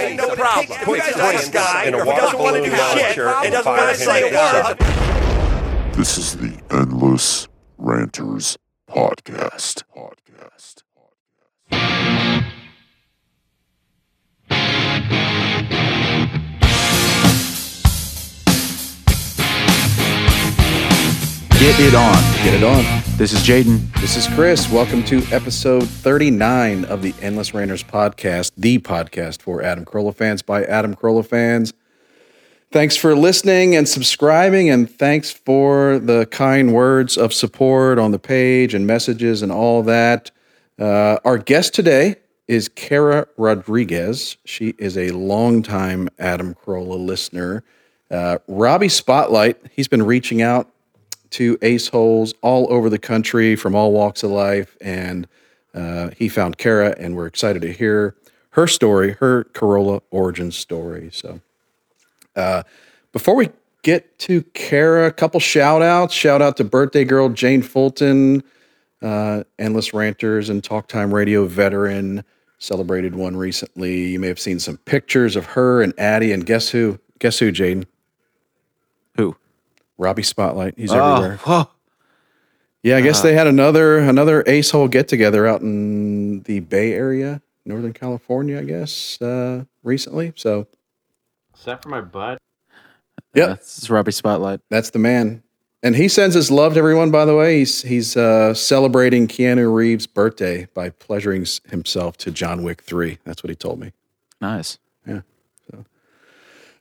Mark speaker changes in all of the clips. Speaker 1: Ain't no problem. You guys got this guy
Speaker 2: in a
Speaker 1: who
Speaker 2: water
Speaker 1: doesn't want to do
Speaker 2: balloon on a
Speaker 1: shit.
Speaker 2: shirt
Speaker 1: It
Speaker 2: and
Speaker 1: doesn't
Speaker 2: fire
Speaker 1: want to
Speaker 2: him
Speaker 1: say a
Speaker 2: like
Speaker 1: word.
Speaker 3: This is the Endless Ranters Podcast. Podcast.
Speaker 4: Get it on.
Speaker 5: Get it on.
Speaker 4: This is Jaden.
Speaker 5: This is Chris. Welcome to episode 39 of the Endless Rainers podcast, the podcast for Adam Carolla fans by Adam Carolla fans. Thanks for listening and subscribing, and thanks for the kind words of support on the page and messages and all that. Uh, our guest today is Kara Rodriguez. She is a longtime Adam Carolla listener. Uh, Robbie Spotlight, he's been reaching out to ace holes all over the country from all walks of life. And uh, he found Kara, and we're excited to hear her story, her Corolla origin story. So, uh, before we get to Kara, a couple shout outs. Shout out to birthday girl Jane Fulton, uh, Endless Ranters and Talk Time Radio veteran, celebrated one recently. You may have seen some pictures of her and Addie. And guess who? Guess who, Jaden?
Speaker 4: Who?
Speaker 5: Robbie Spotlight. He's
Speaker 4: Oh,
Speaker 5: everywhere.
Speaker 4: whoa.
Speaker 5: Yeah, I guess they had another another ace hole get together out in the Bay Area, Northern California, I guess, uh, recently. So
Speaker 6: Except for my butt.
Speaker 5: Yep.
Speaker 4: That's Robbie Spotlight.
Speaker 5: that's the man, and he sends his love to everyone. By the way, he's he's uh, celebrating Keanu Reeves' birthday by pleasuring s- himself to John Wick Three. That's what he told me.
Speaker 4: Nice.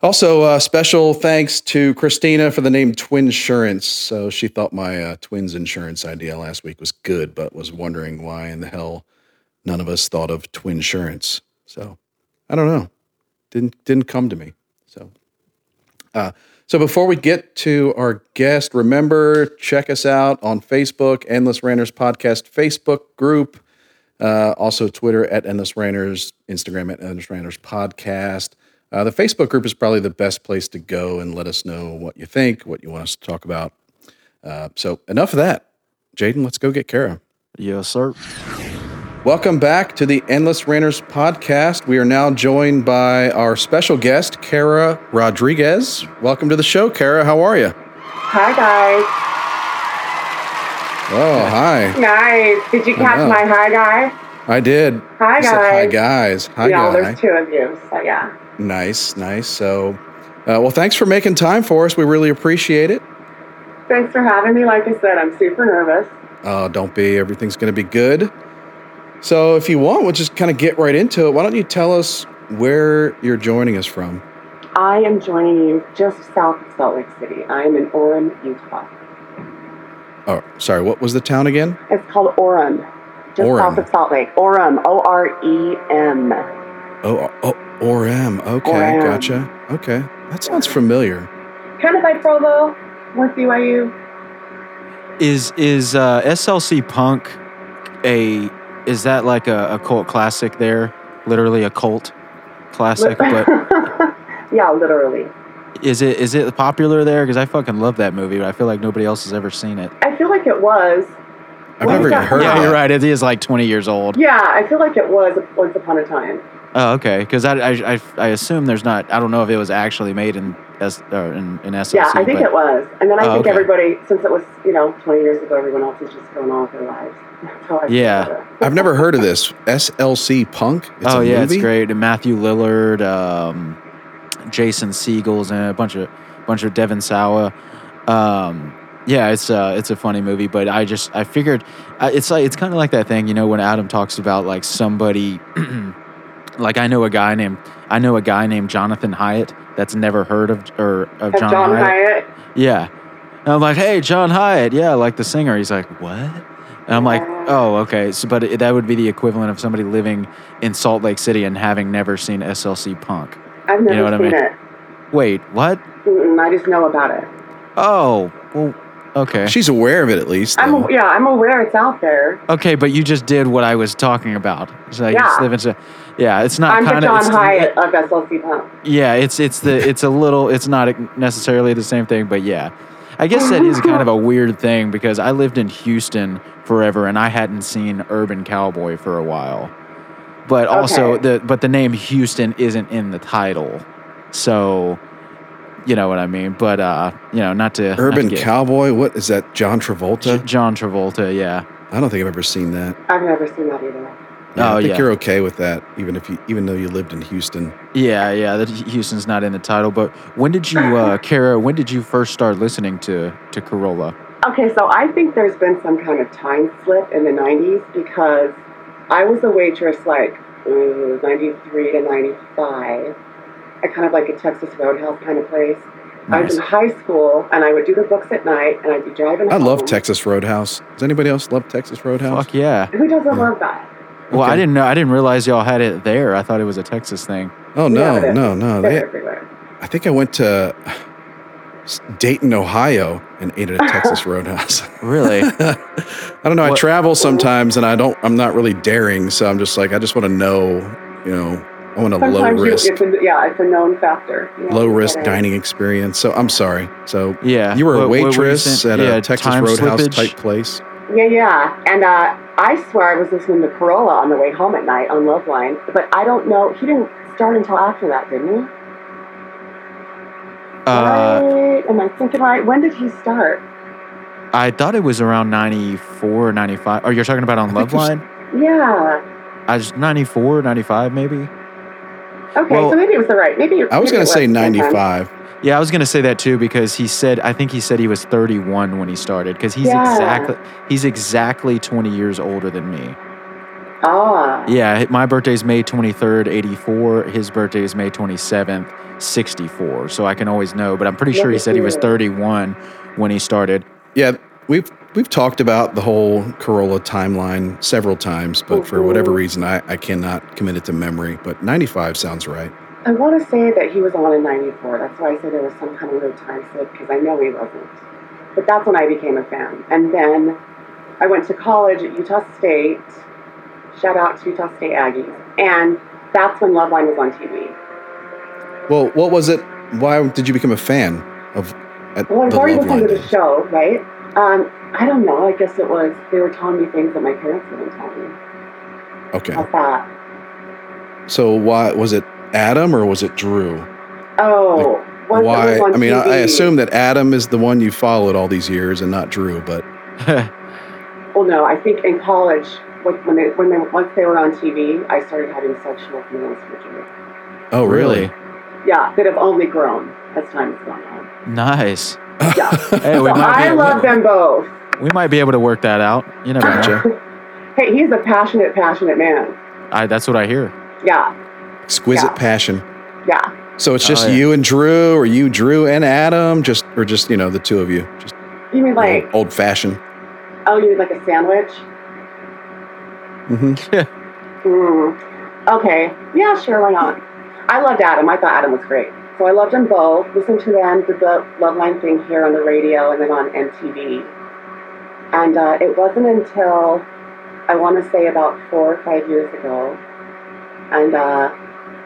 Speaker 5: Also, uh, special thanks to Christina for the name Twin Insurance. So she thought my uh, twins insurance idea last week was good, but was wondering why in the hell none of us thought of Twin Insurance. So I don't know. Didn't didn't come to me. So. Uh, so before we get to our guest, remember check us out on Facebook, Endless Ranters Podcast Facebook group. Uh, also, Twitter at Endless Ranters, Instagram at Endless Ranters Podcast. Uh, the Facebook group is probably the best place to go and let us know what you think, what you want us to talk about. Uh, so, enough of that. Jaden, let's go get Kara.
Speaker 4: Yes, sir.
Speaker 5: Welcome back to the Endless Ranters Podcast. We are now joined by our special guest, Kara Rodriguez. Welcome to the show, Kara. How are you?
Speaker 7: Hi guys.
Speaker 5: Oh, hi.
Speaker 7: Nice. Did you catch
Speaker 5: Hello.
Speaker 7: my hi guy?
Speaker 5: I did.
Speaker 7: Hi,
Speaker 5: You said hi,
Speaker 7: guys.
Speaker 5: guys. Hi,
Speaker 7: yeah,
Speaker 5: guy.
Speaker 7: there's two of you. So yeah.
Speaker 5: Nice, nice. So, uh, well, thanks for making time for us. We really appreciate it.
Speaker 7: Thanks for having me. Like I said, I'm super nervous.
Speaker 5: Uh, don't be, everything's going to be good. So, if you want, we'll just kind of get right into it. Why don't you tell us where you're joining us from?
Speaker 7: I am joining you just south of Salt Lake City. I am in Orem, Utah.
Speaker 5: Oh, sorry, what was the town again?
Speaker 7: It's called Orem, just
Speaker 5: Orem.
Speaker 7: south of Salt Lake. Orem, O R E M.
Speaker 5: Oh, oh Orem. Okay,
Speaker 7: Orem.
Speaker 5: gotcha. Okay, that sounds familiar.
Speaker 7: Kind of by Provo, with BYU.
Speaker 4: Is is uh, SLC Punk a is that like a, a cult classic there? Literally a cult classic, but
Speaker 7: yeah, literally.
Speaker 4: is it is it popular there? Because I fucking love that movie, but I feel like nobody else has ever seen it.
Speaker 7: I feel like it was.
Speaker 5: I've
Speaker 7: Well,
Speaker 5: never
Speaker 7: yeah,
Speaker 5: even heard
Speaker 4: yeah,
Speaker 5: of
Speaker 4: you're
Speaker 5: that.
Speaker 4: right. It is like 20 years old.
Speaker 7: Yeah, I feel like it was once upon a time.
Speaker 4: Oh, okay. Because I, I, I I assume there's not. I don't know if it was actually made in S or in, in SLC.
Speaker 7: Yeah, I think
Speaker 4: but-
Speaker 7: it was. And then I
Speaker 4: Oh,
Speaker 7: think
Speaker 4: okay.
Speaker 7: everybody, since it was, you know, 20 years ago, everyone else is just going on with their lives. That's how I feel
Speaker 4: Yeah.
Speaker 7: about it.
Speaker 5: I've never heard of this. SLC Punk? It's
Speaker 4: oh
Speaker 5: a
Speaker 4: yeah,
Speaker 5: movie?
Speaker 4: it's great. And Matthew Lillard, um, Jason Segels, and a bunch of bunch of Devin Sawa. Um, yeah, it's uh, it's a funny movie, but I just I figured I- it's like it's kind of like that thing, you know, when Adam talks about like somebody, like I know a guy named I know a guy named Jonathan Hyatt that's never heard of or of
Speaker 7: And
Speaker 4: John,
Speaker 7: John
Speaker 4: Hyatt.
Speaker 7: Hyatt.
Speaker 4: Yeah. And I'm like, hey, John Hyatt. Yeah, like the singer. He's like, what? And I'm like, oh, okay. So, but it, that would be the equivalent of somebody living in Salt Lake City and having never seen SLC Punk.
Speaker 7: I've never
Speaker 4: know what I
Speaker 7: seen
Speaker 4: mean?
Speaker 7: it.
Speaker 4: Wait, what?
Speaker 7: Mm-mm, I just know about it.
Speaker 4: Oh, well, okay.
Speaker 5: She's aware of it at least.
Speaker 7: I'm,
Speaker 5: though.
Speaker 7: yeah, I'm aware it's out there.
Speaker 4: okay, but you just did what I was talking about. It's like,
Speaker 7: Yeah.
Speaker 4: It's living, so- yeah, it's not
Speaker 7: I'm the
Speaker 4: kind
Speaker 7: John
Speaker 4: of.
Speaker 7: Hyatt of SLC Punk.
Speaker 4: Yeah, it's it's the it's a little it's not necessarily the same thing, but yeah. I guess that is kind of a weird thing because I lived in Houston forever and I hadn't seen Urban Cowboy for a while. But also
Speaker 7: Okay.
Speaker 4: the but the name Houston isn't in the title, so you know what I mean. But uh, you know, not to not to
Speaker 5: Urban
Speaker 4: get-
Speaker 5: Cowboy. What is that? John Travolta.
Speaker 4: J- John Travolta, yeah.
Speaker 5: I don't think I've ever seen that.
Speaker 7: I've never seen that either.
Speaker 4: Oh,
Speaker 5: I think
Speaker 4: yeah.
Speaker 5: you're okay with that, even if you, even though you lived in Houston.
Speaker 4: Yeah, yeah. That Houston's not in the title, but when did you, uh, Kara? When did you first start listening to to Corolla?
Speaker 7: Okay, so I think there's been some kind of time slip in the 90s because I was a waitress like ooh, 93 to 95, at kind of like a Texas Roadhouse kind of place. I was in high school and I would do the books at night and I'd be driving.
Speaker 5: I love
Speaker 7: home.
Speaker 5: Texas Roadhouse. Does anybody else love Texas Roadhouse?
Speaker 4: Fuck yeah.
Speaker 7: Who doesn't love that?
Speaker 4: Well, I
Speaker 5: Okay.
Speaker 4: didn't know. I didn't realize y'all had it there. I thought it was a Texas thing.
Speaker 5: Oh no,
Speaker 7: Yeah, they're-
Speaker 5: no, no.
Speaker 7: They're
Speaker 5: They,
Speaker 7: everywhere.
Speaker 5: I think I went to Dayton, Ohio, and ate at a Texas Roadhouse.
Speaker 4: Really?
Speaker 5: I don't know. I
Speaker 4: What-
Speaker 5: travel sometimes, and I don't. I'm not really daring, so I'm just like I just want to know. You know, I want a low
Speaker 7: Sometimes you,
Speaker 5: risk,
Speaker 7: it's a, yeah, it's a known factor. You know,
Speaker 5: low
Speaker 7: you
Speaker 5: risk
Speaker 7: gotta-
Speaker 5: dining experience. So I'm sorry. So
Speaker 4: yeah.
Speaker 5: you were a
Speaker 4: What- what were you
Speaker 5: waitress
Speaker 4: saying?
Speaker 5: at
Speaker 4: Yeah,
Speaker 5: a Texas
Speaker 4: time
Speaker 5: Roadhouse
Speaker 4: slippage?
Speaker 5: type place.
Speaker 7: Yeah, yeah. And uh, I swear I was listening to Corolla on the way home at night on Loveline, but I don't know. He didn't start until after that, didn't he?
Speaker 4: Uh,
Speaker 7: right? Am I thinking right? When did he start?
Speaker 4: I thought it was around 94 or 95. Oh, you're talking about on
Speaker 5: I think it was-
Speaker 4: Loveline?
Speaker 7: Yeah.
Speaker 4: I was 94, 95 maybe.
Speaker 7: Okay,
Speaker 4: Well,
Speaker 7: so maybe it was the right. Maybe
Speaker 5: I was
Speaker 7: maybe
Speaker 5: gonna
Speaker 7: it
Speaker 5: say
Speaker 7: the right time.
Speaker 5: 95.
Speaker 4: Yeah, I was gonna say that too because he said I think he said he was 31 when he started because he's
Speaker 7: Yeah.
Speaker 4: exactly he's exactly 20 years older than me.
Speaker 7: Ah.
Speaker 4: Yeah, my birthday's May 23rd, 84. His birthday is May 27th, 64. So I can always know, but I'm pretty sure he said he was 31 when he started.
Speaker 5: Yeah, we've we've talked about the whole Corolla timeline several times, but for whatever
Speaker 7: Mhm.
Speaker 5: reason, I, I cannot commit it to memory. But 95 sounds right.
Speaker 7: I want to say that he was on in 94. That's why I say there was some kind of weird time slip because I know he wasn't. But that's when I became a fan. And then I went to college at Utah State. Shout out to Utah State Aggies. And that's when Loveline was on TV.
Speaker 5: Well, what was it? Why did you become a fan of at
Speaker 7: Well, I've
Speaker 5: the
Speaker 7: already
Speaker 5: Love Line
Speaker 7: listened to the
Speaker 5: days?
Speaker 7: show, right? Um, I don't know. I guess it was they were telling me things that my parents wouldn't tell me.
Speaker 5: Okay.
Speaker 7: How's that?
Speaker 5: So why was it Adam or was it Drew?
Speaker 7: Oh, once it
Speaker 5: why?
Speaker 7: was on
Speaker 5: I mean, I, I
Speaker 7: TV.
Speaker 5: assume that Adam is the one you followed all these years and not Drew, but Oh,
Speaker 7: Well, no, I think in college, when when they, when they once they were on TV, I started having sexual feelings for Drew.
Speaker 5: oh really?
Speaker 7: Yeah, that have only grown as time has gone on.
Speaker 4: Nice.
Speaker 7: Yeah.
Speaker 4: Hey,
Speaker 7: so
Speaker 4: we might,
Speaker 7: I
Speaker 4: be,
Speaker 7: love them both.
Speaker 4: we might be able to work that out. You never know.
Speaker 5: Gotcha.
Speaker 7: Hey, he's a passionate, passionate man.
Speaker 4: I, that's what I hear.
Speaker 7: Yeah,
Speaker 5: Exquisite
Speaker 7: Yeah.
Speaker 5: passion.
Speaker 7: yeah.
Speaker 5: So it's just
Speaker 4: Oh, yeah.
Speaker 5: you and Drew, or you, Drew and Adam, just or just you know the two of you, just
Speaker 7: You mean like,
Speaker 5: old fashioned.
Speaker 7: oh, you mean like a sandwich?
Speaker 5: hmm
Speaker 7: Mm. Okay. Yeah, sure. Why not? I loved Adam. I thought Adam was great. So I loved them both. Listened to them, did the love line thing here on the radio and then on MTV. And uh, it wasn't until I want to say about four or five years ago, and uh,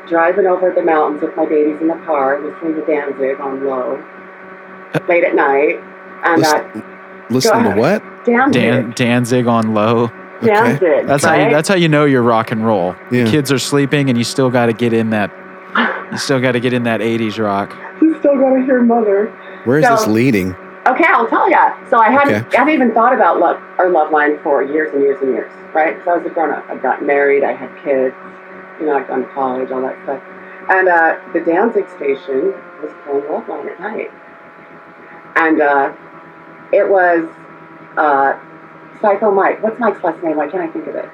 Speaker 7: driving over the mountains with my babies in the car, listening to Danzig on low, late at night, and uh,
Speaker 5: Listen, listen to
Speaker 7: ahead.
Speaker 5: what?
Speaker 7: Danzig,
Speaker 4: Dan, Danzig on low.
Speaker 7: Danzig,
Speaker 4: That's
Speaker 7: right?
Speaker 4: how you, that's how you know you're rock and roll.
Speaker 5: Yeah.
Speaker 4: The kids are sleeping, and you still got to get in that. You still got to get in that '80s rock.
Speaker 7: you still gotta hear mother.
Speaker 5: Where is this
Speaker 7: So-
Speaker 5: leading?
Speaker 7: Okay, I'll tell ya. So I hadn't,
Speaker 5: Okay.
Speaker 7: I hadn't even thought about love or love line for years and years and years, right? Because I was a grown up. I got married. I had kids. You know, I'd gone to college, all that stuff. And uh, the Danzig station was playing love line at night, and uh, it was uh, Psycho Mike. What's Mike's last name? Why can't I think of it?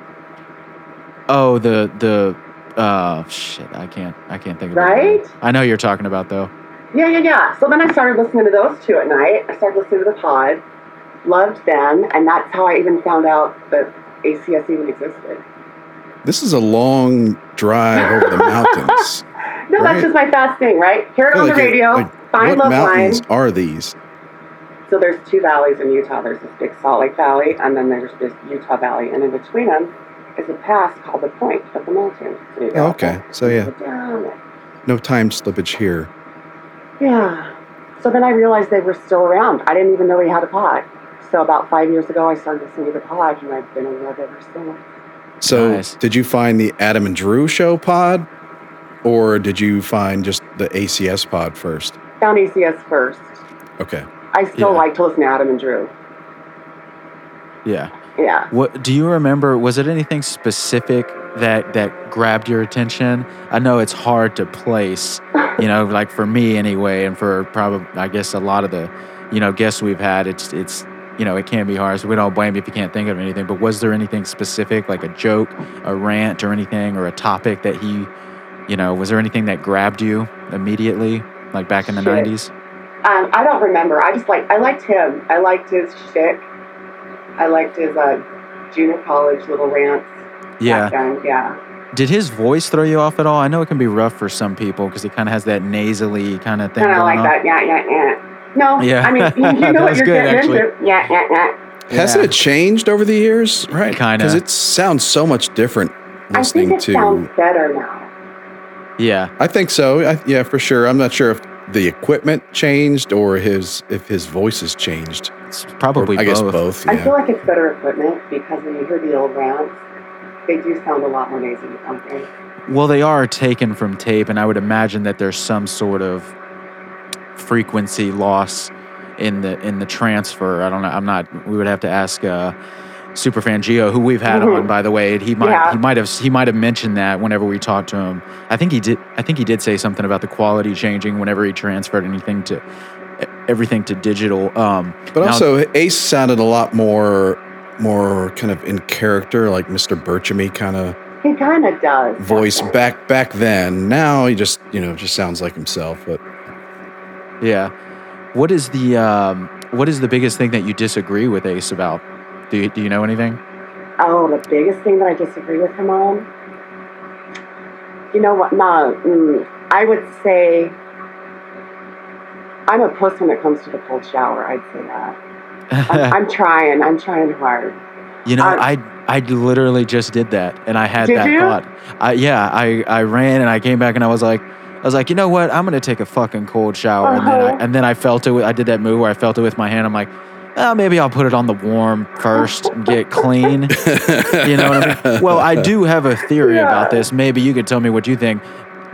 Speaker 4: Oh, the the uh shit, I can't I can't think of
Speaker 7: Right?
Speaker 4: It right now. I know you're talking about though.
Speaker 7: Yeah, yeah, yeah. So then I started listening to those two at night. I started listening to the pod, loved them, and that's how I even found out that ACS E even existed.
Speaker 5: This is a long drive over the mountains.
Speaker 7: No,
Speaker 5: Right.
Speaker 7: that's just my fast thing, right? Hear it on the
Speaker 5: Like,
Speaker 7: radio.
Speaker 5: like, what
Speaker 7: find Love
Speaker 5: mountains
Speaker 7: Line.
Speaker 5: are these?
Speaker 7: So there's two valleys in Utah. There's this big Salt Lake Valley, and then there's this Utah Valley, and in between them is a pass called the Point of the Mountain. So you go
Speaker 5: Oh,
Speaker 7: up
Speaker 5: okay,
Speaker 7: it,
Speaker 5: so yeah,
Speaker 7: go down it.
Speaker 5: no time slippage here.
Speaker 7: Yeah. So then I realized they were still around. I didn't even know we had a pod. So about five years ago, I started listening to the pod, and I've been in love ever since.
Speaker 5: So,
Speaker 4: Nice.
Speaker 5: did you find the Adam and Drew show pod, or did you find just the ACS pod first?
Speaker 7: Found ACS first.
Speaker 5: Okay.
Speaker 7: I still
Speaker 4: Yeah.
Speaker 7: like to listen to Adam and Drew.
Speaker 4: Yeah.
Speaker 7: Yeah.
Speaker 4: What do you remember? Was it anything specific that that grabbed your attention? I know it's hard to place, you know, like for me anyway, and for probably I guess a lot of the, you know, guests we've had, it's it's you know it can be hard. So we don't blame you if you can't think of anything. But was there anything specific, like a joke, a rant, or anything, or a topic that he, you know, was there anything that grabbed you immediately, like back in the
Speaker 7: Shit.
Speaker 4: nineties?
Speaker 7: Um, I don't remember. I just like I liked him. I liked his shtick. I liked his uh, junior college little rants. back
Speaker 4: Yeah.
Speaker 7: then. Yeah.
Speaker 4: Did his voice throw you off at all? I know it can be rough for some people because he kind of has that nasally kind of thing
Speaker 7: Kind
Speaker 4: going
Speaker 7: of like
Speaker 4: on.
Speaker 7: that. Yeah. Yeah. Yeah. No.
Speaker 4: Yeah.
Speaker 7: I mean, you
Speaker 4: That
Speaker 7: know what
Speaker 4: was
Speaker 7: you're
Speaker 4: good,
Speaker 7: getting
Speaker 4: actually.
Speaker 7: into. Yeah. Yeah. Yeah.
Speaker 5: Hasn't
Speaker 4: Yeah.
Speaker 5: it changed over the years? Right.
Speaker 4: Kinda.
Speaker 5: Because it sounds so much different
Speaker 7: I
Speaker 5: listening
Speaker 7: think it
Speaker 5: to.
Speaker 7: sounds better now.
Speaker 4: Yeah,
Speaker 5: I think so. I, yeah, for sure. I'm not sure if the equipment changed or his if his voice has changed.
Speaker 4: it's
Speaker 5: Or
Speaker 4: probably
Speaker 5: I
Speaker 4: both.
Speaker 5: guess both.
Speaker 7: I feel
Speaker 5: Yeah.
Speaker 7: like it's better equipment because when you hear the old rants, they do sound a lot more nasally. I think.
Speaker 4: Well, they are taken from tape, and I would imagine that there's some sort of frequency loss in the in the transfer. I don't know. I'm not. We would have to ask uh, Superfan Geo, who we've had
Speaker 7: Mhm.
Speaker 4: on, by the way. and He might
Speaker 7: Yeah.
Speaker 4: he might have he might have mentioned that whenever we talked to him. I think he did. I think he did say something about the quality changing whenever he transferred anything to e, everything to digital. Um,
Speaker 5: But
Speaker 4: now-
Speaker 5: also, Ace sounded a lot more more kind of in character, like Mr. Burchamy kind of
Speaker 7: He kind of does.
Speaker 5: voice back
Speaker 7: back.
Speaker 5: back then. Now he just you know just sounds like himself. But
Speaker 4: Yeah. What is the um, what is the biggest thing that you disagree with Ace about? Do you, do you know anything?
Speaker 7: Oh, the biggest thing that I disagree with him on? You know what? No, mm, I would say I'm a puss when it comes to the cold shower. I'd say that. I'm, I'm trying. I'm trying hard.
Speaker 4: you know,
Speaker 7: I-
Speaker 4: I I literally just did that, and I had
Speaker 7: Did
Speaker 4: that
Speaker 7: you?
Speaker 4: thought. I, yeah, I I ran and I came back and I was like, I was like, you know what? I'm gonna take a fucking cold shower, and then
Speaker 7: Uh-huh.
Speaker 4: I, and then I felt it. With, I did that move where I felt it with my hand. I'm like. Uh, maybe I'll put it on the warm first and get clean. You know what I mean? Well, I do have a theory about
Speaker 7: Yeah.
Speaker 4: this. Maybe you could tell me what you think.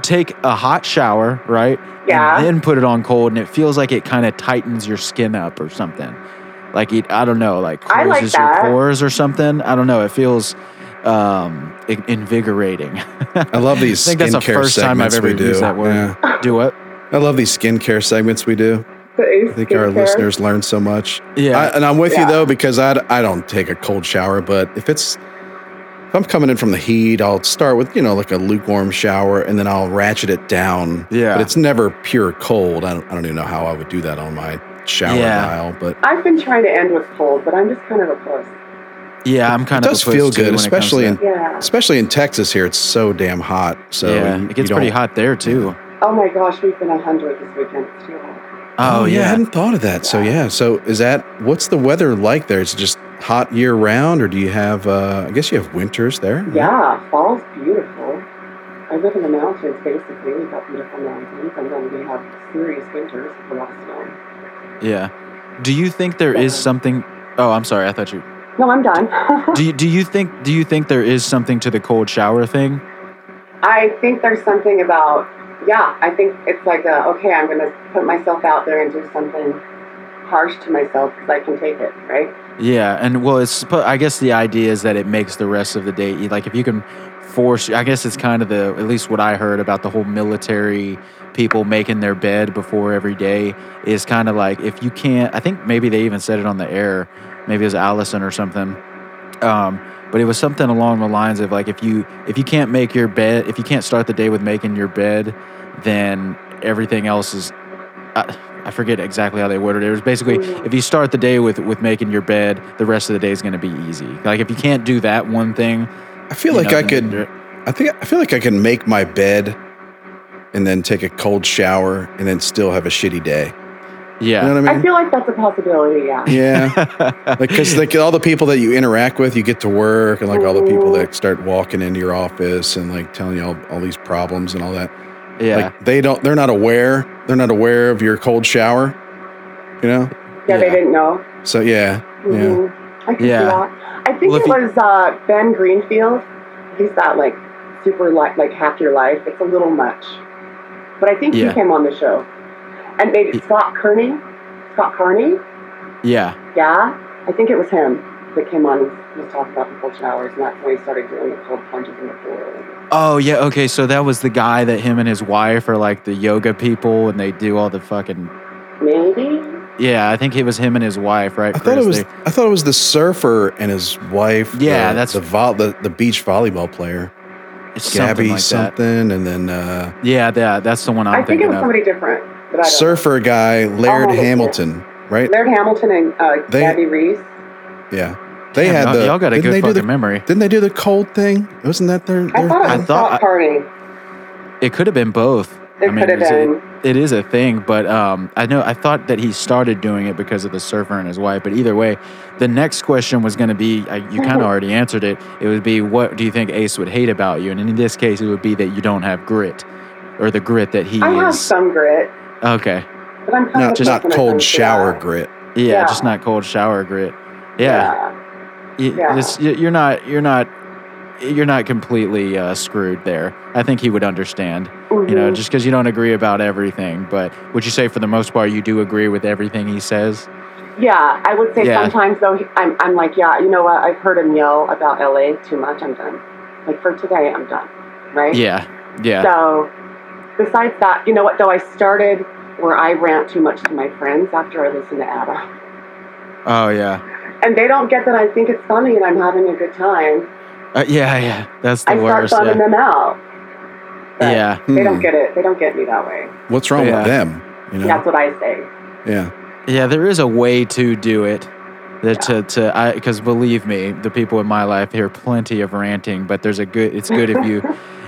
Speaker 4: Take a hot shower, right?
Speaker 7: Yeah.
Speaker 4: And then put it on cold, and it feels like it kind of tightens your skin up or something. Like it, I don't know, like
Speaker 7: I like
Speaker 4: closes your
Speaker 7: that.
Speaker 4: pores or something. I don't know. It feels um in- invigorating.
Speaker 5: I love these.
Speaker 4: I think that's the
Speaker 5: skincare
Speaker 4: first time I've
Speaker 5: segments
Speaker 4: ever
Speaker 5: we do.
Speaker 4: used that word. Do what?
Speaker 5: I love these skincare segments we do.
Speaker 7: The
Speaker 5: I think our listeners learn so much.
Speaker 4: Yeah.
Speaker 5: I, and I'm with you
Speaker 7: Yeah.
Speaker 5: though because I I don't take a cold shower, but if it's if I'm coming in from the heat, I'll start with you know like a lukewarm shower, and then I'll ratchet it down.
Speaker 4: Yeah.
Speaker 5: but it's never pure cold. I don't I don't even know how I would do that on my shower
Speaker 4: Yeah.
Speaker 5: dial, but
Speaker 7: I've been trying to end with cold, but I'm just kind of a puss.
Speaker 4: yeah, I'm kind
Speaker 5: it
Speaker 4: of.
Speaker 5: does
Speaker 4: a puss,
Speaker 5: feel
Speaker 4: too,
Speaker 5: good,
Speaker 4: when it comes to
Speaker 5: especially
Speaker 4: that.
Speaker 5: in
Speaker 7: Yeah.
Speaker 5: especially in Texas here. It's so damn hot. So
Speaker 4: yeah,
Speaker 5: you-
Speaker 4: it gets
Speaker 5: you don't-
Speaker 4: pretty hot there too.
Speaker 7: Oh my gosh, we've been 100 this weekend. It's too hot.
Speaker 4: Oh,
Speaker 5: I
Speaker 4: yeah.
Speaker 5: hadn't thought of that. So yeah. So is that what's the weather like there? Is it just hot year round, or do you have? uh I guess you have winters there.
Speaker 7: Yeah, fall's beautiful. I live in the mountains, basically. We've got beautiful mountains, and then we have serious winters with a lot of snow.
Speaker 4: Yeah. Do you think there is
Speaker 7: Yeah.
Speaker 4: something? Oh, I'm sorry. I thought you.
Speaker 7: No, I'm done.
Speaker 4: Do you, do you think do you think there is something to the cold shower thing?
Speaker 7: I think there's something about, yeah, I think it's like, a, okay, I'm going to put myself out there and do something harsh to myself because I can take it, right?
Speaker 4: Yeah, and well, it's suppo- I guess the idea is that it makes the rest of the day e, like if you can force. I guess it's kind of the at least what I heard about the whole military people making their bed before every day is kind of like if you can't. I think maybe they even said it on the air. Maybe it was Allison or something. Um, but it was something along the lines of like if you if you can't make your bed if you can't start the day with making your bed, then everything else is I, I forget exactly how they worded it. It was basically if you start the day with with making your bed, the rest of the day is going to be easy. Like if you can't do that one thing,
Speaker 5: I feel
Speaker 4: you
Speaker 5: like
Speaker 4: know,
Speaker 5: I
Speaker 4: then
Speaker 5: could.
Speaker 4: you're-
Speaker 5: I think I feel like I can make my bed, and then take a cold shower, and then still have a shitty day. You
Speaker 4: yeah,
Speaker 5: know what I
Speaker 7: I
Speaker 5: mean?
Speaker 7: feel like that's a possibility, yeah.
Speaker 5: yeah. Like, cause like all the people that you interact with, you get to work, and like all the people that start walking into your office and like telling you all, all these problems and all that.
Speaker 4: yeah.
Speaker 5: Like they don't, they're not aware. They're not aware of your cold shower. You know.
Speaker 7: Yeah, they
Speaker 4: Yeah.
Speaker 7: didn't know.
Speaker 5: So yeah, yeah.
Speaker 7: Mhm. I can see
Speaker 4: Yeah.
Speaker 7: that. I think
Speaker 4: Well, if
Speaker 7: it
Speaker 4: you-
Speaker 7: was uh, Ben Greenfield he's that like super like like hack your life. It's a little much, but I think
Speaker 4: Yeah.
Speaker 7: he came on the show, and they
Speaker 4: He-
Speaker 7: Scott Kearney, Scott Kearney,
Speaker 4: Yeah.
Speaker 7: yeah, I think it was him that came on and was talking about the cold showers, and that's when he started doing the cold plunges in the pool.
Speaker 4: Oh yeah. Okay. So that was the guy that him and his wife are like the yoga people, and they do all the fucking.
Speaker 7: Maybe
Speaker 4: Yeah, I think it was him and his wife, right?
Speaker 5: I thought it
Speaker 4: Chris?
Speaker 5: was.
Speaker 4: They-
Speaker 5: I thought it was the surfer and his wife.
Speaker 4: Yeah,
Speaker 5: the-
Speaker 4: that's-
Speaker 5: the, vol- the the beach volleyball player,
Speaker 4: it's
Speaker 5: Gabby
Speaker 4: something like that.
Speaker 5: something, and then uh,
Speaker 4: Yeah, that that's the one I'm
Speaker 7: I think it
Speaker 4: thinking
Speaker 7: was
Speaker 4: of.
Speaker 7: somebody different, but I don't.
Speaker 5: surfer guy Laird
Speaker 7: Oh, yeah.
Speaker 5: Hamilton, right?
Speaker 7: Laird Hamilton and uh,
Speaker 5: They-
Speaker 7: Gabby Reese.
Speaker 5: Yeah, they
Speaker 4: Damn,
Speaker 5: had
Speaker 4: y'all,
Speaker 5: the.
Speaker 4: y'all got a
Speaker 5: didn't
Speaker 4: good
Speaker 5: they do
Speaker 4: fucking
Speaker 5: the?
Speaker 4: memory.
Speaker 5: Didn't they do the cold thing? Wasn't that their?
Speaker 7: I
Speaker 5: their-
Speaker 7: thought
Speaker 4: I
Speaker 7: it was
Speaker 4: thought
Speaker 7: Scott
Speaker 4: I-
Speaker 7: Kearney.
Speaker 4: It could have been both.
Speaker 7: It could have
Speaker 4: it's a-
Speaker 7: been.
Speaker 4: it is a thing, but um, I know I thought that he started doing it because of the surfer and his wife. But either way, the next question was going to be I, you
Speaker 7: Mm-hmm.
Speaker 4: kind of already answered it. It would be what do you think Ace would hate about you? And in this case, it would be that you don't have grit, or the grit that he
Speaker 7: I have
Speaker 4: is.
Speaker 7: some grit,
Speaker 4: Okay,
Speaker 7: but I'm kind
Speaker 5: not
Speaker 7: of
Speaker 5: just not
Speaker 7: when it
Speaker 5: cold
Speaker 7: comes to
Speaker 5: shower
Speaker 7: that.
Speaker 5: grit.
Speaker 4: yeah,
Speaker 7: Yeah.
Speaker 4: just not cold shower grit. Yeah, Y-
Speaker 7: yeah.
Speaker 4: this- y- you're not you're not you're not completely uh, screwed there. I think he would understand.
Speaker 7: Mhm.
Speaker 4: You know, just because you don't agree about everything, but would you say for the most part you do agree with everything he says?
Speaker 7: yeah. I would say
Speaker 4: Yeah.
Speaker 7: sometimes though he- I'm, I'm like, yeah, you know what? I've heard him yell about LA too much. I'm done. Like for today, I'm done. Right?
Speaker 4: Yeah, yeah.
Speaker 7: So, besides that, you know what? Though I started where I rant too much to my friends after I listen to ABBA,
Speaker 4: Oh yeah,
Speaker 7: and they don't get that I think it's funny and I'm having a good time.
Speaker 4: uh, yeah, yeah. That's the
Speaker 7: I start
Speaker 4: worst. Yeah.
Speaker 7: bumming them out. But
Speaker 4: yeah,
Speaker 7: They
Speaker 5: Hmm.
Speaker 7: don't get it. They don't get me that way.
Speaker 5: What's wrong
Speaker 4: Yeah.
Speaker 5: with them? You know.
Speaker 7: That's what I say.
Speaker 5: Yeah.
Speaker 4: yeah. There is a way to do it. That to to I because believe me, the people in my life hear plenty of ranting, but there's a good. It's good if you.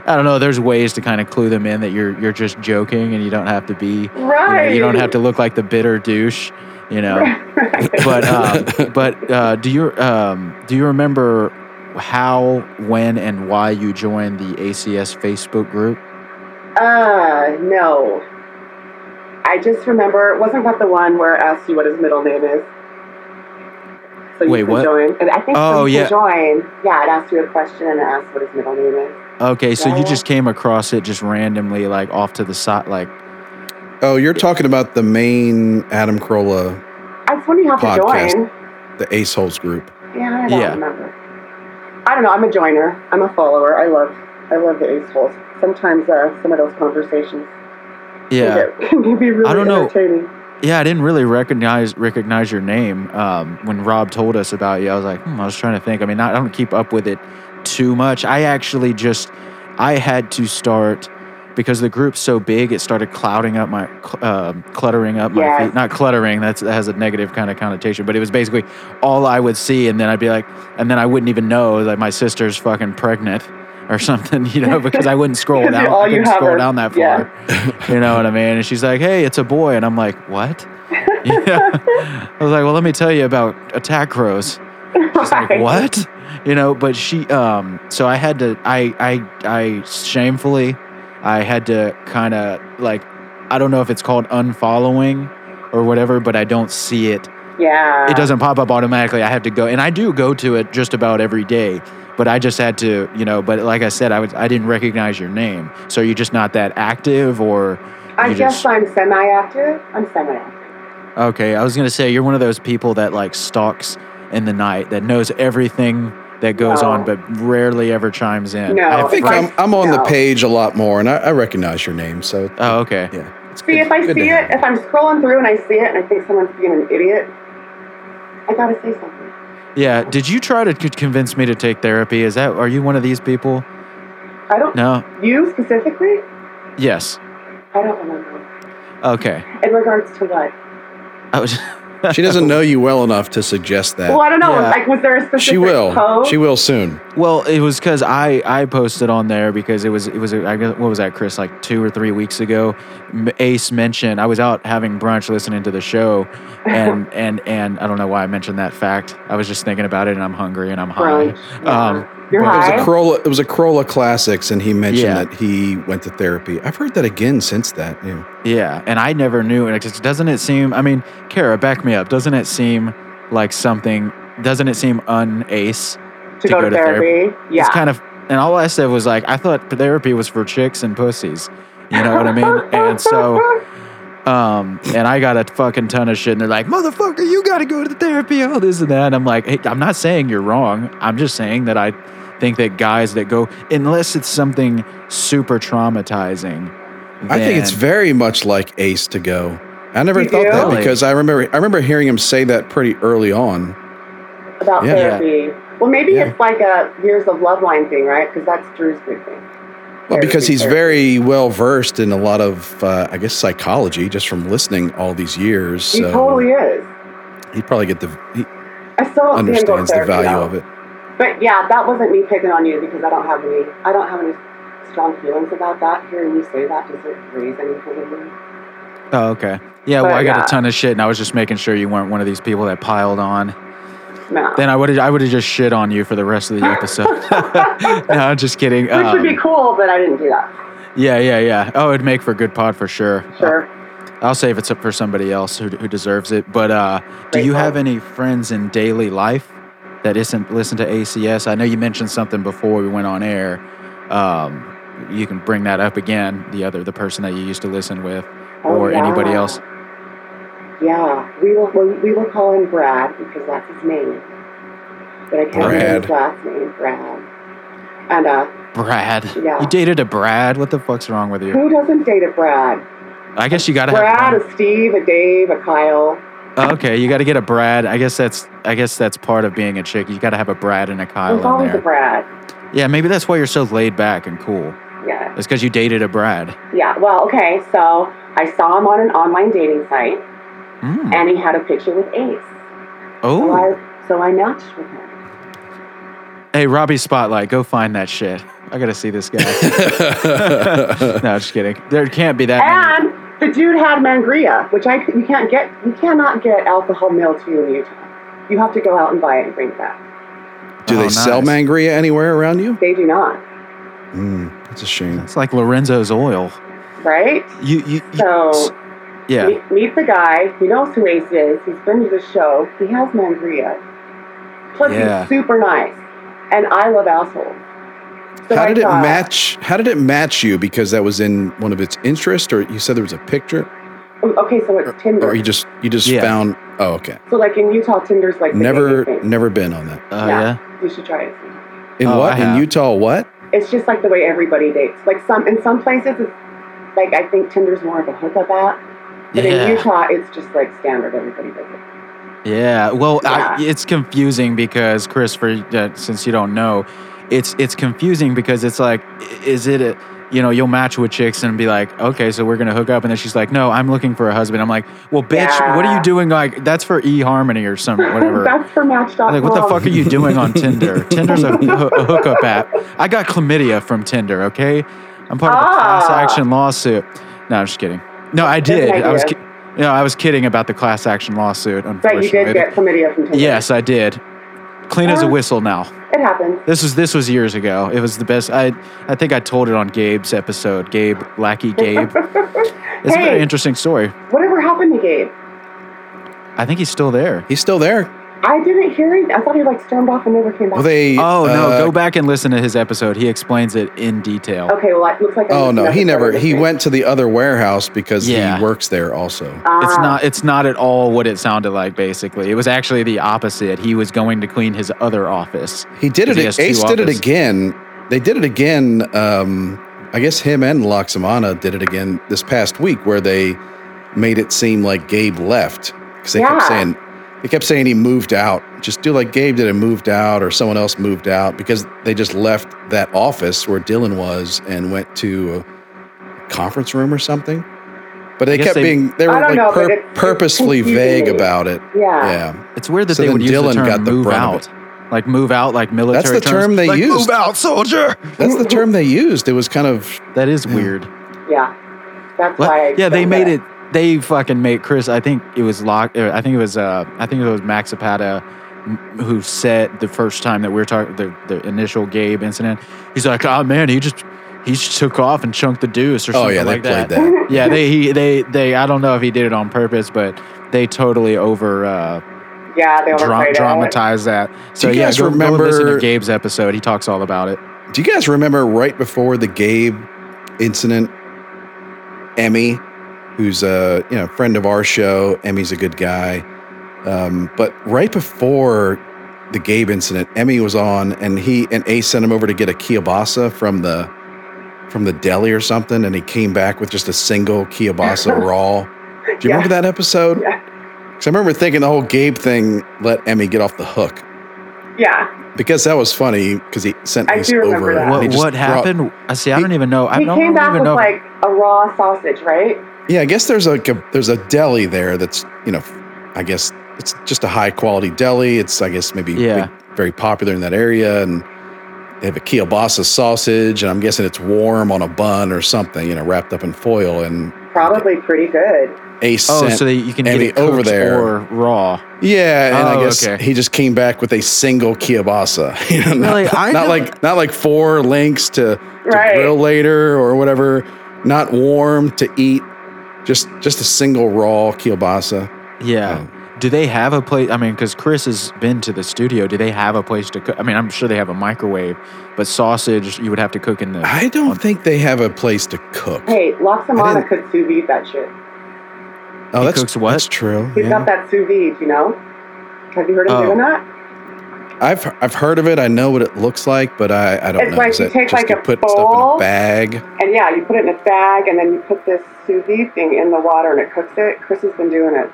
Speaker 4: I don't know. There's ways to kind of clue them in that you're you're just joking and you don't have to be. You, know,
Speaker 7: Right.
Speaker 4: you don't have to look like the bitter douche. You know. but um, but uh, do you um, do you remember how, when, and why you joined the ACS Facebook group?
Speaker 7: Uh, no. I just remember it wasn't that the one where it asked you what his middle name is. So you
Speaker 4: Wait,
Speaker 7: can
Speaker 4: what?
Speaker 7: join. And I think
Speaker 4: Oh,
Speaker 7: so you
Speaker 4: yeah.
Speaker 7: can join. Yeah, it asked you a question and it asked what his middle name is.
Speaker 4: Okay, so you
Speaker 7: Yeah.
Speaker 4: just came across it just randomly, like off to the side, like
Speaker 5: Oh, you're talking about the main Adam Carolla,
Speaker 7: I was wondering how
Speaker 5: Podcast.
Speaker 7: to join.
Speaker 5: the Ace Holes group.
Speaker 7: Yeah, I don't
Speaker 4: Yeah.
Speaker 7: remember. I don't know, I'm a joiner. I'm a follower. I love I love the ace holes. Sometimes uh, some of those conversations
Speaker 4: yeah,
Speaker 7: can, get, can be really
Speaker 4: I don't know.
Speaker 7: entertaining.
Speaker 4: yeah. I didn't really recognize recognize your name um, when Rob told us about you. I was like, hmm, I was trying to think. I mean, I don't keep up with it too much. I actually just I had to start because the group's so big, it started clouding up my cl- um cluttering up my
Speaker 7: Yes.
Speaker 4: feed. Not cluttering. That's that has a negative kind of connotation, but it was basically all I would see, and then I'd be like, and then I wouldn't even know that my sister's fucking pregnant. Or something, you know, because I wouldn't scroll
Speaker 7: Because
Speaker 4: down.
Speaker 7: all
Speaker 4: I
Speaker 7: you
Speaker 4: couldn't
Speaker 7: have
Speaker 4: scroll
Speaker 7: are-
Speaker 4: down that far.
Speaker 7: yeah.
Speaker 4: You know what I mean? And she's like, "Hey, it's a boy," and I'm like, "What?" You know? I was like, "Well, let me tell you about attack crows." She's like,
Speaker 7: Right.
Speaker 4: "What?" You know, but she. Um. So I had to. I. I. I shamefully, I had to kind of like, I don't know if it's called unfollowing or whatever, but I don't see it.
Speaker 7: Yeah.
Speaker 4: It doesn't pop up automatically. I have to go, and I do go to it just about every day. But I just had to, you know. But like I said, I was I didn't recognize your name. So you're just not that active, or
Speaker 7: I
Speaker 4: you
Speaker 7: guess
Speaker 4: just-
Speaker 7: I'm semi active. I'm semi active.
Speaker 4: Okay, I was gonna say you're one of those people that like stalks in the night, that knows everything that goes
Speaker 7: No.
Speaker 4: on, but rarely ever chimes in.
Speaker 7: No.
Speaker 5: I think
Speaker 7: Like,
Speaker 5: I'm, I'm on the
Speaker 7: Oh, no.
Speaker 5: page a lot more, and I, I recognize your name. So
Speaker 4: oh, okay.
Speaker 5: yeah, it's
Speaker 7: See,
Speaker 5: good-
Speaker 7: if I
Speaker 5: good to
Speaker 7: see
Speaker 5: have
Speaker 7: it, if I'm scrolling through and I see it and I think someone's being an idiot, I gotta say something.
Speaker 4: Yeah. Did you try to c- convince me to take therapy? Is that are you one of these people?
Speaker 7: I don't.
Speaker 4: No.
Speaker 7: You specifically?
Speaker 4: Yes.
Speaker 7: I don't remember.
Speaker 4: Okay.
Speaker 7: In regards to what?
Speaker 4: I was.
Speaker 5: She doesn't know you well enough to suggest that.
Speaker 7: Well, I don't know.
Speaker 4: Yeah.
Speaker 7: Like, was there a specific
Speaker 5: she will.
Speaker 7: code?
Speaker 5: She will soon.
Speaker 4: Well, it was because I I posted on there because it was it was I guess, what was that Chris like two or three weeks ago, M- Ace mentioned I was out having brunch listening to the show, and and and I don't know why I mentioned that fact. I was just thinking about it and I'm hungry and I'm high.
Speaker 7: Brunch. Yeah.
Speaker 4: Um,
Speaker 7: You're
Speaker 5: It was
Speaker 7: high.
Speaker 5: a Corolla. It was a Corolla Classics, and he mentioned
Speaker 4: Yeah.
Speaker 5: that he went to therapy. I've heard that again since that. Yeah.
Speaker 4: Yeah, and I never knew. And it's just- doesn't it seem? I mean, Kara, back me up. Doesn't it seem like something? Doesn't it seem un Ace
Speaker 7: to go to therapy. Yeah.
Speaker 4: It's kind of and all I said was like, I thought therapy was for chicks and pussies. You know what I mean? And so, um, and I got a fucking ton of shit, and they're like, motherfucker, you got to go to therapy, all this and that. And I'm like, hey, I'm not saying you're wrong. I'm just saying that I think that guys that go, unless it's something super traumatizing.
Speaker 5: I think it's
Speaker 4: then-
Speaker 5: very much like Ace to go. I never
Speaker 7: You
Speaker 5: thought
Speaker 7: do?
Speaker 5: that
Speaker 4: Really?
Speaker 5: because I remember I remember hearing him say that pretty early on.
Speaker 7: about
Speaker 5: Yeah.
Speaker 7: therapy. Well, maybe
Speaker 5: Yeah.
Speaker 7: it's like a years of love line thing, right? Because that's Drew's big thing.
Speaker 5: Well, because
Speaker 7: Therapy,
Speaker 5: he's
Speaker 7: therapy.
Speaker 5: very well versed in a lot of, uh, I guess, psychology just from listening all these years.
Speaker 7: He
Speaker 5: So
Speaker 7: totally is.
Speaker 5: he'd probably get the he
Speaker 7: I still don't see him go to
Speaker 5: understands the
Speaker 7: therapy,
Speaker 5: value
Speaker 7: though.
Speaker 5: of it.
Speaker 7: But yeah, that wasn't me picking on you because I don't have any. I don't have any strong feelings about that. Hearing you say that doesn't raise anything in me.
Speaker 4: Oh, okay. Yeah, well,
Speaker 7: But,
Speaker 4: I got
Speaker 7: yeah.
Speaker 4: a ton of shit, and I was just making sure you weren't one of these people that piled on.
Speaker 7: No.
Speaker 4: Then I would have, I would have just shit on you for the rest of the episode. no, I'm just kidding.
Speaker 7: Which
Speaker 4: Um,
Speaker 7: would be cool, but I didn't do that.
Speaker 4: yeah, yeah, yeah. Oh, it'd make for good pod for sure.
Speaker 5: uh,
Speaker 7: Sure.
Speaker 4: I'll save it up for somebody else who, who deserves it. But uh, do
Speaker 7: Great
Speaker 4: you
Speaker 7: pod.
Speaker 4: have any friends in daily life that isn't listen to ACS? I know you mentioned something before we went on air. Um, you can bring that up again. The other, the person that you used to listen with,
Speaker 7: Oh,
Speaker 4: or anybody
Speaker 7: yeah.
Speaker 4: else.
Speaker 7: Yeah, we will. we- We will call him Brad because that's his name. But I can't remember his
Speaker 5: Brad.
Speaker 7: last name, Brad. And uh,
Speaker 4: Brad.
Speaker 7: Yeah.
Speaker 4: You dated a Brad. What the fuck's wrong with you?
Speaker 7: who doesn't date a Brad?
Speaker 4: I guess you gotta have.
Speaker 7: Brad,
Speaker 4: one-
Speaker 7: a Steve, a Dave, a Kyle.
Speaker 4: Oh, okay, you got to get a Brad. I guess that's I guess that's part of being a chick. You got to have a Brad and a Kyle
Speaker 7: There's
Speaker 4: in
Speaker 7: always a
Speaker 4: there.
Speaker 7: Brad.
Speaker 4: Yeah, maybe that's why you're so laid back and cool.
Speaker 7: Yeah.
Speaker 4: It's because you dated a Brad.
Speaker 7: Yeah, well, okay, so I saw him on an online dating site
Speaker 4: Mm.
Speaker 7: and he had a picture with Ace. So
Speaker 4: Oh,
Speaker 7: I, so I matched with him.
Speaker 4: hey, Robbie Spotlight, go find that shit. I gotta see this guy. no, just kidding. There can't be that.
Speaker 7: And the dude had mangria, which I you can't get you cannot get alcohol mailed to you in Utah. You have to go out and buy it and bring it back.
Speaker 5: Do
Speaker 4: Oh,
Speaker 5: they sell
Speaker 4: nice.
Speaker 5: mangria anywhere around you?
Speaker 7: They do not,
Speaker 5: Mm, that's a
Speaker 4: Many.
Speaker 5: shame.
Speaker 4: It's like Lorenzo's oil.
Speaker 7: right?
Speaker 4: You, you, you-
Speaker 7: So
Speaker 4: yeah. Uh,
Speaker 7: meet, meet the guy. He knows who Ace is. He's been to the show. He has mangria. Plus,
Speaker 4: Yeah.
Speaker 7: he's super nice, and I love assholes. So
Speaker 5: How
Speaker 7: I
Speaker 5: did it
Speaker 7: thought-
Speaker 5: match? How did it match you? Because that was in one of its interests, or you said there was a picture,
Speaker 7: um, Okay, so it's Tinder.
Speaker 5: or you just you just
Speaker 4: Yeah.
Speaker 5: found. Oh, okay.
Speaker 7: So like in Utah, Tinder's like the
Speaker 5: Never uh,
Speaker 7: dating thing.
Speaker 5: never been on that.
Speaker 4: Oh yeah.
Speaker 7: You should try it.
Speaker 5: In
Speaker 4: Oh, I
Speaker 5: what? In
Speaker 4: have.
Speaker 5: Utah? What?
Speaker 7: It's just like the way everybody dates. Like some in some places, it's like I think Tinder's more of a hookup app, but
Speaker 4: Yeah.
Speaker 7: in Utah, it's just like standard. Everybody does it.
Speaker 4: Yeah. Well, I,
Speaker 7: Yeah.
Speaker 4: it's confusing because Chris, for uh, since you don't know, it's it's confusing because it's like, i- is it a you know, you'll match with chicks and be like, okay, so we're gonna hook up, and then she's like, no, I'm looking for a husband. I'm like, well, bitch, what are
Speaker 7: Yeah.
Speaker 4: you doing? Like, that's for eHarmony or some whatever.
Speaker 7: That's for Match.com.
Speaker 4: I'm like, what the fuck are you doing on Tinder? Tinder's a, hoo- a hookup app. I got chlamydia from Tinder. Okay, I'm part of a class
Speaker 7: Ah.
Speaker 4: action lawsuit. No, I'm just kidding. No, I did. I was, ki-
Speaker 7: idea.
Speaker 4: no, I was kidding about the class action lawsuit.
Speaker 7: But you
Speaker 4: Unfortunately,
Speaker 7: did get chlamydia from Tinder.
Speaker 4: Yes, I did. Clean as a
Speaker 7: Huh?
Speaker 4: whistle now.
Speaker 7: it happens.
Speaker 4: This was this was years ago. It was the best. I I think I told it on Gabe's episode. Gabe Lackey Gabe. It's a very
Speaker 7: Hey.
Speaker 4: interesting story.
Speaker 7: Whatever happened to Gabe?
Speaker 4: I think he's still there.
Speaker 5: He's still there.
Speaker 7: I didn't hear it. I thought he like stormed off and never came back.
Speaker 5: Well, they.
Speaker 4: Oh no,
Speaker 5: uh,
Speaker 4: go back and listen to his episode. He explains it in detail.
Speaker 7: okay, well, it looks like. I
Speaker 5: Oh
Speaker 7: missed
Speaker 5: no,
Speaker 7: an
Speaker 5: he
Speaker 7: episode of
Speaker 5: never.
Speaker 7: this
Speaker 5: He
Speaker 7: thing.
Speaker 5: went to the other warehouse because
Speaker 4: Yeah.
Speaker 5: he works there also.
Speaker 7: Ah,
Speaker 4: It's not it's not at all what it sounded like basically. It was actually the opposite. He was going to clean his other office.
Speaker 5: He did
Speaker 4: 'Cause
Speaker 5: it.
Speaker 4: he has two
Speaker 5: Ace did it
Speaker 4: offices.
Speaker 5: again. They did it again. Um, I guess him and Loxamana did it again this past week, where they made it seem like Gabe left because they kept
Speaker 7: Yeah.
Speaker 5: saying they kept saying he moved out. Just do like Gabe did and moved out, or someone else moved out because they just left that office where Dylan was and went to a conference room or something. But they
Speaker 4: guess
Speaker 5: kept
Speaker 4: they-
Speaker 5: being they
Speaker 7: I
Speaker 5: were
Speaker 7: don't
Speaker 5: like
Speaker 7: know, but
Speaker 5: pur-
Speaker 7: it- it's
Speaker 5: purposely
Speaker 7: confusing
Speaker 5: vague
Speaker 7: me.
Speaker 5: about it.
Speaker 7: Yeah.
Speaker 5: Yeah.
Speaker 4: It's weird that
Speaker 5: So
Speaker 4: they
Speaker 5: then
Speaker 4: would use the
Speaker 5: Dylan
Speaker 4: term
Speaker 5: got the
Speaker 4: move
Speaker 5: brunt of it.
Speaker 4: out. Like move out like military
Speaker 5: the
Speaker 4: terms.
Speaker 5: term they
Speaker 4: like,
Speaker 5: used.
Speaker 4: Move out, soldier.
Speaker 5: That's the term they used. It was kind of
Speaker 4: That is weird.
Speaker 7: Yeah. That's
Speaker 4: Well,
Speaker 7: why. I
Speaker 4: yeah, they
Speaker 7: don't
Speaker 4: made
Speaker 7: get
Speaker 4: it. They fucking made Chris. I think it was lock. er, I think it was. Uh, I think it was Max Zapata m- who said the first time that we were talking the, the initial Gabe incident. He's like, oh man, he just he just took off and chunked the deuce
Speaker 5: oh
Speaker 4: or something
Speaker 5: yeah, they
Speaker 4: like
Speaker 5: played
Speaker 4: that.
Speaker 5: that.
Speaker 4: yeah, they he, they they. I don't know if he did it on purpose, but they totally over uh,
Speaker 7: Yeah, they
Speaker 4: dra-
Speaker 7: overplayed it.
Speaker 4: dramatized that. So
Speaker 5: you
Speaker 4: yeah,
Speaker 5: guys
Speaker 4: go, go listen to
Speaker 5: remember-
Speaker 4: Gabe's episode. He talks all about it.
Speaker 5: Do you guys remember right before the Gabe incident? Emmy, who's a you know friend of our show, Emmy's a good guy. Um, but right before the Gabe incident, Emmy was on, and he and Ace sent him over to get a kielbasa from the from the deli or something, and he came back with just a single kielbasa raw. Do you
Speaker 7: Yeah.
Speaker 5: remember that episode?
Speaker 7: Yeah.
Speaker 5: Because I remember thinking the whole Gabe thing let Emmy get off the hook
Speaker 7: Yeah.
Speaker 5: because that was funny because he sent
Speaker 7: I
Speaker 5: Ace
Speaker 7: do remember
Speaker 5: over. and
Speaker 7: that.
Speaker 5: he
Speaker 4: What,
Speaker 5: just
Speaker 4: what
Speaker 5: brought-
Speaker 4: happened? I see. I don't even know. I
Speaker 7: He
Speaker 4: don't
Speaker 7: came back
Speaker 4: even
Speaker 7: with
Speaker 4: know. if-
Speaker 7: like a raw sausage, right?
Speaker 5: Yeah, I guess there's like a there's a deli there that's you know, I guess it's just a high quality deli. It's I guess maybe
Speaker 4: Yeah.
Speaker 5: big- very popular in that area, and they have a kielbasa sausage, and I'm guessing it's warm on a bun or something, you know, wrapped up in foil. And
Speaker 7: Probably pretty good.
Speaker 5: Ace
Speaker 4: oh,
Speaker 5: sent,
Speaker 4: so that you can
Speaker 5: Emmy
Speaker 4: get it over
Speaker 5: over there.
Speaker 4: there or raw.
Speaker 5: yeah, and I
Speaker 4: Oh,
Speaker 5: guess
Speaker 4: okay.
Speaker 5: he just came back with a single kielbasa. You know, not,
Speaker 4: Really? I
Speaker 5: not
Speaker 4: don't-
Speaker 5: like not like four links to, to
Speaker 7: Right.
Speaker 5: grill later or whatever. Not warm to eat. Just just a single raw kielbasa.
Speaker 4: Yeah. Do they have a place? I mean, because Chris has been to the studio. Do they have a place to cook? I mean, I'm sure they have a microwave, but sausage you would have to cook in the.
Speaker 5: I don't think they have a place to cook.
Speaker 7: Hey,
Speaker 5: I
Speaker 7: Loxamana could sous vide that shit.
Speaker 5: oh,
Speaker 4: He
Speaker 5: that's
Speaker 4: cooks what?
Speaker 5: That's true.
Speaker 7: He's
Speaker 5: yeah.
Speaker 7: got that sous vide, you know? Have you heard him
Speaker 4: Oh.
Speaker 7: doing that?
Speaker 5: I've I've heard of it. I know what it looks like, but I, I don't
Speaker 7: It's
Speaker 5: know.
Speaker 7: like
Speaker 5: Is
Speaker 7: you
Speaker 5: it
Speaker 7: take,
Speaker 5: just
Speaker 7: like,
Speaker 5: to
Speaker 7: a
Speaker 5: put stuff in a
Speaker 7: bowl.
Speaker 5: bag?
Speaker 7: And yeah, you put it in a bag and then you put this sous vide thing in the water and it cooks it. Chris has been doing it.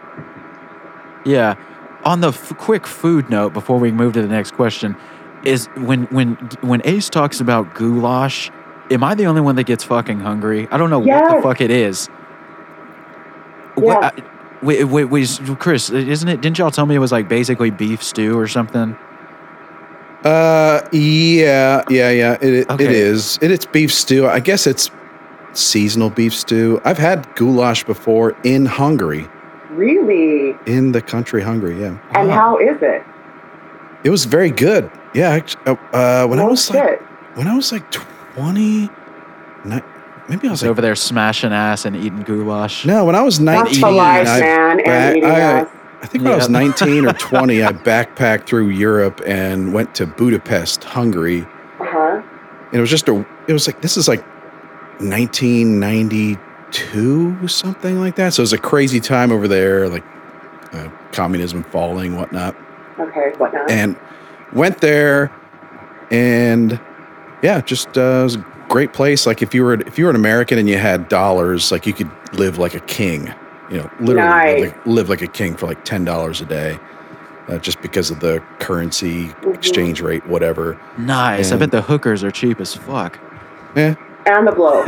Speaker 4: Yeah. On the f- quick food note, before we move to the next question, is when when when Ace talks about goulash, am I the only one that gets fucking hungry? I don't know what the
Speaker 7: Yes.
Speaker 4: fuck it is. What,
Speaker 7: Yes.
Speaker 4: I, wait, wait, wait, Chris, isn't it? Didn't y'all tell me it was like basically beef stew or something?
Speaker 5: Uh, yeah, yeah, yeah. It it, it
Speaker 4: Okay.
Speaker 5: is. It, it's beef stew. I guess it's seasonal beef stew. I've had goulash before in Hungary,
Speaker 7: Really?
Speaker 5: in the country Hungary. Yeah,
Speaker 7: And
Speaker 4: Wow.
Speaker 7: how is it?
Speaker 5: it was very good. Yeah, act- uh, uh, when I
Speaker 7: Oh,
Speaker 5: was
Speaker 7: shit.
Speaker 5: like when I was like twenty, ni- maybe I was
Speaker 4: It's
Speaker 5: like
Speaker 4: over there smashing ass and eating goulash.
Speaker 5: No, when I was 19,
Speaker 7: That's the life,
Speaker 5: I,
Speaker 7: man.
Speaker 5: back-
Speaker 7: And eating
Speaker 5: I-
Speaker 7: us.
Speaker 5: I think when I was
Speaker 4: Yeah.
Speaker 5: 19 or 20, I backpacked through Europe and went to Budapest, Hungary.
Speaker 7: Uh-huh.
Speaker 5: And it was just a, it was like, this is like 1992, something like that. So it was a crazy time over there, like uh, communism falling, whatnot.
Speaker 7: Okay, whatnot.
Speaker 5: And went there and yeah, just uh, it was a great place. Like if you were, if you were an American and you had dollars, like you could live like a king, you know, literally
Speaker 7: Nice.
Speaker 5: live, like, live like a king for like $10 a day. Uh, just because of the currency
Speaker 7: Mhm.
Speaker 5: exchange rate, whatever.
Speaker 4: Nice. I
Speaker 5: And-
Speaker 4: bet the hookers are cheap as fuck.
Speaker 7: And the blow.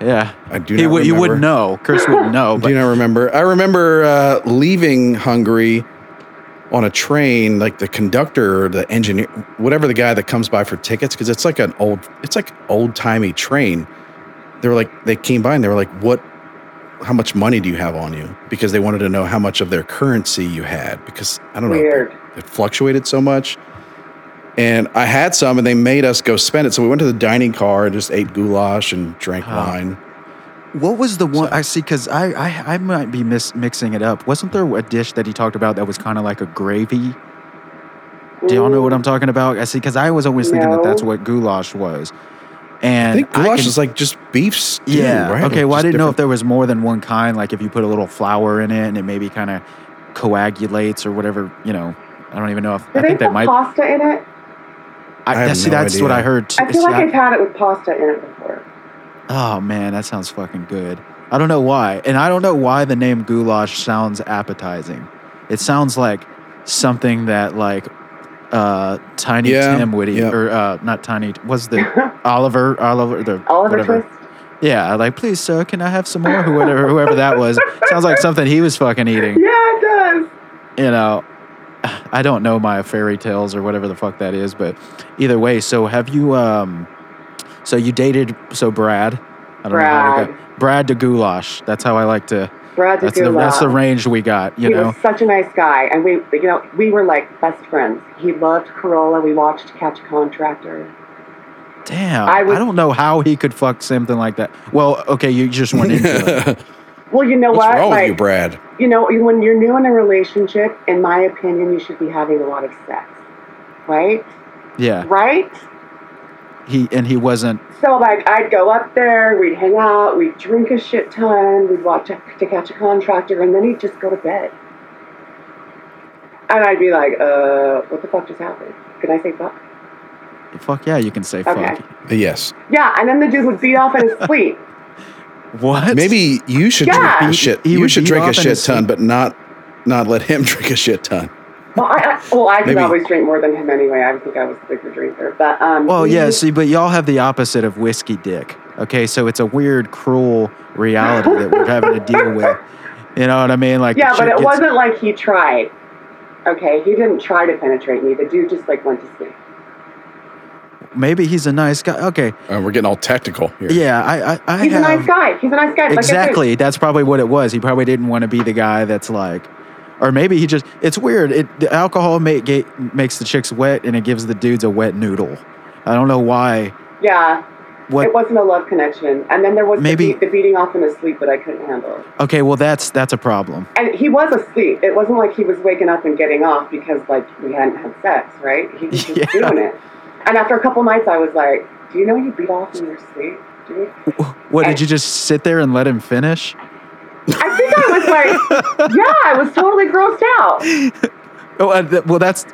Speaker 4: yeah.
Speaker 5: I do
Speaker 4: He,
Speaker 5: not.
Speaker 4: would you
Speaker 5: remember.
Speaker 4: wouldn't know. Chris wouldn't know.
Speaker 5: Do
Speaker 4: Oh, But
Speaker 5: you not remember? I remember uh, leaving Hungary on a train. Like the conductor, or the engineer, whatever the guy that comes by for tickets, because it's like an old, it's like old timey train. They were like, they came by and they were like, "What? How much money do you have on you?" Because they wanted to know how much of their currency you had. Because I don't know,
Speaker 7: Weird.
Speaker 5: it fluctuated so much. And I had some, and they made us go spend it. So we went to the dining car and just ate goulash and drank
Speaker 4: Wow.
Speaker 5: wine.
Speaker 4: what was the one? I see, because I, I I might be mis- mixing it up. Wasn't there a dish that he talked about that was kind of like a gravy? Do y'all know what I'm talking about? I see, because I was always thinking that
Speaker 7: No.
Speaker 4: that's what goulash was. And
Speaker 5: I think goulash
Speaker 4: can-
Speaker 5: is like just beef stew,
Speaker 4: yeah.
Speaker 5: right?
Speaker 4: Okay.
Speaker 5: Or
Speaker 4: Well, I
Speaker 5: just
Speaker 4: didn't know
Speaker 5: different-
Speaker 4: if there was more than one kind. Like if you put a little flour in it and it maybe kind of coagulates or whatever. You know, I don't even know if
Speaker 7: Do
Speaker 4: I
Speaker 7: they
Speaker 4: think
Speaker 7: put
Speaker 4: that might.
Speaker 7: pasta in it?
Speaker 5: I have
Speaker 4: see,
Speaker 5: no
Speaker 4: that's what
Speaker 5: idea.
Speaker 4: I heard. Too.
Speaker 7: I feel
Speaker 4: See,
Speaker 7: like I've had it with pasta in it before.
Speaker 4: Oh man, that sounds fucking good. I don't know why, and I don't know why the name goulash sounds appetizing. It sounds like something that like uh Tiny
Speaker 5: Yeah,
Speaker 4: Tim would eat,
Speaker 5: yeah.
Speaker 4: or uh not Tiny. Was the Oliver Oliver the
Speaker 7: Oliver
Speaker 4: whatever.
Speaker 7: Twist.
Speaker 4: Yeah, like please sir, can I have some more? Whoever whoever that was sounds like something he was fucking eating.
Speaker 7: Yeah, it does.
Speaker 4: You know, I don't know my fairy tales or whatever the fuck that is, but either way. So have you um, so you dated so Brad. I don't know how to go.
Speaker 7: Brad.
Speaker 4: Brad to goulash. That's how I like to.
Speaker 7: Brad
Speaker 4: That's the, that's the
Speaker 7: Dagula.
Speaker 4: range we got. You
Speaker 7: he
Speaker 4: know.
Speaker 7: was such a nice guy, and we, you know, we were like best friends. He loved Corolla. We watched Catch a Contractor.
Speaker 4: Damn. I,
Speaker 7: I was-
Speaker 4: don't know how he could fuck something like that. Well, okay, you just went into it.
Speaker 7: Well, you know
Speaker 5: What's
Speaker 7: what?
Speaker 5: wrong
Speaker 7: like,
Speaker 5: with you, Brad?
Speaker 7: you know, when you're new in a relationship, in my opinion, you should be having a lot of sex, right?
Speaker 4: Yeah.
Speaker 7: Right?
Speaker 4: he and he wasn't.
Speaker 7: So like I'd go up there, we'd hang out, we'd drink a shit ton, we'd watch a, to catch a contractor, and then he'd just go to bed. And I'd be like, uh, what the fuck just happened? Can I say fuck?
Speaker 4: Fuck yeah, you can say fuck.
Speaker 7: Okay.
Speaker 5: Yes.
Speaker 7: Yeah, and then the dude would beat off in his sleep.
Speaker 4: What?
Speaker 5: Maybe you should
Speaker 7: Yeah.
Speaker 5: drink a shit.
Speaker 4: He- he
Speaker 5: you
Speaker 4: would
Speaker 5: should
Speaker 4: beat
Speaker 5: drink
Speaker 4: off
Speaker 5: a
Speaker 4: in
Speaker 5: shit
Speaker 4: his
Speaker 5: ton,
Speaker 4: sleep.
Speaker 5: but not not let him drink a shit ton.
Speaker 7: Well, I, I well, I could
Speaker 5: Maybe-
Speaker 7: always drink more than him anyway. I think I was a bigger drinker, but um.
Speaker 4: Well,
Speaker 7: he-
Speaker 4: yeah. See, but y'all have the opposite of whiskey dick. Okay, so it's a weird, cruel reality that we're having to deal with. You know what I mean? Like, the
Speaker 7: Yeah, but
Speaker 4: chick
Speaker 7: it
Speaker 4: gets-
Speaker 7: wasn't like he tried. Okay, he didn't try to penetrate me. The dude just like went to sleep.
Speaker 4: Maybe he's a nice guy. Okay,
Speaker 5: Uh, we're getting all technical here.
Speaker 4: yeah. I, I, I
Speaker 7: He's
Speaker 4: have,
Speaker 7: a nice guy. He's a nice guy. Like I said,
Speaker 4: Exactly. That's probably what it was. He probably didn't want to be the guy that's like, or maybe he just. It's weird. It the alcohol make, ga- makes the chicks wet, and it gives the dudes a wet noodle. I don't know why.
Speaker 7: yeah,
Speaker 4: What?
Speaker 7: it wasn't a love connection. And then there was
Speaker 4: Maybe-
Speaker 7: the, beat, the beating off in his sleep that I couldn't handle.
Speaker 4: Okay, well that's that's a problem.
Speaker 7: And he was asleep. It wasn't like he was waking up and getting off because like we hadn't had sex, right? He was just
Speaker 4: Yeah.
Speaker 7: doing it. And after a couple nights, I was like, "Do you know you beat off in your sleep, dude?"
Speaker 4: What did you just sit there and let him finish?
Speaker 7: I think I was like, "Yeah, I was totally grossed out."
Speaker 4: Oh, uh, th- well that's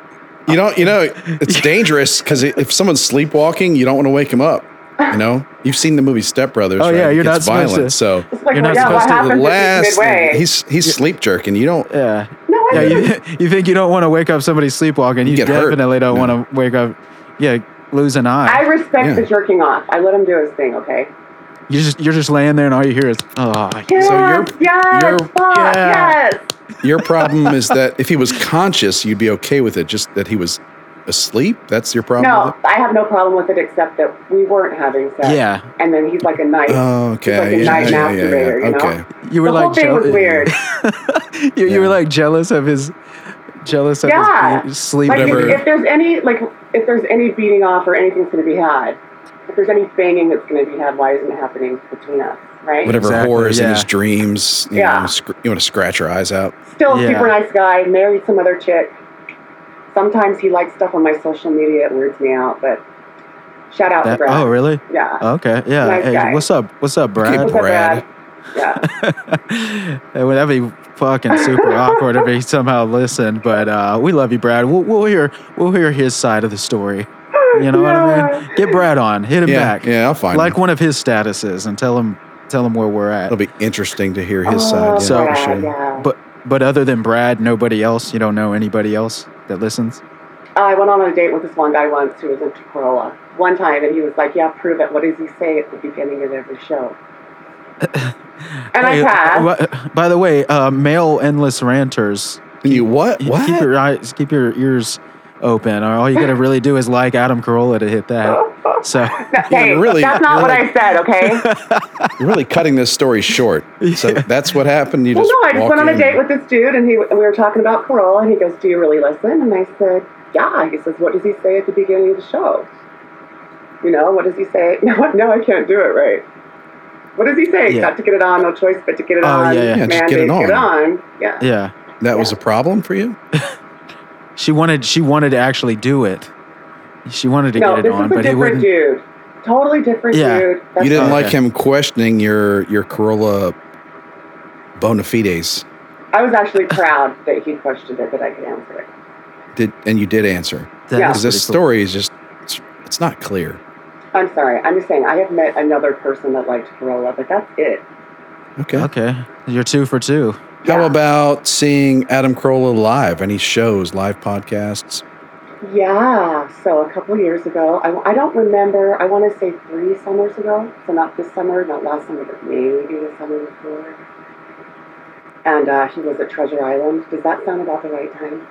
Speaker 5: You know, you know, it's dangerous because if someone's sleepwalking, you don't want to wake him up. You know, you've seen the movie Step Brothers.
Speaker 4: Oh,
Speaker 5: right?
Speaker 4: yeah,
Speaker 5: It
Speaker 4: you're
Speaker 5: gets
Speaker 4: not supposed
Speaker 5: violent.
Speaker 4: to-
Speaker 5: So
Speaker 7: It's like,
Speaker 4: You're
Speaker 7: well,
Speaker 4: not
Speaker 7: yeah, what
Speaker 4: supposed to
Speaker 7: happens if he's
Speaker 5: last,
Speaker 7: midway?
Speaker 5: thing- he's he's sleep jerking. You don't.
Speaker 4: yeah.
Speaker 7: no, I
Speaker 4: Yeah,
Speaker 7: didn't.
Speaker 4: you, you think you don't want to wake up somebody sleepwalking? You,
Speaker 5: You get hurt.
Speaker 4: definitely don't
Speaker 5: No.
Speaker 4: want to wake up. Yeah, lose an
Speaker 7: I
Speaker 4: eye.
Speaker 7: respect
Speaker 5: Yeah.
Speaker 7: the jerking off. I let him do his thing, okay?
Speaker 4: you just you're just laying there and all you hear is oh.
Speaker 7: Yes,
Speaker 5: So you're-
Speaker 7: yes,
Speaker 5: you're-
Speaker 7: fuck,
Speaker 4: yeah.
Speaker 7: yes.
Speaker 5: Your problem is that if he was conscious, you'd be okay with it. Just that he was asleep. That's your
Speaker 4: Um,
Speaker 5: problem.
Speaker 7: No,
Speaker 5: with it?
Speaker 7: I have no problem with it except that we weren't having sex.
Speaker 4: Yeah.
Speaker 7: And then he's like a knife.
Speaker 5: Oh,
Speaker 7: He's like a
Speaker 5: okay.
Speaker 7: night
Speaker 5: yeah, yeah, yeah,
Speaker 7: masturbator,
Speaker 5: yeah.
Speaker 7: you know?
Speaker 5: Okay.
Speaker 4: You were
Speaker 7: the
Speaker 4: like
Speaker 7: whole thing
Speaker 4: jealous.
Speaker 7: was weird.
Speaker 4: you, you were
Speaker 5: Yeah.
Speaker 4: like jealous of his jealous of
Speaker 7: Yeah.
Speaker 4: his sleep.
Speaker 7: like, if,
Speaker 5: Whatever.
Speaker 7: if there's any, like, if there's any beating off or anything's going to be had, if there's any banging that's going to be had, why isn't it happening between us, right?
Speaker 5: Whatever
Speaker 4: Exactly,
Speaker 5: whore is in his
Speaker 4: yeah.
Speaker 5: dreams. You
Speaker 7: Yeah.
Speaker 5: Know, sc- you want to scratch her eyes out.
Speaker 7: Still a
Speaker 4: Yeah.
Speaker 7: super nice guy, married some other chick. Sometimes he likes stuff on my social media, it weirds me out, but shout out to
Speaker 4: That-
Speaker 7: Brad.
Speaker 4: oh really?
Speaker 7: Yeah.
Speaker 4: Okay. Yeah.
Speaker 7: Nice
Speaker 4: hey,
Speaker 7: guy.
Speaker 4: what's up? What's up, Brad?
Speaker 7: What's up,
Speaker 5: Brad.
Speaker 7: Brad? Yeah.
Speaker 4: Hey, well, that'd be fucking super awkward if he somehow listened. But uh, we love you, Brad. We'll, we'll hear we'll hear his side of the story. You know what I mean? Get Brad on. Hit him
Speaker 5: Yeah,
Speaker 4: back.
Speaker 5: yeah, I'll find
Speaker 4: like
Speaker 5: him.
Speaker 4: one of his statuses and tell him tell him where we're at.
Speaker 5: It'll be interesting to hear his side. Yeah,
Speaker 7: Oh,
Speaker 4: So-
Speaker 5: for
Speaker 7: Brad,
Speaker 5: sure.
Speaker 7: yeah.
Speaker 4: But but other than Brad, nobody else. You don't know anybody else that listens.
Speaker 7: Uh, I went on a date with this one guy once who was into Corolla one time, and he was like, "Yeah, prove it." What does he say at the beginning of every show? and I
Speaker 4: Hey,
Speaker 7: passed.
Speaker 4: wha- By the way, uh, male endless ranters.
Speaker 5: And you what?
Speaker 4: Keep-
Speaker 5: What?
Speaker 4: Keep your eyes, keep your ears open. Or all you gotta really do is like Adam Carolla to hit that. So
Speaker 7: hey,
Speaker 5: you're really-
Speaker 7: that's not
Speaker 5: you're
Speaker 7: what
Speaker 5: like-
Speaker 7: I said. Okay.
Speaker 5: You're really cutting this story short. So that's what happened. You
Speaker 7: well,
Speaker 5: just
Speaker 7: no, I just
Speaker 5: walk
Speaker 7: went on a
Speaker 5: in.
Speaker 7: date with this dude, and he and we were talking about Corolla, and he goes, "Do you really listen?" And I said, "Yeah." He says, "What does he say at the beginning of the show?" You know, what does he say? No, no, I can't do it right. What does he say?
Speaker 4: Yeah.
Speaker 7: Got to get it on. No choice but to get it
Speaker 4: Oh,
Speaker 7: on.
Speaker 4: yeah, yeah.
Speaker 5: Yeah, just
Speaker 7: Mandate,
Speaker 5: get it
Speaker 7: Get it on. Yeah.
Speaker 4: yeah.
Speaker 5: That was a problem for you.
Speaker 4: She wanted she wanted to actually do it. She wanted to
Speaker 7: no,
Speaker 4: get it
Speaker 7: this
Speaker 4: on,
Speaker 7: is a
Speaker 4: but he
Speaker 7: different
Speaker 4: wouldn't.
Speaker 7: dude. Totally different
Speaker 4: Yeah.
Speaker 7: dude. That's
Speaker 5: you didn't
Speaker 4: Oh, okay.
Speaker 5: like him questioning your your Corolla bona fides.
Speaker 7: I was actually proud that he questioned it, that I could answer it.
Speaker 5: Did and you did answer
Speaker 4: That
Speaker 7: Yeah.
Speaker 4: is
Speaker 5: because this
Speaker 4: pretty cool.
Speaker 5: story is just it's, it's not clear.
Speaker 7: I'm sorry. I'm just saying, I have met another person that liked Corolla, but that's it.
Speaker 5: Okay.
Speaker 4: Okay. You're two for two.
Speaker 5: How
Speaker 7: Yeah.
Speaker 5: about seeing Adam Carolla live? Any shows, live podcasts?
Speaker 7: Yeah. So a couple years ago, I, I don't remember, I want to say three summers ago. So not this summer, not last summer, but maybe the summer before. And uh, he was at Treasure Island. Does that sound about the right time?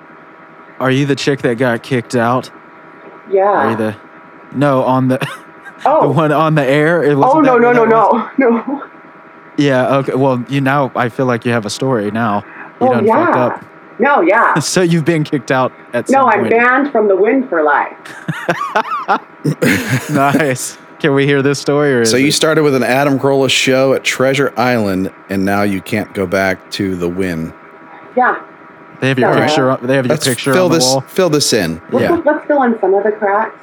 Speaker 4: Are you the chick that got kicked out? Are
Speaker 7: Yeah.
Speaker 4: you the No, on the the
Speaker 7: oh.
Speaker 4: one on the air? It
Speaker 7: oh,
Speaker 4: wasn't
Speaker 7: no,
Speaker 4: that
Speaker 7: no,
Speaker 4: what
Speaker 7: no,
Speaker 4: that was?
Speaker 7: no, no.
Speaker 4: Yeah, okay. Well, you now I feel like you have a story now. You
Speaker 7: Oh,
Speaker 4: done
Speaker 7: yeah.
Speaker 4: fucked up.
Speaker 7: No, yeah.
Speaker 4: So you've been kicked out at some
Speaker 7: No, I'm
Speaker 4: point.
Speaker 7: banned from the wind for life.
Speaker 4: nice. Can we hear this story? Or
Speaker 5: So
Speaker 4: is
Speaker 5: you
Speaker 4: it-
Speaker 5: started with an Adam Carolla show at Treasure Island, and now you can't go back to the win.
Speaker 7: Yeah.
Speaker 4: they have your
Speaker 7: Alright.
Speaker 4: picture. On, they have your
Speaker 5: Let's
Speaker 4: picture
Speaker 5: fill
Speaker 4: on the
Speaker 5: this
Speaker 4: wall.
Speaker 5: fill this in.
Speaker 7: Let's,
Speaker 4: Yeah.
Speaker 7: let's fill in some of the cracks.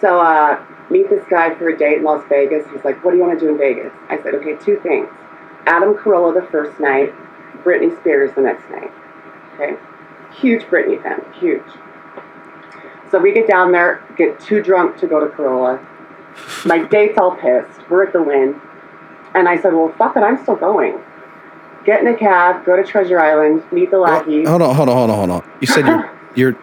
Speaker 7: So, uh, meet this guy for a date in Las Vegas. He's like, what do you want to do in Vegas? I said, okay, two things. Adam Carolla the first night, Britney Spears the next night. Okay? Huge Britney fan, huge. So we get down there, get too drunk to go to Carolla. My date's all pissed. We're at the win. And I said, well, fuck it, I'm still going. Get in a cab, go to Treasure Island, meet the lackeys.
Speaker 5: Hold on, hold on, hold on, hold on. You said you're, you're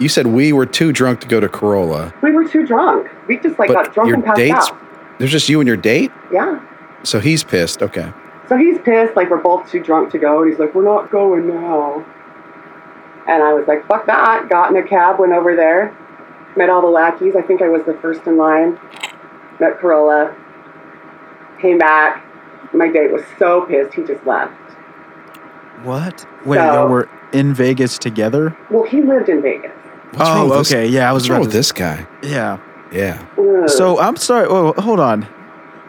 Speaker 5: you said we were too drunk to go to Corolla,
Speaker 7: We were too drunk. We just like got
Speaker 5: but
Speaker 7: drunk
Speaker 5: your
Speaker 7: and passed
Speaker 5: dates
Speaker 7: out.
Speaker 5: there's just you and your date.
Speaker 7: Yeah.
Speaker 5: So he's pissed. Okay.
Speaker 7: So he's pissed, like we're both too drunk to go, and he's like, "We're not going now." And I was like, "Fuck that!" Got in a cab, went over there, met all the lackeys. I think I was the first in line. Met Corolla. Came back. My date was so pissed, he just left.
Speaker 4: What? Wait,
Speaker 7: So-
Speaker 4: y'all were in Vegas together?
Speaker 7: Well, he lived in Vegas.
Speaker 5: What's wrong with
Speaker 4: oh,
Speaker 5: this-
Speaker 4: okay. Yeah, I was
Speaker 5: What's wrong
Speaker 4: about
Speaker 5: with
Speaker 4: to-
Speaker 5: this guy?
Speaker 4: Yeah.
Speaker 5: Yeah.
Speaker 7: Ugh.
Speaker 4: So I'm sorry. Whoa, hold on.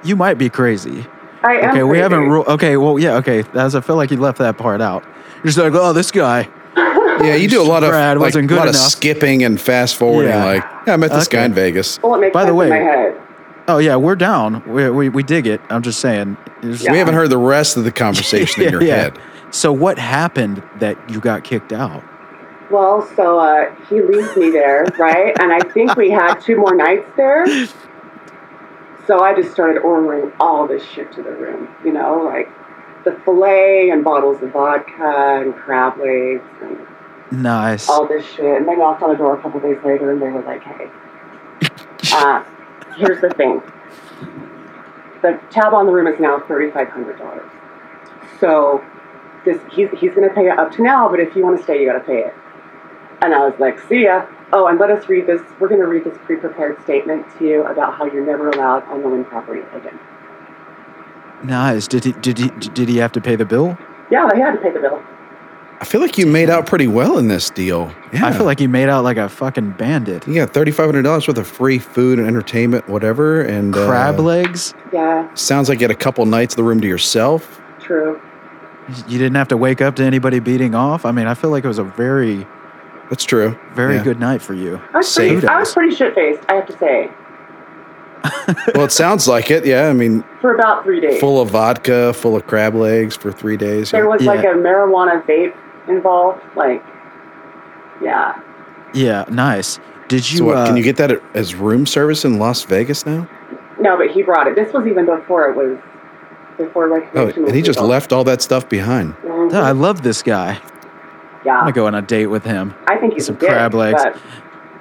Speaker 4: You might be crazy.
Speaker 7: I am
Speaker 4: okay, we
Speaker 7: pretty
Speaker 4: haven't
Speaker 7: big.
Speaker 4: ruled. Okay, well, yeah, okay. That's, I feel like you left that part out. You're just like, oh, this guy.
Speaker 5: Yeah, you do a lot of
Speaker 4: Brad
Speaker 5: like,
Speaker 4: wasn't good
Speaker 5: a lot
Speaker 4: enough.
Speaker 5: of skipping and fast forwarding.
Speaker 4: Yeah.
Speaker 5: Like, yeah, I met this guy
Speaker 4: Okay.
Speaker 5: in Vegas.
Speaker 7: Well, it makes
Speaker 4: by the
Speaker 7: sense in
Speaker 4: way-
Speaker 7: my head.
Speaker 4: Oh yeah, we're down. We we, we dig it. I'm just saying. It's-
Speaker 5: We haven't heard the rest of the conversation in your
Speaker 4: Yeah.
Speaker 5: head.
Speaker 4: So what happened that you got kicked out?
Speaker 7: Well, so uh, he leaves me there, right? and I think we had two more nights there. So I just started ordering all this shit to the room, you know, like the filet and bottles of vodka and crab legs and
Speaker 4: Nice.
Speaker 5: Oh.
Speaker 7: all this shit. And they knocked on the door a couple days later and they were like, hey, uh, here's the thing. The tab on the room is now $3,500. So this, he's, he's going to pay it up to now, but if you want to stay, you got to pay it. And I was like, see ya. Oh, and let us read this. We're going to read this pre prepared statement to you about how you're never allowed on the Lynn property again.
Speaker 4: Nice. Did he did he did he have to pay the bill?
Speaker 7: Yeah, they had to pay the bill.
Speaker 5: I feel like you made out pretty well in this deal. Yeah.
Speaker 4: I feel like he made out like a fucking bandit.
Speaker 5: you got thirty five hundred dollars worth of free food and entertainment, whatever, and uh,
Speaker 4: Crab legs.
Speaker 7: Yeah,
Speaker 5: Sounds like you had a couple nights of the room to yourself.
Speaker 7: true.
Speaker 4: You didn't have to wake up to anybody beating off. I mean, I feel like it was a very
Speaker 5: That's true.
Speaker 4: very
Speaker 5: Yeah.
Speaker 4: good night for you.
Speaker 7: I was pretty,
Speaker 4: Saved
Speaker 7: I
Speaker 4: us.
Speaker 7: was pretty shit faced, I have to say,
Speaker 5: Well, it sounds like it. Yeah, I mean,
Speaker 7: for about three days.
Speaker 5: full of vodka, full of crab legs for three days.
Speaker 7: There was like
Speaker 4: Yeah.
Speaker 7: a marijuana vape involved. Like, yeah.
Speaker 4: Yeah. Nice. Did you?
Speaker 5: so what,
Speaker 4: uh,
Speaker 5: can you get that at- as room service in Las Vegas now?
Speaker 7: No, but he brought it. This was even before it was, before my
Speaker 5: Oh,
Speaker 7: connection.
Speaker 5: and
Speaker 7: was
Speaker 5: he just
Speaker 7: legal.
Speaker 5: left all that stuff behind.
Speaker 7: Mhm.
Speaker 4: Oh, I love this guy. I'm
Speaker 7: Yeah.
Speaker 4: gonna go on a date with him.
Speaker 7: I think he's
Speaker 4: some
Speaker 7: a dick,
Speaker 4: crab legs.
Speaker 7: but-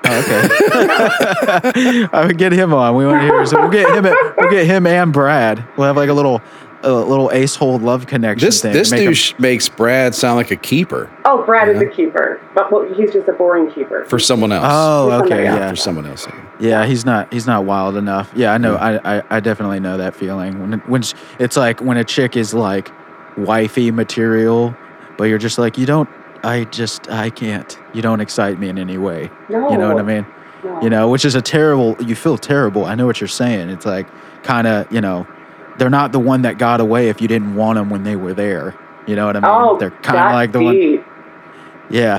Speaker 4: Oh, okay. I would get him on. We want to hear. So we'll get him. We'll get him and Brad. We'll have like a little, a little ace hole love connection
Speaker 5: This
Speaker 4: thing.
Speaker 5: this
Speaker 4: Make him-
Speaker 5: douche makes Brad sound like a keeper
Speaker 7: oh, Brad is a keeper, but well, he's just a boring keeper.
Speaker 5: for someone else.
Speaker 4: Oh, okay,
Speaker 7: Yeah.
Speaker 4: yeah,
Speaker 5: for someone else.
Speaker 4: yeah. He's not. He's not wild enough. Yeah, I know. I, I, I definitely know that feeling. When, when sh- it's like when a chick is like wifey material, but you're just like you don't. I just I can't. You don't excite me in any way.
Speaker 7: no.
Speaker 4: You know what I mean?
Speaker 7: No.
Speaker 4: you know, which is a terrible. You feel terrible. I know what you're saying. It's like kind of, you know, they're not the one that got away if you didn't want them when they were there. You know what I mean?
Speaker 7: Oh,
Speaker 4: they're kind of like the one.
Speaker 7: deep.
Speaker 4: Yeah.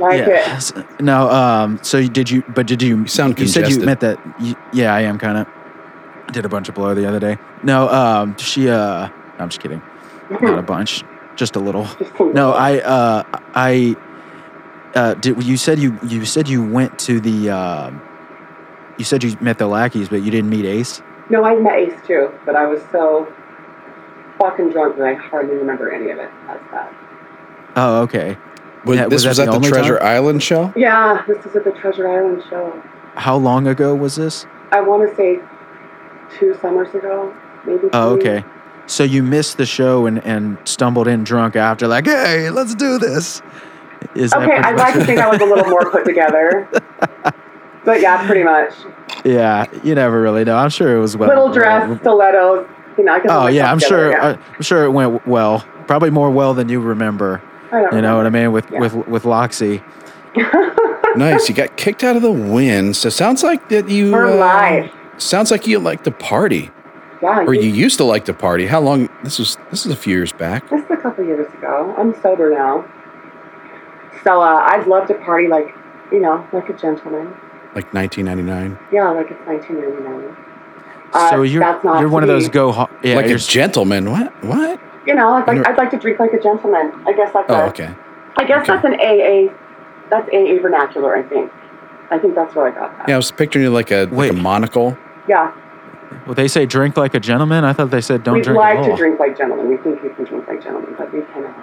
Speaker 7: Like
Speaker 4: yeah.
Speaker 7: it.
Speaker 4: S- No. Um. So you- did you? But did you? You
Speaker 5: sound
Speaker 4: You said you
Speaker 5: congested.
Speaker 4: met that. You, yeah, I am kind of. Did a bunch of blow the other day. No. Um. She. Uh. I'm just kidding. Not a bunch. Just a little.
Speaker 7: Just some-
Speaker 4: No, I, uh, I, uh, did, you said you, you said you went to the, um you said you met the lackeys, but you didn't meet Ace.
Speaker 7: No, I met Ace too, but I was so fucking drunk that I hardly remember any of it. That's that.
Speaker 4: Oh, okay.
Speaker 5: Was,
Speaker 4: Yeah,
Speaker 5: this was
Speaker 4: was that
Speaker 5: at
Speaker 4: the
Speaker 5: the,
Speaker 4: only
Speaker 5: Treasure Island show.
Speaker 7: Yeah, this is at the Treasure Island show.
Speaker 4: How long ago was this?
Speaker 7: I want to say two summers ago, maybe.
Speaker 4: Oh,
Speaker 7: three.
Speaker 4: okay. So you missed the show and, and stumbled in drunk after, like, hey, let's do this. Is
Speaker 7: Okay,
Speaker 4: pretty
Speaker 7: I'd like to
Speaker 4: much-
Speaker 7: think I was a little more put together. But yeah, pretty much.
Speaker 4: yeah, you never really know. I'm sure it was well.
Speaker 7: little dress, stilettos. You know, I can.
Speaker 4: Oh
Speaker 7: hold
Speaker 4: yeah, I'm
Speaker 7: myself
Speaker 4: sure.
Speaker 7: together,
Speaker 4: I'm sure it went well. Probably more well than you remember.
Speaker 7: yeah. I don't
Speaker 4: You know what I
Speaker 7: remember.
Speaker 4: mean? With
Speaker 7: Yeah.
Speaker 4: with with Loxy.
Speaker 5: nice. You got kicked out of the wind. So sounds like that you.
Speaker 7: For
Speaker 5: uh,
Speaker 7: life.
Speaker 5: Sounds like you like to party,
Speaker 7: Yeah.
Speaker 5: or
Speaker 7: you-
Speaker 5: you used to like to party. How long? This was this is a few years back.
Speaker 7: This is a couple years ago. I'm sober now. So uh, I'd love to party like, you know, like a gentleman.
Speaker 5: Like 1999.
Speaker 7: Yeah, like it's 1999.
Speaker 4: so
Speaker 7: Uh,
Speaker 4: you're
Speaker 7: that's not
Speaker 4: you're one of
Speaker 7: me.
Speaker 4: those go ho- yeah
Speaker 5: like a
Speaker 4: you're-
Speaker 5: gentleman. What? What?
Speaker 7: You know, it's like
Speaker 5: Under-
Speaker 7: I'd like to drink like a gentleman. I guess that's
Speaker 5: Oh,
Speaker 7: a-
Speaker 5: okay.
Speaker 7: I guess
Speaker 5: Okay.
Speaker 7: that's an AA. That's AA vernacular. I think. I think that's where I got that.
Speaker 5: Yeah, I was picturing you like a, like
Speaker 4: Wait.
Speaker 5: a monocle.
Speaker 7: Yeah,
Speaker 4: well, they say drink like a gentleman. I thought they said don't
Speaker 7: we'd
Speaker 4: drink
Speaker 7: like
Speaker 4: at
Speaker 7: to
Speaker 4: all.
Speaker 7: drink like gentlemen. We think you can drink like gentlemen, but we cannot.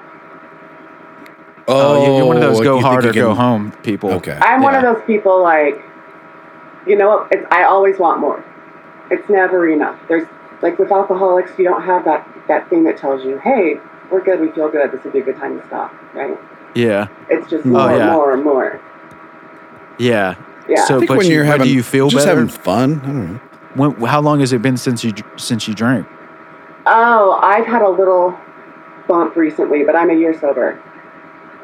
Speaker 4: Oh, you- you're one of those
Speaker 5: you
Speaker 4: go
Speaker 5: think
Speaker 4: hard
Speaker 5: you
Speaker 4: or go
Speaker 5: can-
Speaker 4: home people.
Speaker 5: Okay.
Speaker 7: I'm one of
Speaker 4: Yeah.
Speaker 7: those people like, you know, what, it's, I always want more. It's never enough. There's like with alcoholics, you don't have that that thing that tells you, hey, we're good, we feel good, this would be a good time to stop, right?
Speaker 4: Yeah,
Speaker 7: It's just more, and
Speaker 4: Oh, yeah.
Speaker 7: more, and more.
Speaker 4: yeah.
Speaker 7: Yeah.
Speaker 5: I
Speaker 4: So,
Speaker 5: think
Speaker 4: but
Speaker 5: when
Speaker 4: you,
Speaker 5: you're
Speaker 4: but
Speaker 5: having,
Speaker 4: do you feel
Speaker 5: just
Speaker 4: better?
Speaker 5: having fun. I don't know.
Speaker 4: When, how long has it been since you dr- since you drank?
Speaker 7: oh, I've had a little bump recently, but I'm a year sober.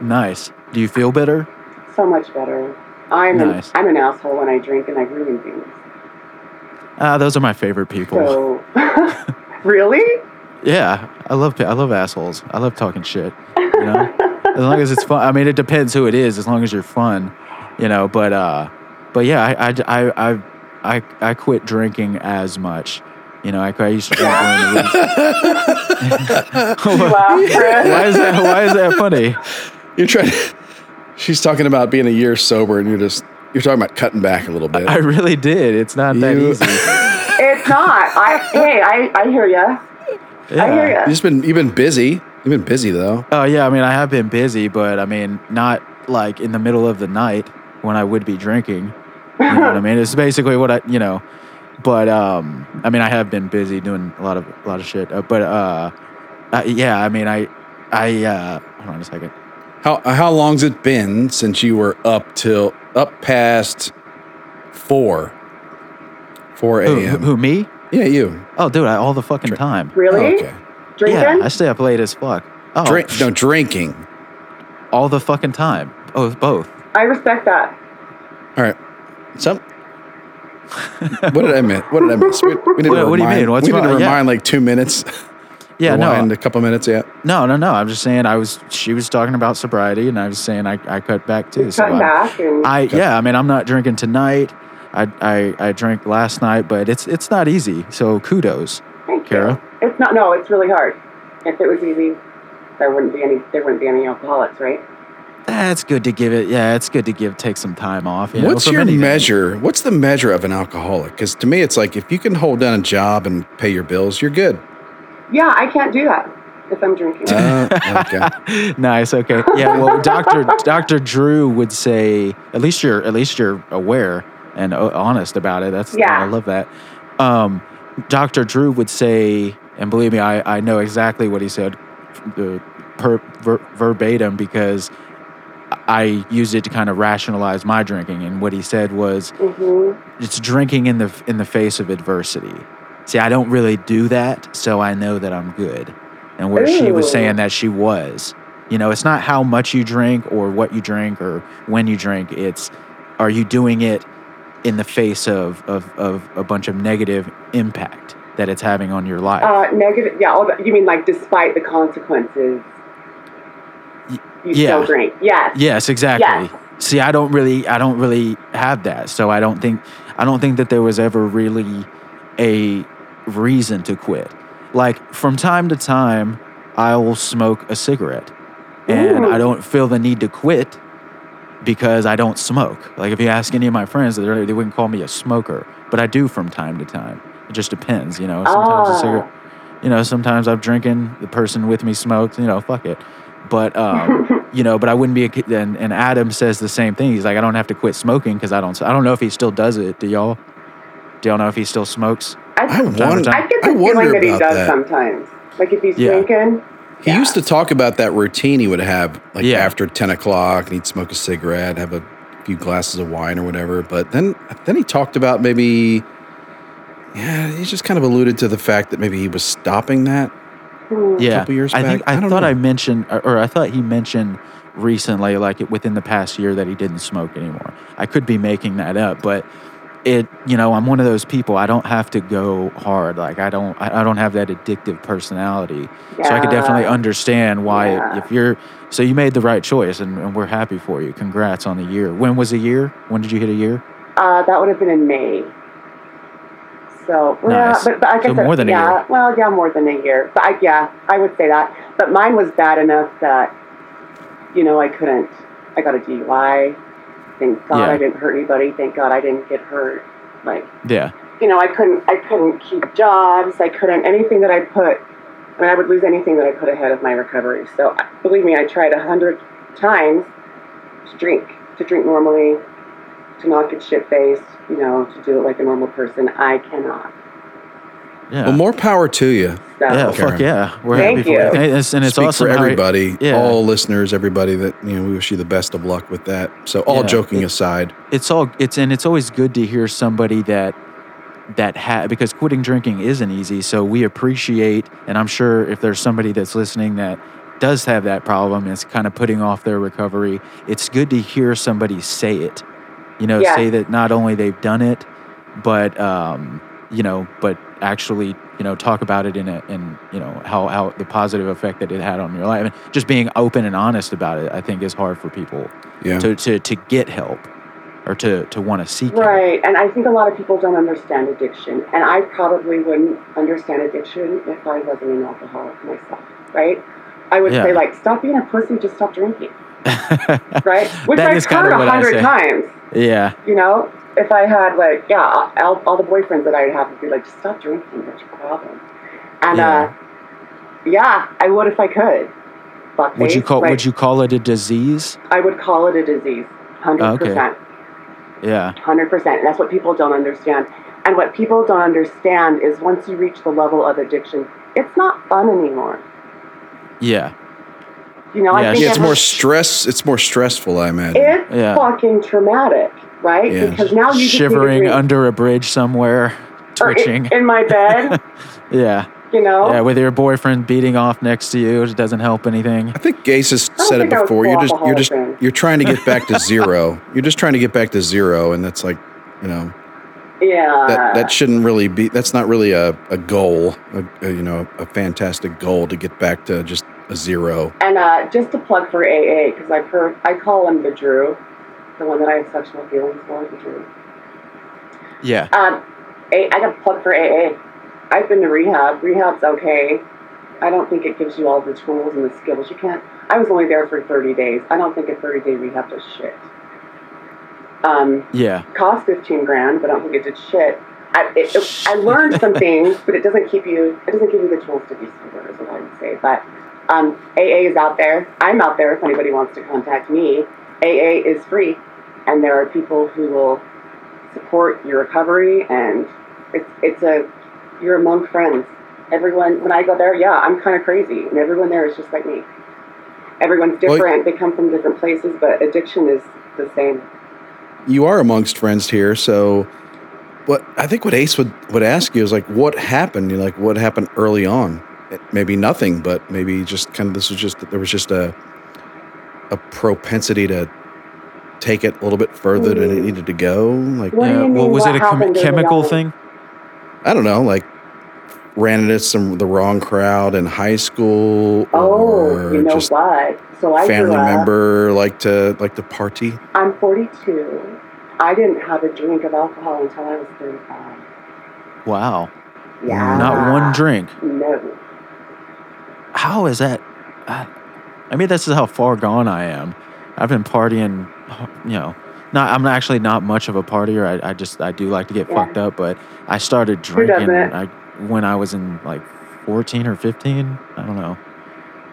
Speaker 4: Nice. Do you feel better?
Speaker 7: So much better. I'm
Speaker 4: Nice.
Speaker 7: an, I'm an asshole when I drink and I ruin things.
Speaker 4: Ah, those are my favorite people.
Speaker 7: So really?
Speaker 4: Yeah, I love I love assholes. I love talking shit. You know, as long as it's fun. I mean, it depends who it is. As long as you're fun, you know. But uh, but yeah, I I I I, I, I quit drinking as much. You know, I, I used to drink during the week.
Speaker 7: Wow, Chris.
Speaker 4: why is that? Why is that funny?
Speaker 5: You're trying. she's talking about being a year sober, and you're just you're talking about cutting back a little bit.
Speaker 4: I really did. It's not that
Speaker 5: You-
Speaker 4: easy.
Speaker 7: It's not. I hey, I, I hear ya. I hear
Speaker 4: Yeah.
Speaker 7: ya.
Speaker 5: You've just been you've been busy. You've been busy though.
Speaker 4: Oh yeah, I mean I have been busy, but I mean not like in the middle of the night when I would be drinking. You know what I mean? It's basically what I you know. But um, I mean I have been busy doing a lot of a lot of shit. Uh, but uh, I, yeah, I mean I I uh, hold on a second.
Speaker 5: How how long's it been since you were up till up past four four
Speaker 4: Who,
Speaker 5: a.m.
Speaker 4: who me?
Speaker 5: Yeah, you. Oh,
Speaker 4: Oh dude, I, all the fucking time.
Speaker 7: Really?
Speaker 5: okay.
Speaker 7: Drinking?
Speaker 4: Yeah, I stay up late as fuck. Oh,
Speaker 5: Drink no drinking.
Speaker 4: all the fucking time. Oh, both.
Speaker 7: I, respect that.
Speaker 5: All right. Some. what did I miss? What did I miss? We, we need
Speaker 4: What-
Speaker 5: to
Speaker 4: what do you
Speaker 5: remind-
Speaker 4: mean? What's
Speaker 5: we need to
Speaker 4: wrong? Yeah.
Speaker 5: remind like two minutes.
Speaker 4: Yeah, no,
Speaker 5: rewind a couple minutes. Yeah.
Speaker 4: no, no, no. I'm just saying. I was. She was talking about sobriety, and I was saying I, I cut back too. so
Speaker 7: Come
Speaker 4: I'm-
Speaker 7: back and
Speaker 4: I yeah, I mean I'm not drinking tonight. I, I I drank last night, but it's it's not easy. So kudos.
Speaker 7: thank
Speaker 4: Kara?
Speaker 7: you. It's not. No, it's really hard. If it was easy, there wouldn't be any. There wouldn't be any alcoholics, right?
Speaker 4: That's good to give it. Yeah, it's good to give take some time off. You know,
Speaker 5: What's
Speaker 4: from
Speaker 5: your
Speaker 4: anything.
Speaker 5: measure? What's the measure of an alcoholic? Because to me, it's like if you can hold down a job and pay your bills, you're good.
Speaker 7: Yeah, I can't do that if I'm drinking.
Speaker 5: Uh, okay.
Speaker 4: nice. Okay. Yeah. Well, Doctor Doctor Drew would say at least you're at least you're aware and o- honest about it. That's
Speaker 7: Yeah.
Speaker 4: I love that. Um, Doctor Drew would say, and believe me, I I know exactly what he said, uh, per, ver, verbatim because I used it to kind of rationalize my drinking. And what he said was,
Speaker 7: mm-hmm.
Speaker 4: it's drinking in the in the face of adversity. See, I don't really do that, so I know that I'm good. And where she was
Speaker 7: Ooh.
Speaker 4: saying that she was, you know, it's not how much you drink or what you drink or when you drink. It's are you doing it in the face of of, of a bunch of negative impact that it's having on your life?
Speaker 7: Uh, negative. Yeah. all the- You mean like despite the consequences,
Speaker 4: Y-
Speaker 7: you
Speaker 4: yeah.
Speaker 7: still drink? Yes.
Speaker 4: Yes, exactly. See, I don't really, I don't really have that, so I don't think, I don't think that there was ever really a reason to quit. Like from time to time, I will smoke a cigarette, and I
Speaker 7: Ooh.
Speaker 4: don't feel the need to quit because I don't smoke. Like if you ask any of my friends, they're- they wouldn't call me a smoker, but I do from time to time. It just depends, you know. Sometimes a
Speaker 7: Ah.
Speaker 4: cigarette, you know. Sometimes I'm drinking. The person with me smokes. You know, fuck it. But um, you know, but I wouldn't be. A, kid- and, and Adam says the same thing. He's like, I don't have to quit smoking because I don't. I don't know if he still does it. Do y'all? Do y'all know if he still smokes?
Speaker 5: I
Speaker 7: I,
Speaker 5: wonder.
Speaker 7: I get the
Speaker 5: I
Speaker 7: feeling
Speaker 5: wonder
Speaker 7: that he
Speaker 5: about
Speaker 7: does
Speaker 5: that.
Speaker 7: sometimes. Like if he's
Speaker 4: Yeah.
Speaker 7: drinking.
Speaker 5: He used to talk about that routine he would have, like
Speaker 4: Yeah.
Speaker 5: after ten o'clock, and he'd smoke a cigarette, have a few glasses of wine or whatever. But then, then he talked about maybe, yeah, he just kind of alluded to the fact that maybe he was stopping that.
Speaker 7: Hmm.
Speaker 4: yeah.
Speaker 5: couple years
Speaker 4: I
Speaker 5: back.
Speaker 4: think
Speaker 5: I
Speaker 4: I,
Speaker 5: don't
Speaker 4: thought
Speaker 5: know.
Speaker 4: I mentioned, or, or I thought he mentioned recently, like it, within the past year, that he didn't smoke anymore. I could be making that up, but it, you know, I'm one of those people. I don't have to go hard. Like I don't, I, I don't have that addictive personality. So I could definitely
Speaker 7: Yeah.
Speaker 4: understand why
Speaker 7: Yeah.
Speaker 4: if you're. So you made the right choice, and, and we're happy for you. Congrats on the year. When was the year? When did you hit a year?
Speaker 7: Uh, that would have been in May. So, well,
Speaker 4: Nice.
Speaker 7: but, but I guess
Speaker 4: So
Speaker 7: that-
Speaker 4: more than a
Speaker 7: yeah,
Speaker 4: year.
Speaker 7: Well, yeah, more than a year. But I, yeah, I would say that. But mine was bad enough that, you know, I couldn't. I got a DUI. Thank God
Speaker 4: Yeah.
Speaker 7: I didn't hurt anybody. Thank God I didn't get hurt. Like
Speaker 4: Yeah.
Speaker 7: you know, I couldn't I couldn't keep jobs. I couldn't anything that I put. I mean, I would lose anything that I put ahead of my recovery. So I- believe me, I tried a hundred times to drink, to drink normally, to not get shit faced. You know, to do it like a normal person. I cannot.
Speaker 4: Yeah.
Speaker 5: Well, more power to you.
Speaker 7: So
Speaker 4: yeah. Fuck
Speaker 5: Karen.
Speaker 4: yeah. We're
Speaker 7: Thank
Speaker 4: happy for
Speaker 7: you.
Speaker 4: it. And it's, and it's
Speaker 5: Speak
Speaker 4: awesome.
Speaker 5: for
Speaker 4: how you-
Speaker 5: everybody,
Speaker 4: yeah.
Speaker 5: all listeners, everybody that you know. We wish you the best of luck with that. So, all
Speaker 4: Yeah.
Speaker 5: joking aside,
Speaker 4: it's all it's and it's always good to hear somebody that that had because quitting drinking isn't easy so we appreciate and i'm sure if there's somebody that's listening that does have that problem and is kind of putting off their recovery it's good to hear somebody say it you know
Speaker 7: Yeah.
Speaker 4: say that not only they've done it but um you know but actually you know talk about it in a in you know how how the positive effect that it had on your life and just being open and honest about it i think is hard for people
Speaker 5: yeah,
Speaker 4: to, to, to get help or to, to want to seek help.
Speaker 7: Right, and I think a lot of people don't understand addiction, and I probably wouldn't understand addiction if I wasn't an alcoholic myself, right? I would
Speaker 4: Yeah.
Speaker 7: say like, stop being a pussy, just stop drinking, right? Which
Speaker 4: That
Speaker 7: I've
Speaker 4: is kinda
Speaker 7: heard
Speaker 4: what
Speaker 7: a
Speaker 4: I
Speaker 7: hundred
Speaker 4: say.
Speaker 7: times.
Speaker 4: Yeah.
Speaker 7: You know, if I had like, yeah, all, all the boyfriends that I'd have would be like, just stop drinking, that's your problem. And
Speaker 4: Yeah.
Speaker 7: uh, yeah, I would if I could. Fuck
Speaker 4: Would you
Speaker 7: face,
Speaker 4: call
Speaker 7: like,
Speaker 4: would you call it a disease?
Speaker 7: I would call it a disease, hundred
Speaker 4: Oh, okay.
Speaker 7: percent.
Speaker 4: Yeah.
Speaker 7: 100%. And that's what people don't understand. And what people don't understand is once you reach the level of addiction, it's not fun anymore.
Speaker 4: Yeah.
Speaker 7: You know,
Speaker 4: Yeah,
Speaker 7: I think
Speaker 5: yeah. It's
Speaker 7: every-
Speaker 5: more stress. It's more stressful, I imagine.
Speaker 7: it's
Speaker 4: Yeah.
Speaker 7: fucking traumatic, right?
Speaker 5: Yeah.
Speaker 7: Because now you just need to
Speaker 4: Shivering
Speaker 7: drink.
Speaker 4: under a bridge somewhere,
Speaker 7: Or in-
Speaker 4: twitching.
Speaker 7: in, my bed,
Speaker 4: yeah.
Speaker 7: you know.
Speaker 4: Yeah, with your boyfriend beating off next to you, it doesn't help anything.
Speaker 5: I think Gase has
Speaker 7: don't
Speaker 5: said it
Speaker 7: think I was
Speaker 5: before. You're just you're
Speaker 7: alcoholic
Speaker 5: just
Speaker 7: then.
Speaker 5: you're trying to get back to zero. You're just trying to get back to zero, and that's like, you know,
Speaker 7: yeah.
Speaker 5: that that shouldn't really be. That's not really a a goal. A, a, you know, a fantastic goal to get back to just a zero.
Speaker 7: And uh, just to plug for AA, because I've heard, I call him the Drew, the one that I have sexual feelings for, the Drew.
Speaker 4: Yeah.
Speaker 7: Um, A- I got plugged for AA. I've been to rehab. Rehab's okay. I don't think it gives you all the tools and the skills you can't. I was only there for 30 days. I don't think a 30 day rehab does shit. Um,
Speaker 4: Yeah.
Speaker 7: cost 15 grand, but I don't think it did shit. I, it, it- I learned some things, but it doesn't keep you. It doesn't give you the tools to be sober, is what I would say. But um, AA is out there. I'm out there if anybody wants to contact me. AA is free, and there are people who will support your recovery, and it's it's a you're among friends. Everyone, when I go there, yeah, I'm kind of crazy, and everyone there is just like me. Everyone's
Speaker 5: Well, y-
Speaker 7: different. they come from different places, but addiction is the same.
Speaker 5: You are amongst friends here, so. What I think what Ace would would ask you is like, what happened? You're like, what happened early on? Eh, Maybe nothing, but maybe just kind of this was just there was just a a propensity to take it a little bit further than it needed to go. Like
Speaker 7: What do
Speaker 4: yeah.
Speaker 7: you mean,
Speaker 4: was it
Speaker 7: what
Speaker 4: a chem-
Speaker 7: happened early
Speaker 4: chemical
Speaker 7: on?
Speaker 4: thing?
Speaker 5: I don't know, like ran into some the wrong crowd in high school
Speaker 7: Oh,
Speaker 5: or
Speaker 7: you know
Speaker 5: Uh, just
Speaker 7: what? So I
Speaker 5: family
Speaker 7: grew up.
Speaker 5: member like to like to party.
Speaker 7: I'm 42. I didn't have a drink of alcohol until I was 35.
Speaker 4: Wow.
Speaker 7: Yeah.
Speaker 4: Not one drink.
Speaker 7: No.
Speaker 4: How is that? I, I mean, this is how far gone I am. I've been partying, you know. Not, I'm actually not much of a partier. I, I just I do like to get
Speaker 7: Yeah.
Speaker 4: fucked up, but I started
Speaker 7: Who doesn't?
Speaker 4: drinking I, when I was in like 14 or 15. I don't know.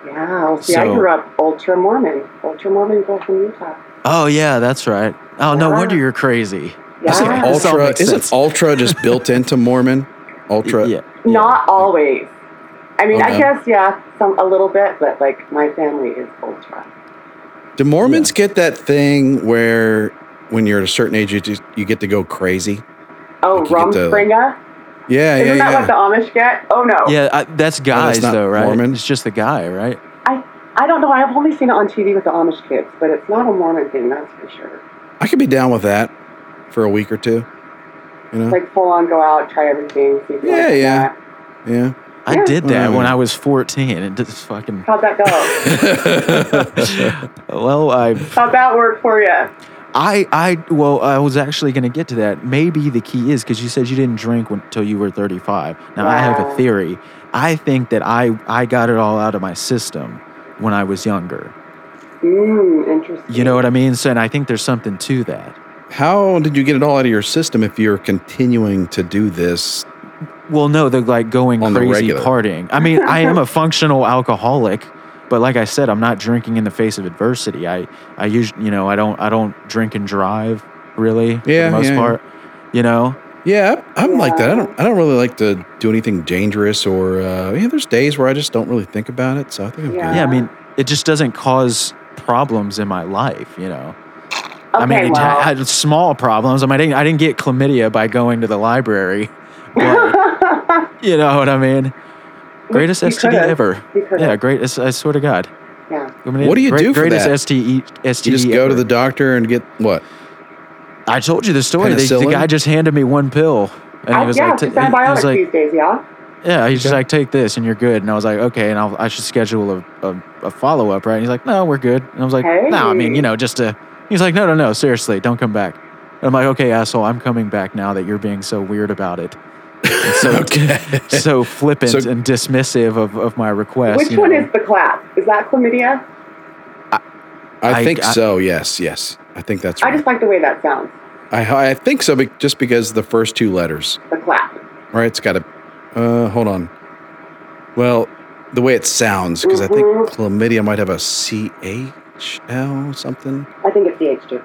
Speaker 7: Yeah. See, I
Speaker 4: So-
Speaker 7: grew up ultra Mormon. Ultra Mormon girl from Utah.
Speaker 4: Oh yeah, that's right. Oh no
Speaker 7: Yeah.
Speaker 4: wonder you're crazy.
Speaker 7: Yeah.
Speaker 5: Isn't
Speaker 4: Ah. This all
Speaker 5: ultra
Speaker 4: makes
Speaker 5: isn't
Speaker 4: sense.
Speaker 5: ultra just built into Mormon? Ultra
Speaker 4: Yeah.
Speaker 7: Not always. I mean,
Speaker 5: Okay.
Speaker 7: I guess yeah, some a little bit, but like my family is ultra.
Speaker 5: Do Mormons get that thing where when you're at a certain age you just, you get to go crazy?
Speaker 7: Oh,
Speaker 5: Like you get to, like-
Speaker 7: Rumspringa?
Speaker 5: Yeah,
Speaker 7: Isn't
Speaker 5: yeah,
Speaker 7: that
Speaker 5: yeah.
Speaker 7: what the Amish get? Oh no.
Speaker 4: Yeah, I, that's guys
Speaker 5: not
Speaker 4: though, right?
Speaker 5: Mormon?
Speaker 4: It's just the guy, right?
Speaker 7: I I don't know. I've only seen it on TV with the Amish kids, but it's not a Mormon thing, that's for sure.
Speaker 5: I could be down with that for a week or two. You
Speaker 4: Mm-hmm.
Speaker 5: know?
Speaker 7: Like full on, go out, try everything. See if you
Speaker 5: Yeah,
Speaker 7: like
Speaker 5: yeah.
Speaker 7: that.
Speaker 5: yeah.
Speaker 4: I
Speaker 7: Yeah.
Speaker 4: did that
Speaker 5: Mm.
Speaker 4: when I was 14. It just fucking
Speaker 7: How'd that go?
Speaker 4: well, I
Speaker 7: How'd that work for you?
Speaker 4: I, I, well, I was actually going to get to that. Maybe the key is because you said you didn't drink when- until you were 35. Now I have a
Speaker 7: Wow.
Speaker 4: theory. I think that I, I got it all out of my system when I was younger.
Speaker 7: Mm, interesting.
Speaker 4: You know what I mean? So, and I think there's something to that.
Speaker 5: How did you get it all out of your system if you're continuing to do this?
Speaker 4: Well, no, they're like going
Speaker 5: On the
Speaker 4: crazy
Speaker 5: regular.
Speaker 4: partying. I mean, I am a functional alcoholic, but like I said, I'm not drinking in the face of adversity. I, I usually, you know, I don't, I don't drink and drive really for
Speaker 5: Yeah,
Speaker 4: the most
Speaker 5: yeah, yeah.
Speaker 4: part. You know,
Speaker 5: Yeah, I- I'm like that. I
Speaker 7: Yeah.
Speaker 5: don't. I don't really like to do anything dangerous or. Uh, yeah, there's days where I just don't really think about it. So I think I'm
Speaker 7: Yeah.
Speaker 5: good.
Speaker 4: yeah. I mean, it just doesn't cause problems in my life. You know,
Speaker 7: Okay,
Speaker 4: I mean, it
Speaker 7: well,
Speaker 4: ha- had small problems. I mean, I didn't, I didn't get chlamydia by going to the library. But, you know what I mean? Greatest
Speaker 7: you
Speaker 4: STD
Speaker 7: could've.
Speaker 4: ever.
Speaker 7: You could've.
Speaker 4: Yeah, great. I I swear to God.
Speaker 7: yeah.
Speaker 4: I mean,
Speaker 5: What do you do for
Speaker 4: greatest E,
Speaker 5: that?
Speaker 4: STE, STD.
Speaker 5: You just go to
Speaker 4: ever.
Speaker 5: the doctor and get what?
Speaker 4: I told you the story. The, the
Speaker 5: Penicillin?
Speaker 4: guy just handed me one pill, and
Speaker 7: I,
Speaker 4: he was
Speaker 7: yeah,
Speaker 4: like,
Speaker 7: it's
Speaker 4: t- he,
Speaker 7: just
Speaker 4: he was
Speaker 7: antibiotics
Speaker 4: like,
Speaker 7: these days, yeah.
Speaker 4: yeah, he's just like, take this and you're good. And I was like, okay, and I'll, I should schedule a, a, a follow up, right? And he's like, no, we're good. And I was like, no, I mean, you
Speaker 7: Hey.
Speaker 4: know, just to. He's like, no, no, no, seriously, don't come back. And I'm like, okay, asshole, I'm coming back now that you're being so weird about it. And So, so flippant
Speaker 5: So-
Speaker 4: and dismissive of, of my request.
Speaker 7: Which
Speaker 4: you know.
Speaker 7: one is the clap? Is that chlamydia?
Speaker 5: I,
Speaker 4: I-
Speaker 5: think
Speaker 4: I-
Speaker 5: so. Yes, yes. I think that's
Speaker 7: I
Speaker 5: right.
Speaker 7: just like the way that sounds.
Speaker 5: I, I think so, be- just because the first two letters,
Speaker 7: The clap.
Speaker 5: right? It's got to. Uh, hold on. Well, the way it sounds, because I think
Speaker 7: Mhm.
Speaker 5: chlamydia might have a C H L something.
Speaker 7: I think it's CH2.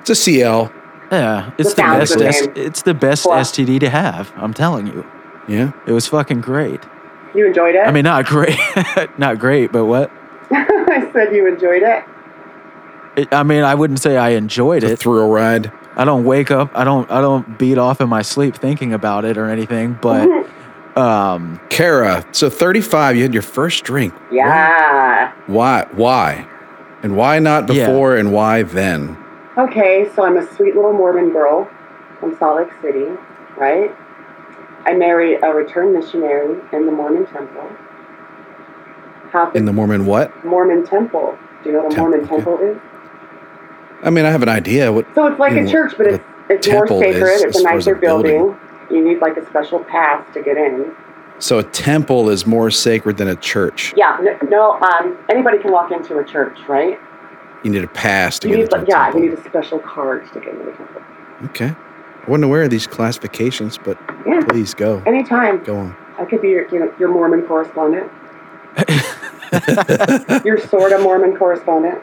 Speaker 5: It's a CL.
Speaker 4: Yeah, it's the
Speaker 7: The
Speaker 4: best.
Speaker 7: thousand
Speaker 4: S-
Speaker 7: name.
Speaker 4: it's the best
Speaker 7: Plus.
Speaker 4: STD to have. I'm telling you,
Speaker 5: Yeah.
Speaker 4: it was fucking great.
Speaker 7: You enjoyed it?
Speaker 4: I mean, not great, not great, but what?
Speaker 7: I said you enjoyed it.
Speaker 4: It, I mean, I wouldn't say I enjoyed
Speaker 5: It's a
Speaker 4: it.
Speaker 5: thrill ride.
Speaker 4: I don't wake up. I don't. I don't beat off in my sleep thinking about it or anything. But um,
Speaker 5: Kara, so 35, you had your first drink.
Speaker 7: Yeah.
Speaker 5: Why? Why? And why not
Speaker 4: Yeah.
Speaker 5: before and why then?
Speaker 7: Okay, so I'm a sweet little Mormon girl from Salt Lake City, right? I married a returned missionary in the Mormon temple. Half
Speaker 5: In the Mormon what?
Speaker 7: Mormon temple. Do you know what a
Speaker 5: Temple,
Speaker 7: Mormon
Speaker 5: okay.
Speaker 7: temple is?
Speaker 5: I mean, I have an idea. What?
Speaker 7: So it's like
Speaker 5: You know,
Speaker 7: a church, but
Speaker 5: Mm, the
Speaker 7: it's it's more
Speaker 5: temple
Speaker 7: sacred.
Speaker 5: is
Speaker 7: it's
Speaker 5: as
Speaker 7: a
Speaker 5: far as
Speaker 7: nicer
Speaker 5: a building.
Speaker 7: building. You need like a special pass to get in.
Speaker 5: So a temple is more sacred than a church.
Speaker 7: Yeah, no, no um, anybody can walk into a church, right?
Speaker 5: You need a pass to
Speaker 7: You
Speaker 5: get
Speaker 7: need,
Speaker 5: into
Speaker 7: like,
Speaker 5: a
Speaker 7: yeah,
Speaker 5: temple.
Speaker 7: you need a special card to get into the temple.
Speaker 5: Okay. I wasn't aware of these classifications, but
Speaker 7: Yeah,
Speaker 5: please go.
Speaker 7: anytime.
Speaker 5: Go on.
Speaker 7: I could be your, you know, your Mormon correspondent. your sort of Mormon correspondent.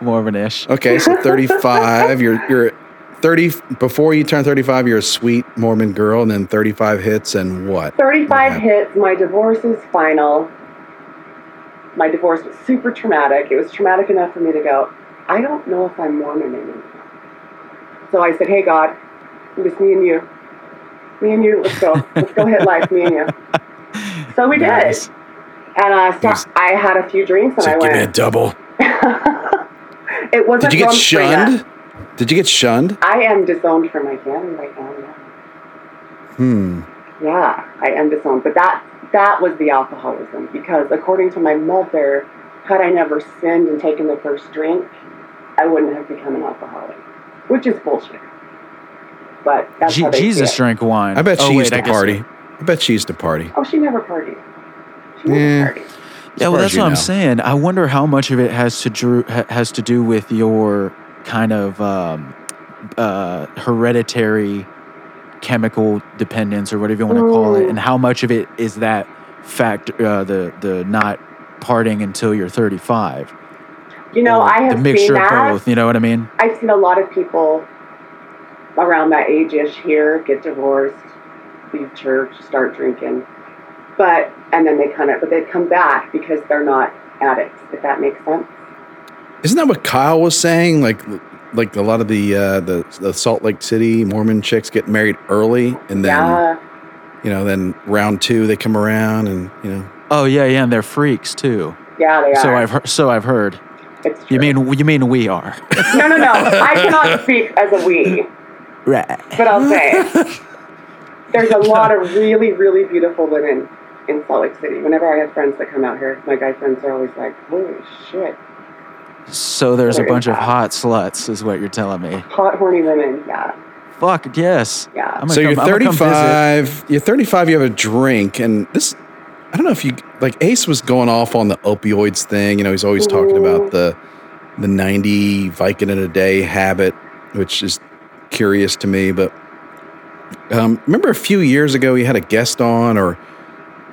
Speaker 4: more of an ish.
Speaker 5: Okay, so 35, you're you're 30 before you turn 35, you're a sweet Mormon girl and then 35 hits and what?
Speaker 7: 35
Speaker 5: Okay.
Speaker 7: hits. My divorce is final. My divorce was super traumatic. It was traumatic enough for me to go, I don't know if I'm Mormon anymore. So I said, Hey, God, it was me and you. Me and you, let's go. Let's go hit life, me and you. So we did.
Speaker 4: Nice.
Speaker 7: And uh, so
Speaker 5: Nice.
Speaker 7: I had a few drinks and I
Speaker 5: give me a
Speaker 7: went.
Speaker 5: double.
Speaker 7: it wasn't
Speaker 5: Did you get
Speaker 7: rum Springer.
Speaker 5: shunned? Did you get shunned?
Speaker 7: I am disowned from my family right now. Yeah.
Speaker 5: Hmm.
Speaker 7: Yeah, I am disowned. But that that was the alcoholism because according to my mother, had I never sinned and taken the first drink, I wouldn't have become an alcoholic. Which is bullshit. But that's
Speaker 4: Je-
Speaker 7: how they
Speaker 4: Jesus
Speaker 7: see it.
Speaker 4: drank wine.
Speaker 5: I bet
Speaker 4: Oh,
Speaker 5: she
Speaker 4: wait,
Speaker 5: used to
Speaker 4: guess-
Speaker 5: party. I bet she used to party.
Speaker 7: Oh, she never partied. She never
Speaker 5: Yeah.
Speaker 7: partied.
Speaker 4: Yeah,
Speaker 5: As
Speaker 4: well,
Speaker 5: far as
Speaker 4: that's
Speaker 5: you
Speaker 4: what I'm
Speaker 5: know.
Speaker 4: saying. I wonder how much of it has to drew ha- has to do with your kind of um, uh, hereditary chemical dependence or whatever you want to call it,
Speaker 7: Mm.
Speaker 4: and how much of it is that fact uh, the the not parting until you're 35.
Speaker 7: You know,
Speaker 4: or
Speaker 7: I
Speaker 4: the
Speaker 7: have seen
Speaker 4: mixture
Speaker 7: that.
Speaker 4: of both. You know what I mean?
Speaker 7: I've seen a lot of people around that age ish here get divorced, leave church, start drinking. But, and then they kind of, but they come back because they're not addicts, if that makes sense.
Speaker 5: Isn't that what Kyle was saying? Like, like a lot of the uh, the the Salt Lake City Mormon chicks get married early, and then
Speaker 7: yeah.
Speaker 5: you know, then round two they come around, and you know,
Speaker 4: Oh yeah, yeah, and they're freaks too.
Speaker 7: Yeah, they are.
Speaker 4: So I've heard, so I've heard.
Speaker 7: it's true.
Speaker 4: You mean you mean we are?
Speaker 7: No, no, no. I cannot speak as a we,
Speaker 4: right.
Speaker 7: but I'll say there's a lot of really, really beautiful women in Salt Lake City. Whenever I have friends that come out here, my guy friends are always like, holy shit.
Speaker 4: So there's a bunch of hot sluts, is what you're telling me.
Speaker 7: Hot, horny women. Yeah.
Speaker 4: Fuck yes.
Speaker 7: Yeah.
Speaker 4: I'm gonna
Speaker 5: So you're
Speaker 4: come- I'm gonna come visit.
Speaker 5: 35. You're 35. You have a drink, and this. I don't know if you like. Ace was going off on the opioids thing. You know, he's always talking about the the 90 Vicodin a day habit, which is curious to me. But um, remember a few years ago, he had a guest on, or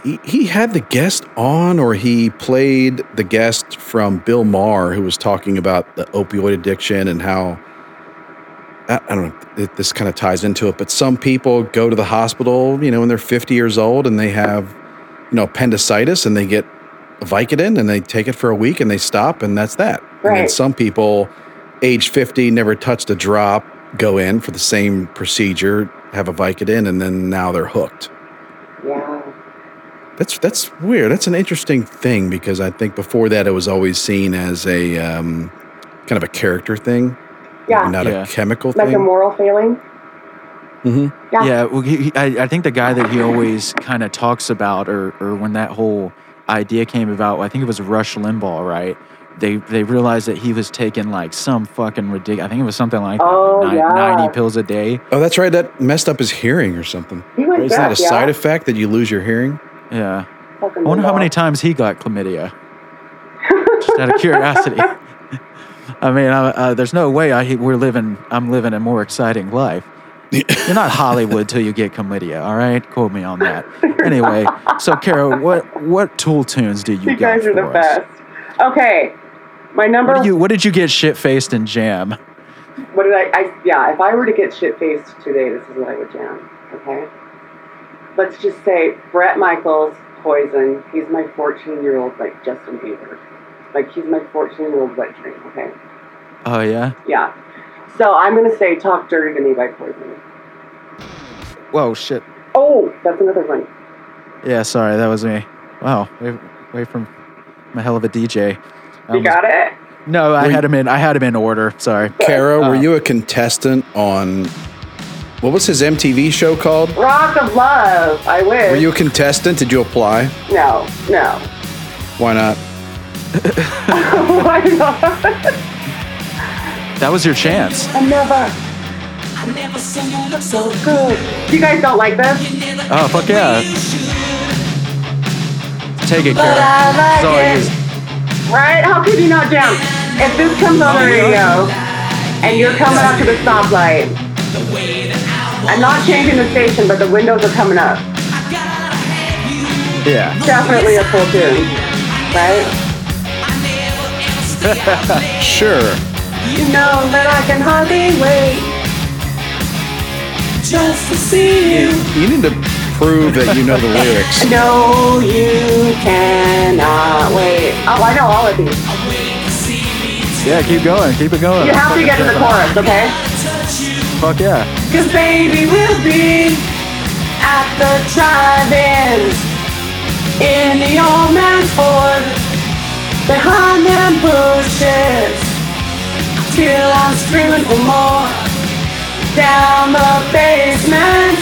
Speaker 5: he, he had the guest on, or he played the guest from Bill Maher, who was talking about the opioid addiction and how. I I don't know. It, this kind of ties into it, but some people go to the hospital, you know, when they're 50 years old and they have, you know, appendicitis and they get Vicodin and they take it for a week and they stop and that's that. And then
Speaker 7: Right.
Speaker 5: some people, age 50, never touched a drop, go in for the same procedure, have a Vicodin, and then now they're hooked.
Speaker 7: Yeah.
Speaker 5: That's that's weird. That's an interesting thing because I think before that it was always seen as a um, kind of a character thing,
Speaker 7: Yeah.
Speaker 5: not
Speaker 4: Yeah.
Speaker 5: a chemical
Speaker 7: Like a
Speaker 5: thing.
Speaker 7: moral failing.
Speaker 5: Mhm.
Speaker 7: Yeah.
Speaker 4: Yeah, well, he, he- I, I think the guy that he always kind of talks about, or or when that whole idea came about, I think it was Rush Limbaugh, right? They they realized that he was taking like some fucking ridiculous. I think it was something like
Speaker 7: Oh,
Speaker 4: nine-
Speaker 7: yeah.
Speaker 4: ninety pills a day.
Speaker 5: Oh, that's right. That messed up his hearing or something.
Speaker 7: He went
Speaker 5: Isn't
Speaker 7: back.
Speaker 5: that a
Speaker 7: Oh yeah.
Speaker 5: side effect that you lose your hearing?
Speaker 4: Yeah,
Speaker 7: Fucking
Speaker 4: I wonder how
Speaker 7: Limbaugh.
Speaker 4: many times he got chlamydia. Just out of curiosity. I mean, I, uh, there's no way I we're living. I'm living a more exciting life. You're not Hollywood till you get chlamydia. All right, quote me on that. Anyway, so Kara, what what tool tunes do you?
Speaker 7: You guys
Speaker 4: got
Speaker 7: are the
Speaker 4: for us?
Speaker 7: best. Okay. My number.
Speaker 4: What, do you, what did you get shit faced and jam?
Speaker 7: What did I, I? Yeah, if I were to get shit faced today, this is what I would jam. Okay. Let's just say Brett Michaels, Poison. He's my 14 year old, like Justin Bieber. Like he's my 14 year old wet dream. Okay.
Speaker 4: Oh yeah.
Speaker 7: Yeah. So I'm gonna say "Talk Dirty to Me" by Poison.
Speaker 4: Whoa shit.
Speaker 7: Oh, that's another one.
Speaker 4: Yeah, sorry, that was me. Wow, way, way from I'm a hell of a DJ.
Speaker 7: You
Speaker 4: Um,
Speaker 7: got it.
Speaker 4: No, I
Speaker 5: Were
Speaker 4: had him in. I had him in order. Sorry.
Speaker 5: Kara, were
Speaker 4: Uh,
Speaker 5: you a contestant on what was his MTV show called?
Speaker 7: Rock of Love. I wish.
Speaker 5: Were you a contestant? Did you apply?
Speaker 7: No, no.
Speaker 5: Why not?
Speaker 7: Why not?
Speaker 4: That was your chance.
Speaker 7: I never.
Speaker 2: I never seen you look so
Speaker 7: Good. You guys don't like this?
Speaker 2: good.
Speaker 4: Oh, fuck yeah. Take it,
Speaker 2: But
Speaker 4: Kara.
Speaker 2: I like
Speaker 4: It's all
Speaker 2: it.
Speaker 4: you.
Speaker 7: Right? How could you not jump? If this comes on the radio and you're coming up to the stoplight, I'm not changing the station, but the windows are coming up.
Speaker 4: Yeah.
Speaker 7: Definitely a full tune. Right?
Speaker 5: Sure.
Speaker 7: You know that I can hardly wait.
Speaker 2: Just to see you.
Speaker 5: You need to prove that you know the lyrics.
Speaker 7: No, you cannot wait. Oh, I know all of these.
Speaker 4: Yeah, keep going. Keep it going.
Speaker 7: You have to get to the chorus, okay?
Speaker 4: Fuck yeah.
Speaker 7: Cause baby we'll be at the drive-in in the old man's Ford behind them bushes till I'm screaming for more down the basement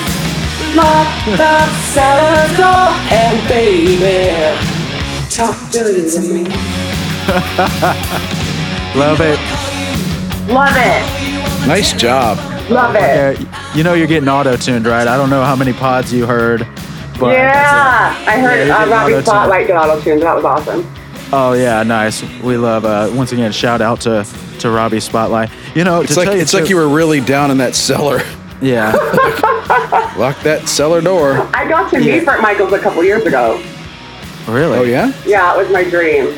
Speaker 7: lock the cellar door and baby talk dirty to me
Speaker 4: Love it.
Speaker 7: love it
Speaker 5: Nice job.
Speaker 7: love
Speaker 4: Yeah, Uh,
Speaker 7: it
Speaker 4: you know you're getting auto tuned, right? I don't know how many pods you heard, but that's
Speaker 7: yeah I heard
Speaker 4: Yeah,
Speaker 7: uh,
Speaker 4: you did
Speaker 7: Robbie
Speaker 4: auto-tune.
Speaker 7: Spotlight did auto-tune that was awesome
Speaker 4: it. oh yeah, nice. We love. Uh, once again, shout out to to Robbie Spotlight. You know,
Speaker 5: It's like it's like you were really down in that cellar.
Speaker 4: Yeah.
Speaker 5: Lock that cellar door.
Speaker 7: I got to meet Brett Michaels a couple years ago.
Speaker 4: really.
Speaker 5: Oh yeah.
Speaker 7: Yeah, it was my dream.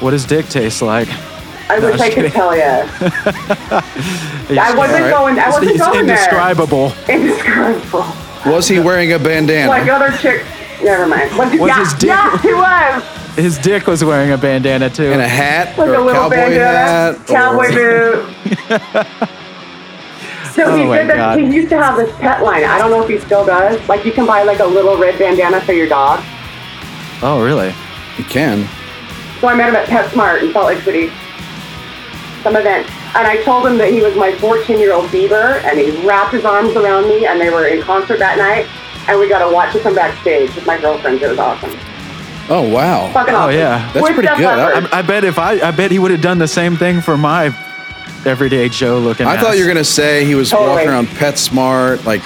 Speaker 4: What does dick taste like?
Speaker 7: I wish I could tell you. I wasn't
Speaker 5: right.
Speaker 7: going. I wasn't
Speaker 4: It's
Speaker 7: going there.
Speaker 4: indescribable.
Speaker 7: Indescribable.
Speaker 5: Was he wearing a
Speaker 7: Like
Speaker 5: bandana?
Speaker 7: other chick. Never mind. Was,
Speaker 4: Was
Speaker 7: yeah,
Speaker 4: his dick-
Speaker 7: yeah, he was.
Speaker 4: His dick was wearing a bandana too.
Speaker 5: And a hat
Speaker 7: Like
Speaker 5: or
Speaker 7: a
Speaker 5: a
Speaker 7: little
Speaker 5: cowboy
Speaker 7: bandana,
Speaker 5: hat?
Speaker 7: cowboy
Speaker 5: or-
Speaker 7: boot. So
Speaker 4: Oh
Speaker 7: he
Speaker 4: my
Speaker 7: did this,
Speaker 4: God.
Speaker 7: he used to have this pet line. I don't know if he still does. Like you can buy like a little red bandana for your dog.
Speaker 4: oh really?
Speaker 5: You can.
Speaker 7: So I met him at PetSmart in Salt Lake City, some event. And I told him that he was my 14-year-old Bieber, and he wrapped his arms around me, and they were in concert that night. And we got to watch it from backstage with my girlfriends. It was awesome.
Speaker 5: Oh wow.
Speaker 7: Fucking
Speaker 4: Oh,
Speaker 7: awesome.
Speaker 4: yeah.
Speaker 5: That's
Speaker 7: Where's
Speaker 5: pretty
Speaker 7: Def
Speaker 5: good. I-
Speaker 7: Leppard?
Speaker 4: I, I bet if I, I bet he would have done the same thing for my everyday Joe looking.
Speaker 5: I thought you were gonna say he was
Speaker 7: Totally.
Speaker 5: walking around PetSmart, like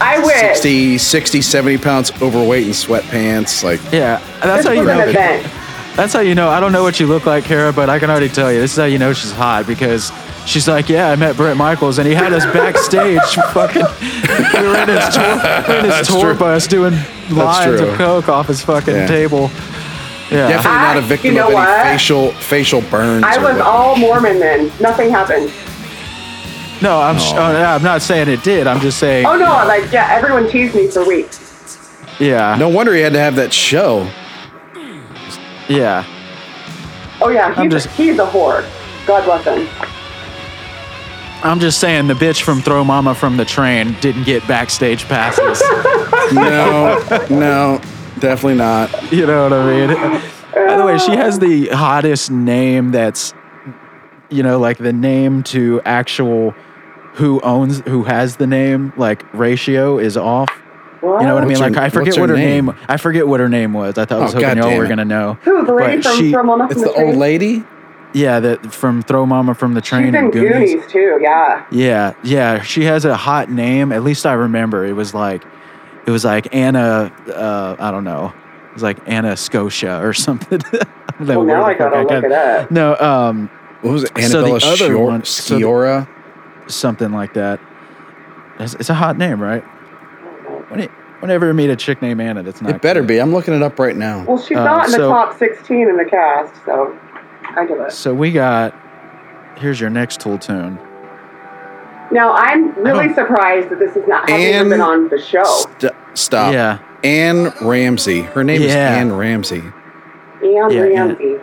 Speaker 7: I wish.
Speaker 5: 60, 60, 70 pounds overweight in sweatpants. Like
Speaker 4: gonna. Yeah, that's
Speaker 7: This
Speaker 4: how you
Speaker 7: was
Speaker 4: know.
Speaker 7: an event.
Speaker 4: That's how you know. I don't know what you look like, Kara, but I can already tell you. This is how you know she's hot because she's like, yeah, I met Brett Michaels and he had us backstage. fucking, we were in his tour, we were in his tour
Speaker 5: true.
Speaker 4: bus doing lines
Speaker 5: true.
Speaker 4: of coke off his fucking
Speaker 5: Yeah.
Speaker 4: table. Yeah.
Speaker 5: definitely not a
Speaker 7: I-
Speaker 5: victim
Speaker 7: you know
Speaker 5: of any
Speaker 7: what?
Speaker 5: facial facial burns.
Speaker 7: I
Speaker 5: or
Speaker 7: was
Speaker 5: what-
Speaker 7: all Mormon then. Nothing happened.
Speaker 4: No, I'm. Sh- oh, yeah, I'm not saying it did. I'm just saying.
Speaker 7: Oh no, like yeah, everyone teased me for weeks.
Speaker 4: Yeah.
Speaker 5: No wonder he had to have that show.
Speaker 4: Yeah.
Speaker 7: Oh yeah, he's,
Speaker 4: I'm just-
Speaker 7: he's a whore. God bless him.
Speaker 4: I'm just saying the bitch from Throw Mama from the train didn't get backstage passes.
Speaker 5: No, no, definitely not.
Speaker 4: you know what I mean? By the way, she has the hottest name that's you know like the name to actual who owns who has the name like ratio is off.
Speaker 7: What?
Speaker 4: You know what I
Speaker 5: What's
Speaker 4: mean? Like
Speaker 5: her-
Speaker 4: I forget
Speaker 5: what's her
Speaker 4: what her
Speaker 5: name?
Speaker 4: name? I forget what her name was. I thought I was
Speaker 5: Oh,
Speaker 4: hoping y'all
Speaker 5: goddamn
Speaker 4: were
Speaker 5: it.
Speaker 4: gonna know.
Speaker 7: Who the
Speaker 4: But
Speaker 7: lady from
Speaker 4: she-
Speaker 7: from Mama
Speaker 5: It's
Speaker 7: from
Speaker 5: the old
Speaker 7: Train?
Speaker 5: lady.
Speaker 4: Yeah, that from Throw Mama from the Train
Speaker 7: She's in
Speaker 4: and Goonies.
Speaker 7: Goonies too. Yeah.
Speaker 4: Yeah, yeah. She has a hot name. At least I remember. It was like, it was like Anna. Uh, I don't know. It was like Anna Scotia or something. I don't know
Speaker 7: Well,
Speaker 4: where
Speaker 7: now
Speaker 4: the
Speaker 7: I
Speaker 4: fuck
Speaker 7: gotta look
Speaker 4: got-
Speaker 7: it up.
Speaker 4: No, um,
Speaker 5: What was it?
Speaker 4: So the
Speaker 5: Annabella so
Speaker 4: other one- so the-
Speaker 5: Sciorra.
Speaker 4: something like that. It's, it's a hot name, right? When it- whenever you meet a chick named Anna, that's not.
Speaker 5: it better
Speaker 4: good.
Speaker 5: be. I'm looking it up right now.
Speaker 7: Well, she's
Speaker 4: Uh,
Speaker 7: not in the
Speaker 4: so-
Speaker 7: top 16 in the cast, so I give it.
Speaker 4: So we got. Here's your next tool tune.
Speaker 7: Now I'm really
Speaker 4: don't-
Speaker 7: surprised that this is not hasn't even
Speaker 5: And-
Speaker 7: been on the show.
Speaker 5: St- stop.
Speaker 4: Yeah.
Speaker 5: Anne Ramsey. Her name is
Speaker 4: Yeah.
Speaker 5: Anne Ramsey.
Speaker 7: Anne
Speaker 4: Yeah,
Speaker 7: Ramsey.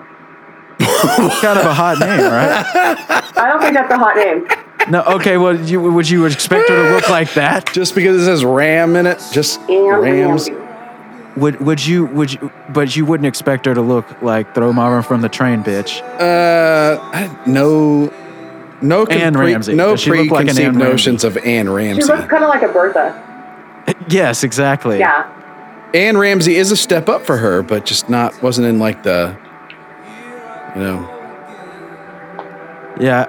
Speaker 4: kind of a hot name, right?
Speaker 7: I don't think that's a hot name.
Speaker 4: No. Okay. Well, you, would you expect her to look like that?
Speaker 5: Just because it says Ram in it, just
Speaker 7: Anne
Speaker 5: Rams.
Speaker 7: Ramsey.
Speaker 4: Would would you would you, but you wouldn't expect her to look like throw mama from the train bitch.
Speaker 5: Uh, I- no, no,
Speaker 4: Anne Ramsey.
Speaker 5: no
Speaker 4: Does she look like an
Speaker 5: preconceived
Speaker 4: Anne Ramsey?
Speaker 5: notions of Anne
Speaker 7: She
Speaker 5: Ramsey.
Speaker 7: looks kind of like a Bertha.
Speaker 4: Yes, exactly.
Speaker 7: Yeah.
Speaker 5: Anne Ramsey is a step up for her, but just not wasn't in like the, you know,
Speaker 4: Yeah.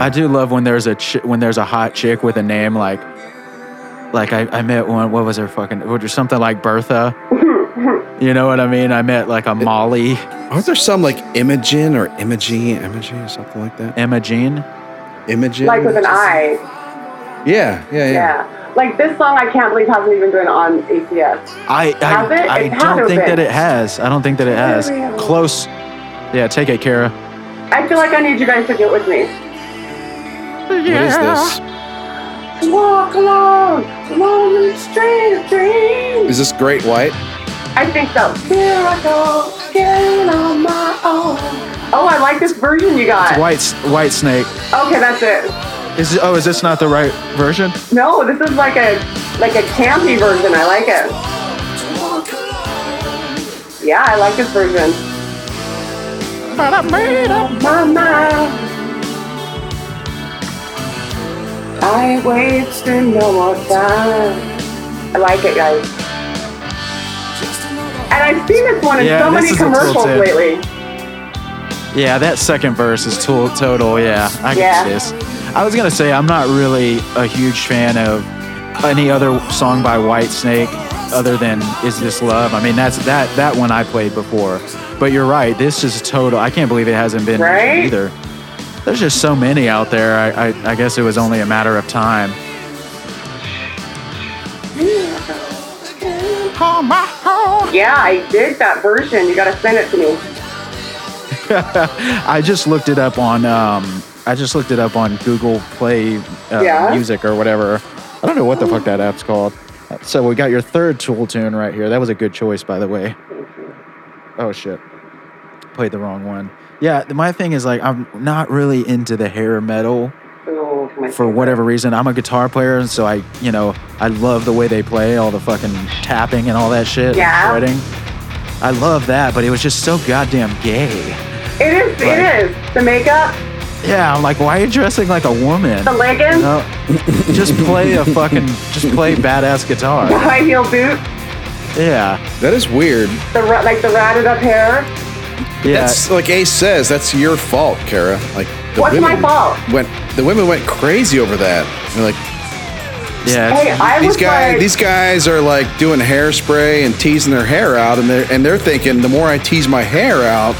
Speaker 4: I do love when there's a chi- when there's a hot chick with a name like like I, I met one what was her fucking or something like Bertha. you know what I mean? I met like a Molly,
Speaker 5: aren't there some like Imogen or Imogen, Imogen or something like that?
Speaker 4: Emma Jean.
Speaker 5: Imogen,
Speaker 7: Like with an eye.
Speaker 5: Yeah, yeah, yeah.
Speaker 7: Yeah. Like this song, I can't believe hasn't even been on ACS.
Speaker 4: I
Speaker 7: Has it?
Speaker 4: I, I
Speaker 7: It
Speaker 4: don't
Speaker 7: hasn't
Speaker 4: think that
Speaker 7: been.
Speaker 4: it has. I don't think that it has.
Speaker 7: Really?
Speaker 4: Close. Yeah, take it, Kara.
Speaker 7: I feel like I need you guys to get with me.
Speaker 5: What is this?
Speaker 7: Walk along, lonely strange dream.
Speaker 5: Is this Great White?
Speaker 7: I think so. Here I go, getting on my own. Oh, I like this version you got.
Speaker 4: White S- White Snake.
Speaker 7: Okay, that's it.
Speaker 4: Is oh is this not the right version?
Speaker 7: No, this is like a like a campy version. I like it. Yeah, I like this version. But I made up my mind. I ain't wasting no more time. I like it, guys. And I've seen this one in
Speaker 4: Yeah,
Speaker 7: so
Speaker 4: this
Speaker 7: many
Speaker 4: is a tool
Speaker 7: commercials
Speaker 4: tip.
Speaker 7: lately.
Speaker 4: Yeah, that second verse is total. total yeah, I
Speaker 7: Yeah.
Speaker 4: get this. I was gonna say I'm not really a huge fan of any other song by Whitesnake other than "Is This Love." I mean, that's that that one I played before. But you're right, this is total. I can't believe it hasn't been
Speaker 7: Right?
Speaker 4: either. There's just so many out there. I, I I guess it was only a matter of time.
Speaker 7: Yeah, I dig that version. You gotta send it to me.
Speaker 4: I just looked it up on um I just looked it up on Google Play uh,
Speaker 7: Yeah.
Speaker 4: Music or whatever. I don't know what the fuck that app's called. So we got your third Tool tune right here. That was a good choice, by the way. Oh shit, played the wrong one. Yeah, th- my thing is like I'm not really into the hair metal
Speaker 7: Oh, my
Speaker 4: for whatever reason. I'm a guitar player, and so I, you know, I love the way they play, all the fucking tapping and all that shit, and
Speaker 7: Yeah.
Speaker 4: shredding. I love that, but it was just so goddamn gay.
Speaker 7: It is. It is. The makeup,
Speaker 4: Yeah, I'm like, why are you dressing like a woman?
Speaker 7: the leggings,
Speaker 4: No, just play a fucking, just play badass guitar.
Speaker 7: high heel boots.
Speaker 4: Yeah.
Speaker 5: That is weird.
Speaker 7: The ra- like the ratted up hair.
Speaker 4: Yeah.
Speaker 5: That's like Ace says. That's your fault, Kara. Like, the
Speaker 7: What's
Speaker 5: women
Speaker 7: my fault?
Speaker 5: Went the women went crazy over that. They're like,
Speaker 4: yeah.
Speaker 7: Hey,
Speaker 4: it's-
Speaker 7: I
Speaker 5: these
Speaker 7: was
Speaker 5: guys
Speaker 7: like,
Speaker 5: these guys are like doing hairspray and teasing their hair out and they're and they're thinking the more I tease my hair out,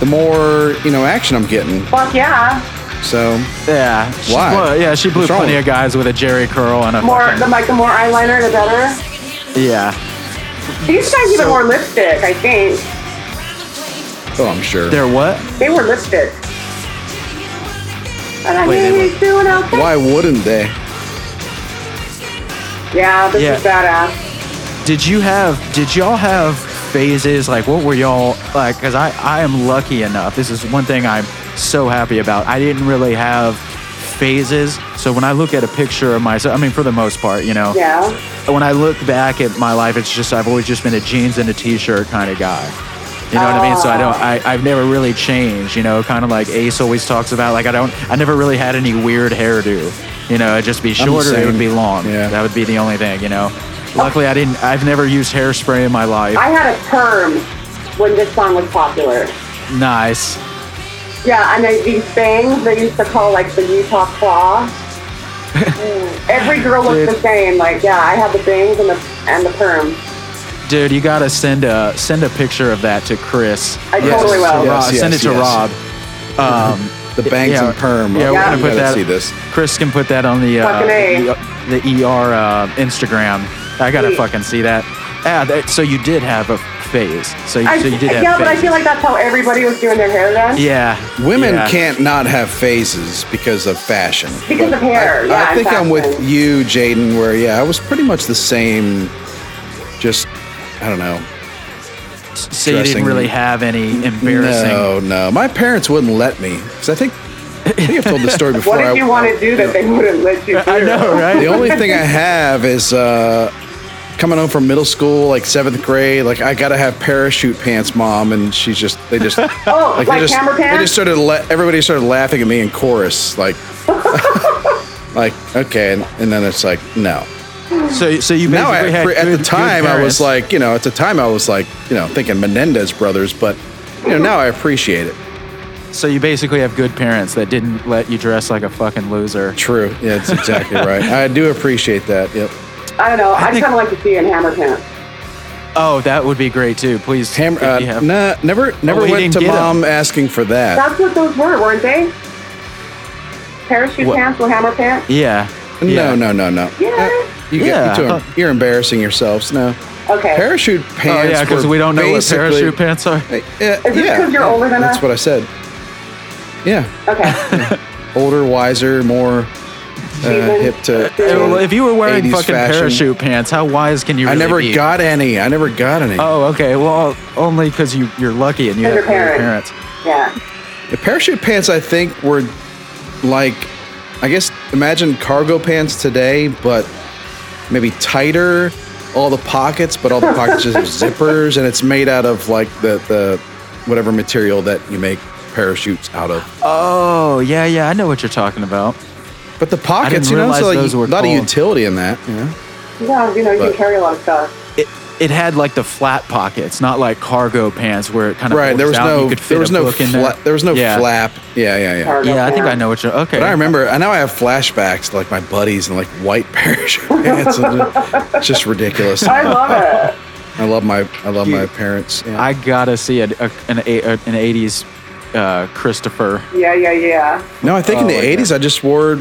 Speaker 5: the more, you know, action I'm getting.
Speaker 7: fuck yeah.
Speaker 5: So
Speaker 4: yeah. She-
Speaker 5: Why?
Speaker 4: well, yeah, she blew
Speaker 5: What's wrong
Speaker 4: plenty
Speaker 5: with-
Speaker 4: of guys with a Jerry curl and a.
Speaker 7: More
Speaker 4: fucking-
Speaker 7: the like the more eyeliner, the better.
Speaker 4: yeah.
Speaker 7: These guys even wore lipstick. I think
Speaker 5: Oh I'm sure.
Speaker 4: They're what?
Speaker 7: they were lipstick. And I
Speaker 4: Wait, they
Speaker 7: he's doing okay.
Speaker 5: Why wouldn't they?
Speaker 7: Yeah, this
Speaker 4: Yeah.
Speaker 7: is badass.
Speaker 4: Did you have? Did y'all have phases? Like, what were y'all like? Because I, I am lucky enough. This is one thing I'm so happy about. I didn't really have phases. So when I look at a picture of myself, I mean, for the most part, you know,
Speaker 7: Yeah.
Speaker 4: when I look back at my life, it's just I've always just been a jeans and a t-shirt kind of guy. You know what I mean? So I don't. I, I've never really changed. You know, kind of like Ace always talks about. Like I don't. I never really had any weird hairdo. You know, it'd just be
Speaker 5: the
Speaker 4: shorter. It
Speaker 5: same.
Speaker 4: would be long.
Speaker 5: Yeah.
Speaker 4: That would be the only thing. You know. Luckily, I didn't. I've never used hairspray in my life.
Speaker 7: I had a perm when this song was popular.
Speaker 4: nice.
Speaker 7: Yeah, and then these bangs they used to call like the Utah claw. Mm. Every girl looked
Speaker 4: Dude.
Speaker 7: the same. Like, yeah, I had the bangs and the and the perm.
Speaker 4: Dude, you gotta send a send a picture of that to Chris.
Speaker 7: I
Speaker 5: Yes.
Speaker 7: totally will.
Speaker 4: Rob,
Speaker 5: Yeah. Yes, yes,
Speaker 4: send it to
Speaker 5: yes.
Speaker 4: Rob. Um,
Speaker 5: The bangs
Speaker 4: yeah.
Speaker 5: and perm.
Speaker 4: Yeah,
Speaker 5: Oh,
Speaker 4: we're
Speaker 7: gonna
Speaker 5: you
Speaker 4: put
Speaker 5: gotta
Speaker 4: that-
Speaker 5: see this.
Speaker 4: Chris can put that on the uh,
Speaker 7: Fucking A.
Speaker 4: the, the ER uh, Instagram. I gotta
Speaker 7: Sweet.
Speaker 4: fucking see that. Ah, that, so you did have a phase. So, you-
Speaker 7: I,
Speaker 4: so you did have.
Speaker 7: yeah, but I
Speaker 4: phases.
Speaker 7: feel like that's how everybody was doing their hair then.
Speaker 4: Yeah.
Speaker 5: Women
Speaker 4: yeah.
Speaker 5: can't not have phases because of fashion.
Speaker 7: Because of hair.
Speaker 5: I,
Speaker 7: yeah,
Speaker 5: I
Speaker 7: and
Speaker 5: think I'm with
Speaker 7: fashion.
Speaker 5: you, Jaden, where yeah, I was pretty much the same just I don't know.
Speaker 4: So you
Speaker 5: dressing-
Speaker 4: didn't really have any embarrassing.
Speaker 5: No, no. My parents wouldn't let me because I think I think I've told the story before.
Speaker 7: What did
Speaker 5: I-
Speaker 7: you want to do that they wouldn't let you do?
Speaker 4: I know, right?
Speaker 5: the only thing I have is uh, coming home from middle school, like seventh grade. Like I gotta have parachute pants, mom, and she's just they just
Speaker 7: Oh, like,
Speaker 5: they just
Speaker 7: camera
Speaker 5: they
Speaker 7: pants?
Speaker 5: just started la- everybody started laughing at me in chorus, like like okay, and, and then it's like no.
Speaker 4: so so you basically
Speaker 5: Now I,
Speaker 4: had
Speaker 5: for- at
Speaker 4: good-
Speaker 5: the
Speaker 4: good
Speaker 5: time I
Speaker 4: parents.
Speaker 5: was like you know at the time I was like you know thinking Menendez brothers, but you know now I appreciate it.
Speaker 4: So you basically have good parents that didn't let you dress like a fucking loser.
Speaker 5: True. Yeah, that's exactly right. I do appreciate that. Yep.
Speaker 7: I don't know. I would
Speaker 4: think-
Speaker 7: kind of like to see you in hammer pants.
Speaker 4: Oh, that would be great too. Please.
Speaker 5: Ham-
Speaker 4: if
Speaker 5: uh,
Speaker 4: you have-
Speaker 5: nah, never, never
Speaker 4: he
Speaker 5: went
Speaker 4: didn't
Speaker 5: to
Speaker 4: get 'em.
Speaker 5: mom asking for that.
Speaker 7: That's what those were, weren't they? Parachute
Speaker 4: What?
Speaker 7: pants with hammer pants.
Speaker 4: Yeah.
Speaker 5: No, no, no, no.
Speaker 7: Yeah.
Speaker 5: Uh, you get,
Speaker 4: Yeah.
Speaker 5: you two, you're embarrassing yourselves. No.
Speaker 7: Okay.
Speaker 5: Parachute pants.
Speaker 4: Oh yeah, because
Speaker 5: were
Speaker 4: we don't know what
Speaker 5: basically-
Speaker 4: parachute pants are.
Speaker 5: Uh, yeah,
Speaker 7: Is this
Speaker 5: yeah.
Speaker 7: 'cause you're older than
Speaker 5: That's
Speaker 7: us?
Speaker 5: what I said. Yeah.
Speaker 7: okay.
Speaker 5: Older, wiser, more uh,
Speaker 7: Seasoned.
Speaker 5: hip to.
Speaker 4: Yeah, well, if you were wearing
Speaker 5: 80s
Speaker 4: fucking
Speaker 5: fashion.
Speaker 4: parachute pants, how wise can you?
Speaker 5: I
Speaker 4: really
Speaker 5: never
Speaker 4: be?
Speaker 5: got any. I never got any.
Speaker 4: Oh, okay. Well, only because you you're lucky and you
Speaker 7: And
Speaker 4: have
Speaker 7: your
Speaker 4: your
Speaker 7: parents.
Speaker 4: parents.
Speaker 7: yeah.
Speaker 5: The parachute pants, I think, were like, I guess, imagine cargo pants today, but maybe tighter. All the pockets, but all the pockets just have zippers, and it's made out of like the the whatever material that you make parachutes out of.
Speaker 4: Oh, yeah, yeah. I know what you're talking about.
Speaker 5: But the pockets, you know,
Speaker 4: realize
Speaker 5: so like
Speaker 4: those
Speaker 5: a
Speaker 4: were
Speaker 5: lot
Speaker 4: called-
Speaker 5: of utility in that. You know?
Speaker 7: Yeah, you know, you
Speaker 5: But-
Speaker 7: can carry a lot of stuff.
Speaker 4: It it had like the flat pockets, not like cargo pants where it kind of
Speaker 5: Right? There was no there was no fla- there was no
Speaker 4: yeah.
Speaker 5: flap. Yeah, yeah, yeah.
Speaker 7: Cargo
Speaker 4: Yeah, I think
Speaker 7: pants.
Speaker 4: I know what you're. Okay.
Speaker 5: But I remember, I now I have flashbacks to like my buddies and like white parachute pants. it's just ridiculous.
Speaker 7: I love it.
Speaker 5: I love my I love my parents. Yeah.
Speaker 4: I gotta see a, a, an a, a, an '80s uh, Christopher.
Speaker 7: Yeah, yeah, yeah.
Speaker 5: no, I think in
Speaker 4: Oh,
Speaker 5: the
Speaker 4: like
Speaker 5: eighties I just wore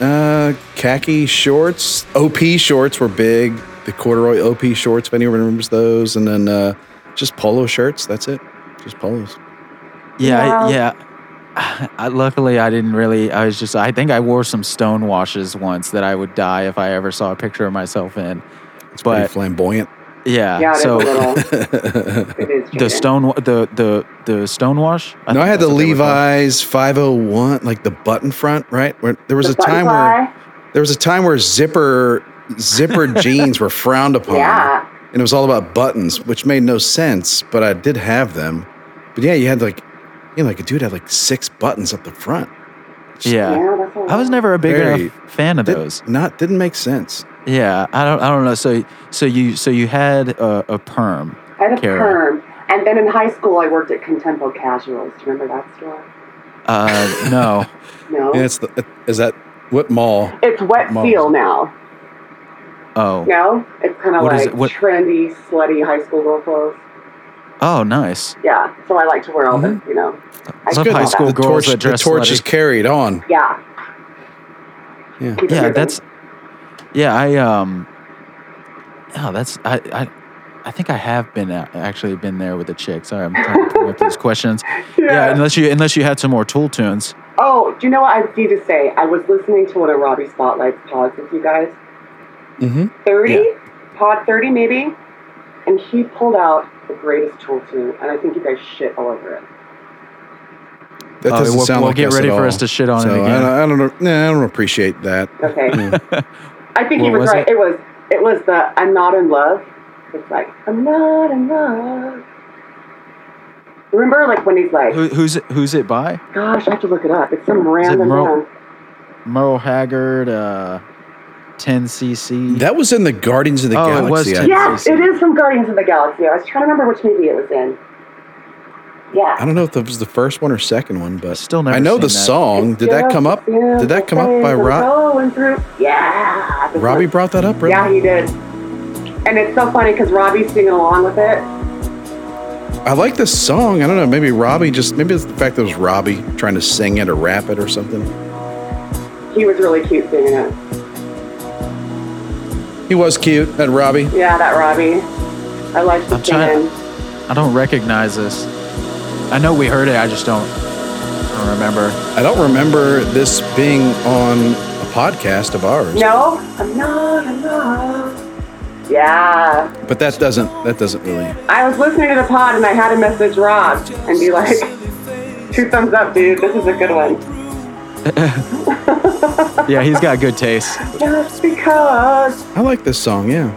Speaker 5: uh, khaki shorts. OP shorts were big. The corduroy OP shorts, if anyone remembers those, and then uh, just polo shirts. That's it. Just polos.
Speaker 4: Yeah, I-
Speaker 7: Wow.
Speaker 4: yeah. I, luckily, I didn't really. I was just. I think I wore some stone washes once that I would die if I ever saw a picture of myself in.
Speaker 5: It's pretty
Speaker 4: But
Speaker 5: flamboyant.
Speaker 4: yeah,
Speaker 7: Yeah, it is
Speaker 4: so
Speaker 7: a little. it is
Speaker 4: the
Speaker 7: cheating.
Speaker 4: stone, wa- the the the stone wash.
Speaker 5: no,
Speaker 4: think
Speaker 5: I had
Speaker 4: that's
Speaker 5: the
Speaker 4: what they were called.
Speaker 5: Levi's five hundred one, like the button front, right? Where there was
Speaker 7: The
Speaker 5: a time
Speaker 7: button
Speaker 5: where there was a time where zipper zipper jeans were frowned upon.
Speaker 7: Yeah.
Speaker 5: and it was all about buttons, which made no sense. But I did have them. But yeah, you had like, you know, like a dude had like six buttons up the front.
Speaker 4: Yeah.
Speaker 7: Yeah, that's a
Speaker 4: I was
Speaker 7: lot.
Speaker 4: never a big
Speaker 5: Very-
Speaker 4: enough fan of
Speaker 5: Did-
Speaker 4: those.
Speaker 5: not didn't make sense.
Speaker 4: Yeah, I don't, I don't know. So, so you, so you had a, a perm.
Speaker 7: I had a
Speaker 4: Kara.
Speaker 7: perm. And then in high school, I worked at Contempo Casuals. Do you remember that store?
Speaker 4: Uh, no,
Speaker 7: No.
Speaker 5: Yeah, it's the it- is that what mall?
Speaker 7: It's Wet
Speaker 5: Malls.
Speaker 7: Seal now.
Speaker 4: oh,
Speaker 7: No? It's kind of
Speaker 4: What is
Speaker 7: like
Speaker 4: it? What-
Speaker 7: trendy, slutty high school girl clothes.
Speaker 4: oh, nice.
Speaker 7: Yeah. So I like to wear all the, you know. I
Speaker 4: Mm-hmm. Love
Speaker 7: do
Speaker 4: high
Speaker 7: all
Speaker 4: school
Speaker 7: that.
Speaker 5: The
Speaker 4: girls
Speaker 5: torch,
Speaker 4: that
Speaker 5: the
Speaker 4: dress
Speaker 5: torch
Speaker 4: slutty.
Speaker 5: is carried on.
Speaker 7: Yeah.
Speaker 5: Yeah.
Speaker 7: Keep it
Speaker 4: Yeah,
Speaker 7: moving.
Speaker 4: that's. Yeah, I um. Oh, that's I I. I think I have been a- actually been there with a chick. Sorry, I'm trying to bring up these questions. Yeah, unless you unless you had some more tool tunes.
Speaker 7: Oh, do you know what I need to say? I was listening to one of Robbie Spotlight's pods with you guys.
Speaker 5: Mm-hmm.
Speaker 7: 30?
Speaker 5: Yeah.
Speaker 7: Pod 30, maybe? And he pulled out the greatest tool tune, and I think you guys shit all over it.
Speaker 5: That
Speaker 4: Oh,
Speaker 5: doesn't
Speaker 4: we'll-
Speaker 5: sound
Speaker 4: we'll
Speaker 5: like
Speaker 4: get
Speaker 5: us
Speaker 4: ready
Speaker 5: at
Speaker 4: for
Speaker 5: all.
Speaker 4: us to shit on it
Speaker 5: So,
Speaker 4: again.
Speaker 5: I don't, I don't know. Nah, I don't appreciate that.
Speaker 7: Okay.
Speaker 5: Hmm.
Speaker 7: I think he
Speaker 4: What
Speaker 7: was,
Speaker 4: was
Speaker 7: right.
Speaker 4: it?
Speaker 7: It? was it was the I'm not in love. It's like I'm not in love. Remember, like when he's like,
Speaker 4: Who, who's it, who's it by?
Speaker 7: "Gosh, I have to look it up." It's some random
Speaker 4: Merle?
Speaker 7: man.
Speaker 4: Merle Haggard, uh, 10cc.
Speaker 5: That was in the Guardians of the
Speaker 4: Oh, it was
Speaker 5: Galaxy. I
Speaker 4: too.
Speaker 5: think.
Speaker 7: Yes, it is from Guardians of the Galaxy. I was trying to remember which movie it was in.
Speaker 5: I
Speaker 7: Yeah.
Speaker 5: don't know if that was the first one or second one, but
Speaker 4: Still never
Speaker 5: I know
Speaker 4: seen
Speaker 5: the
Speaker 4: that.
Speaker 5: song. Did that come up? Did that come up by Rob?
Speaker 7: Rob? Yeah. this
Speaker 5: Robbie
Speaker 7: one.
Speaker 5: brought that up, really?
Speaker 7: Yeah, he did. And it's so funny because Robbie's singing along with it.
Speaker 5: I like this song. I don't know. Maybe Robbie just maybe it's the fact that it was Robbie trying to sing it or rap it or something.
Speaker 7: He was really cute singing it.
Speaker 5: He was cute. That Robbie.
Speaker 7: Yeah, that Robbie. I liked the
Speaker 4: I'm trying-
Speaker 7: singing.
Speaker 4: I don't recognize this. I know we heard it. I just don't, don't remember.
Speaker 5: I don't remember this being on a podcast of ours.
Speaker 7: No, I'm not in love. Yeah.
Speaker 5: But that doesn't that doesn't really
Speaker 7: I was listening to the pod and I had to message Rob and be like, two thumbs up, dude. This is a good one.
Speaker 4: Yeah, he's got good taste.
Speaker 7: Just because.
Speaker 5: I like this song, yeah.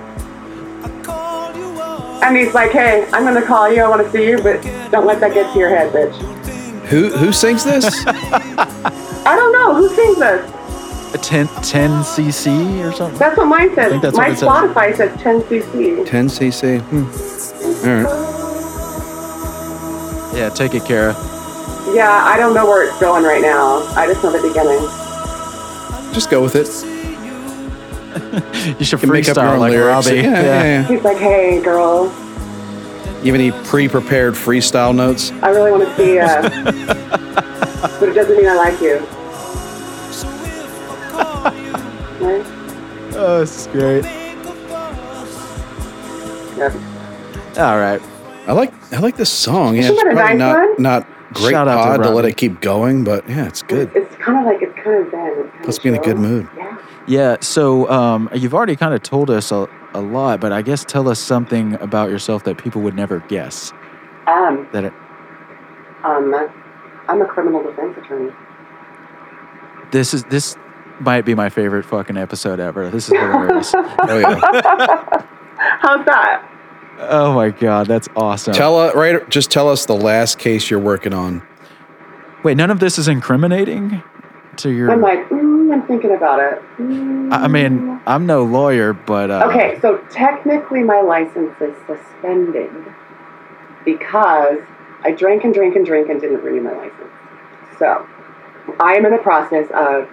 Speaker 7: And he's like, hey, I'm going to call you. I want to see you, but don't let that get to your head, bitch.
Speaker 5: Who who sings this?
Speaker 7: I don't know. Who sings this?
Speaker 4: A 10 10cc or something.
Speaker 7: That's what mine says.
Speaker 4: think that's
Speaker 7: My
Speaker 4: what it says.
Speaker 7: Spotify says 10cc.
Speaker 5: 10cc. Hmm. All right.
Speaker 4: Yeah, take it, Kara.
Speaker 7: Yeah, I don't know where it's going right now. I just know the beginning.
Speaker 5: Just go with it.
Speaker 4: You
Speaker 5: You
Speaker 4: should
Speaker 5: can make up your
Speaker 4: freestyle
Speaker 5: own
Speaker 4: like
Speaker 5: lyrics.
Speaker 4: Robbie.
Speaker 5: Yeah, yeah, yeah.
Speaker 7: He's like, hey, girl,
Speaker 5: You have any pre-prepared freestyle notes?
Speaker 7: I really want to see you. but it doesn't mean I like you. right?
Speaker 4: Oh, this is great.
Speaker 7: Yep.
Speaker 4: All right.
Speaker 5: I like I like this song. Yeah,
Speaker 7: Isn't
Speaker 5: it's
Speaker 7: that a
Speaker 5: probably
Speaker 7: nice
Speaker 5: not
Speaker 7: one?
Speaker 5: not great
Speaker 4: Shout out to
Speaker 5: pod to, let
Speaker 4: Robbie.
Speaker 5: it keep going, but yeah, it's good.
Speaker 7: It's kind of like, it's kind of zen. It's kind
Speaker 5: Let's
Speaker 7: of
Speaker 5: be in a
Speaker 7: chill.
Speaker 5: good mood.
Speaker 7: Yeah.
Speaker 4: Yeah, so um, you've already kind of told us a, a lot, but I guess tell us something about yourself that people would never guess.
Speaker 7: Um,
Speaker 4: That it,
Speaker 7: um, I'm a criminal defense attorney.
Speaker 4: this is this might be my favorite fucking episode ever. This is hilarious.
Speaker 5: Oh yeah.
Speaker 7: How's that?
Speaker 4: oh my god, that's awesome.
Speaker 5: tell us right just tell us the last case you're working on.
Speaker 4: Wait, none of this is incriminating to your.
Speaker 7: I'm like, mm, I'm thinking about it. Mm.
Speaker 4: I I mean, I'm no lawyer, but uh,
Speaker 7: Okay, so technically my license is suspended because I drank and drank and drank and didn't renew my license. So I am in the process of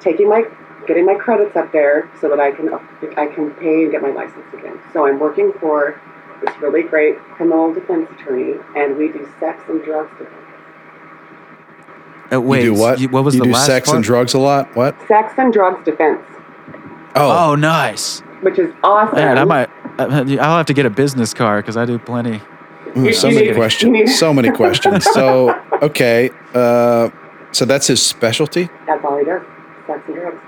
Speaker 7: taking my getting my credits up there so that I can I can pay and get my license again. So I'm working for this really great criminal defense attorney, and we do sex and drugs together.
Speaker 4: uh, wait,
Speaker 5: you do what?
Speaker 4: you- what was
Speaker 5: you
Speaker 4: the
Speaker 5: do
Speaker 4: last
Speaker 5: sex
Speaker 4: part?
Speaker 5: and drugs a lot? What?
Speaker 7: Sex and drugs defense,
Speaker 5: Oh,
Speaker 4: Oh, nice.
Speaker 7: which is awesome.
Speaker 4: Man, I might. I- I'll have to get a business card because I do plenty.
Speaker 5: mm, so many
Speaker 7: you need- you need-
Speaker 5: questions. So many questions. So okay. Uh, so that's his specialty.
Speaker 7: That's all he does. Sex and drugs.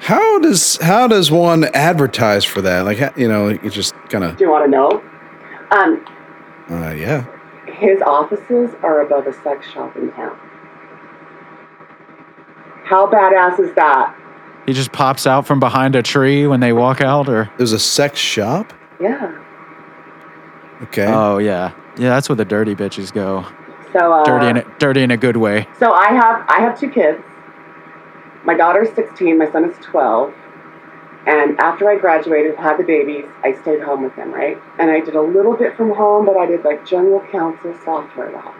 Speaker 5: How does how does one advertise for that? Like how- you know, it just kind of
Speaker 7: Do you want to know? Um,
Speaker 5: uh, yeah.
Speaker 7: His offices are above a sex shop in town. How badass is that?
Speaker 4: He just pops out from behind a tree when they walk out, or
Speaker 5: There's a sex shop.
Speaker 7: Yeah.
Speaker 5: Okay.
Speaker 4: oh yeah, yeah, that's where the dirty bitches go.
Speaker 7: So uh,
Speaker 4: Dirty in a, dirty in a good way.
Speaker 7: So I have I have two kids. My daughter's 16, my son is 12. And after I graduated, had the babies, I stayed home with them, right? And I did a little bit from home, but I did like general counsel software law,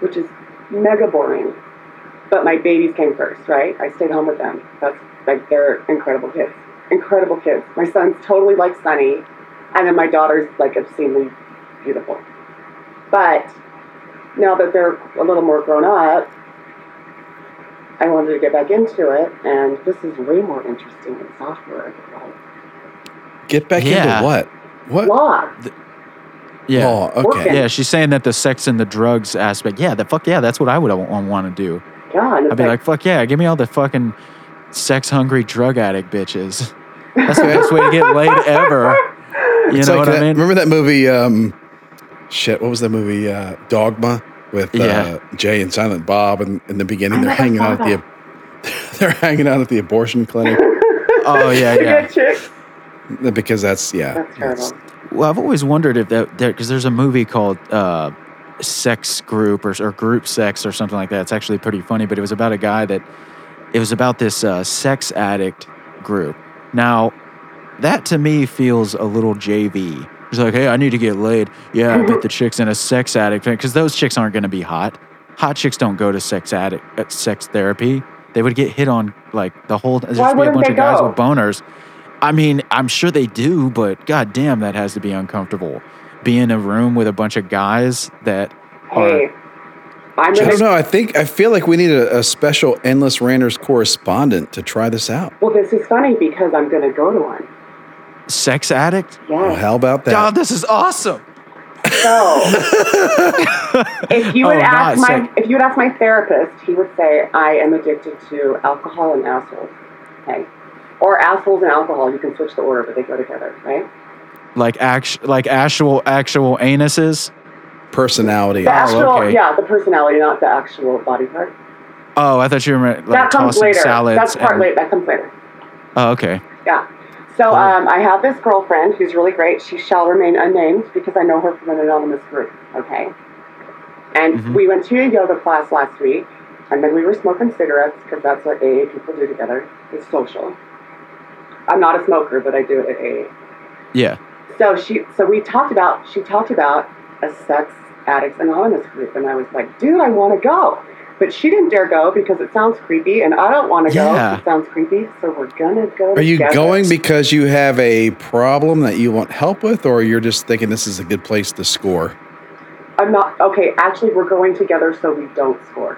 Speaker 7: which is mega boring. But my babies came first, right? I stayed home with them. That's like they're incredible kids. Incredible kids. My son's totally like Sunny, and then my daughter's like obscenely beautiful. But now that they're a little more grown up, I wanted to get back into it, and this is way more interesting than software.
Speaker 5: Get back
Speaker 4: Yeah.
Speaker 5: into what? What?
Speaker 7: Law.
Speaker 4: Yeah.
Speaker 5: Law, okay.
Speaker 7: Working.
Speaker 4: Yeah, she's saying that the sex and the drugs aspect. Yeah, the fuck yeah, that's what I would want to do.
Speaker 7: Yeah, and it's
Speaker 4: I'd be
Speaker 7: like,
Speaker 4: like, fuck yeah, give me all the fucking sex hungry drug addict bitches. That's the best way to get laid ever. You
Speaker 5: It's
Speaker 4: know
Speaker 5: like
Speaker 4: what
Speaker 5: that-
Speaker 4: I mean?
Speaker 5: Remember that movie? Um, shit, what was that movie? Uh, Dogma with uh,
Speaker 4: Yeah.
Speaker 5: Jay and Silent Bob, and in the beginning they're
Speaker 7: never
Speaker 5: hanging
Speaker 7: saw
Speaker 5: out at the they're hanging out at the abortion clinic
Speaker 4: Oh yeah,
Speaker 7: "You
Speaker 4: yeah.
Speaker 7: got chicks?"
Speaker 5: because that's yeah.
Speaker 7: That's terrible.
Speaker 4: Well, I've always wondered if that there because there's a movie called uh, Sex Group or, or Group Sex or something like that. It's actually pretty funny, but it was about a guy that it was about this uh, sex addict group. Now, that to me feels a little JV. It's like, hey, I need to get laid. Yeah, I bet the chick's in a sex addict because those chicks aren't going to be hot. Hot chicks don't go to sex addict uh, sex therapy. They would get hit on like the whole. There'd just be a
Speaker 7: wouldn't
Speaker 4: bunch
Speaker 7: they
Speaker 4: of guys
Speaker 7: go?
Speaker 4: with boners. I mean, I'm sure they do, but god damn, that has to be uncomfortable. Be in a room with a bunch of guys that are
Speaker 7: Hey,
Speaker 5: I
Speaker 7: I'm
Speaker 5: don't
Speaker 7: gonna.
Speaker 5: know. I think I feel like we need a, a special endless ranters correspondent to try this out.
Speaker 7: Well, this is funny because I'm gonna go to one.
Speaker 4: sex addict.
Speaker 5: Well,
Speaker 7: Yeah.
Speaker 5: how about that?
Speaker 4: God, this is awesome.
Speaker 7: So, if you would
Speaker 4: Oh,
Speaker 7: ask
Speaker 4: nice.
Speaker 7: my
Speaker 4: Like-
Speaker 7: if you would ask my therapist, he would say I am addicted to alcohol and assholes. Okay. Or assholes and alcohol. You can switch the order, but they go together, right?
Speaker 4: Like act, like actual actual anuses.
Speaker 5: Personality.
Speaker 7: The actual,
Speaker 4: okay.
Speaker 7: yeah, the personality, not the actual body part.
Speaker 4: Oh, I thought you were like
Speaker 7: that comes
Speaker 4: tossing
Speaker 7: later.
Speaker 4: salads.
Speaker 7: That's part
Speaker 4: and-
Speaker 7: later. That comes later.
Speaker 4: Oh, okay.
Speaker 7: Yeah. So um, I have this girlfriend who's really great. She shall remain unnamed because I know her from an anonymous group. Okay. And
Speaker 4: Mm-hmm.
Speaker 7: we went to a yoga class last week, and then we were smoking cigarettes because that's what AA people do together. It's social. I'm not a smoker, but I do it at AA.
Speaker 4: Yeah.
Speaker 7: So she, so we talked about, she talked about a sex addicts anonymous group, and I was like, dude, I want to go, but she didn't dare go because it sounds creepy, and I don't want to go. 'cause
Speaker 4: Yeah.
Speaker 7: It sounds creepy, so we're gonna go.
Speaker 5: Are you
Speaker 7: together.
Speaker 5: going because you have a problem that you want help with, or you're just thinking this is a good place to score?
Speaker 7: I'm not okay. Actually, we're going together so we don't score,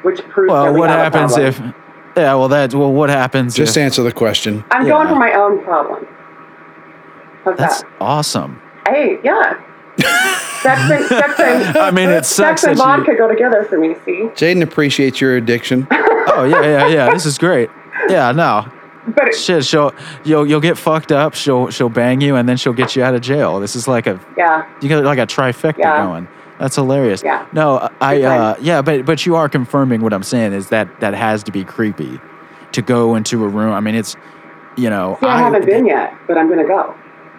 Speaker 7: which proves. that
Speaker 4: Well,
Speaker 7: we
Speaker 4: what
Speaker 7: have a
Speaker 4: happens
Speaker 7: problem.
Speaker 4: if? Yeah. Well, that's well. What happens?
Speaker 5: Just
Speaker 4: if,
Speaker 5: answer the question.
Speaker 7: I'm
Speaker 4: yeah.
Speaker 7: going for my own problem? How's
Speaker 4: That's
Speaker 7: that?
Speaker 4: awesome.
Speaker 7: Hey, yeah. sex and sex and
Speaker 4: I mean, it sucks
Speaker 7: sex and
Speaker 4: that you-
Speaker 7: vodka go together for me. See,
Speaker 5: Jaden appreciates your addiction.
Speaker 4: Oh yeah, yeah, yeah. This is great. Yeah. No.
Speaker 7: but it,
Speaker 4: Shit. She'll you'll you'll get fucked up. She'll she'll bang you, and then she'll get you out of jail. This is like a
Speaker 7: yeah,
Speaker 4: You got like a trifecta
Speaker 7: Yeah.
Speaker 4: going. That's hilarious.
Speaker 7: Yeah.
Speaker 4: No, I
Speaker 7: Good
Speaker 4: uh, yeah, but but you are confirming what I'm saying is that that has to be creepy to go into a room. I mean, it's you know,
Speaker 7: see, I, haven't been yet, but I'm gonna go.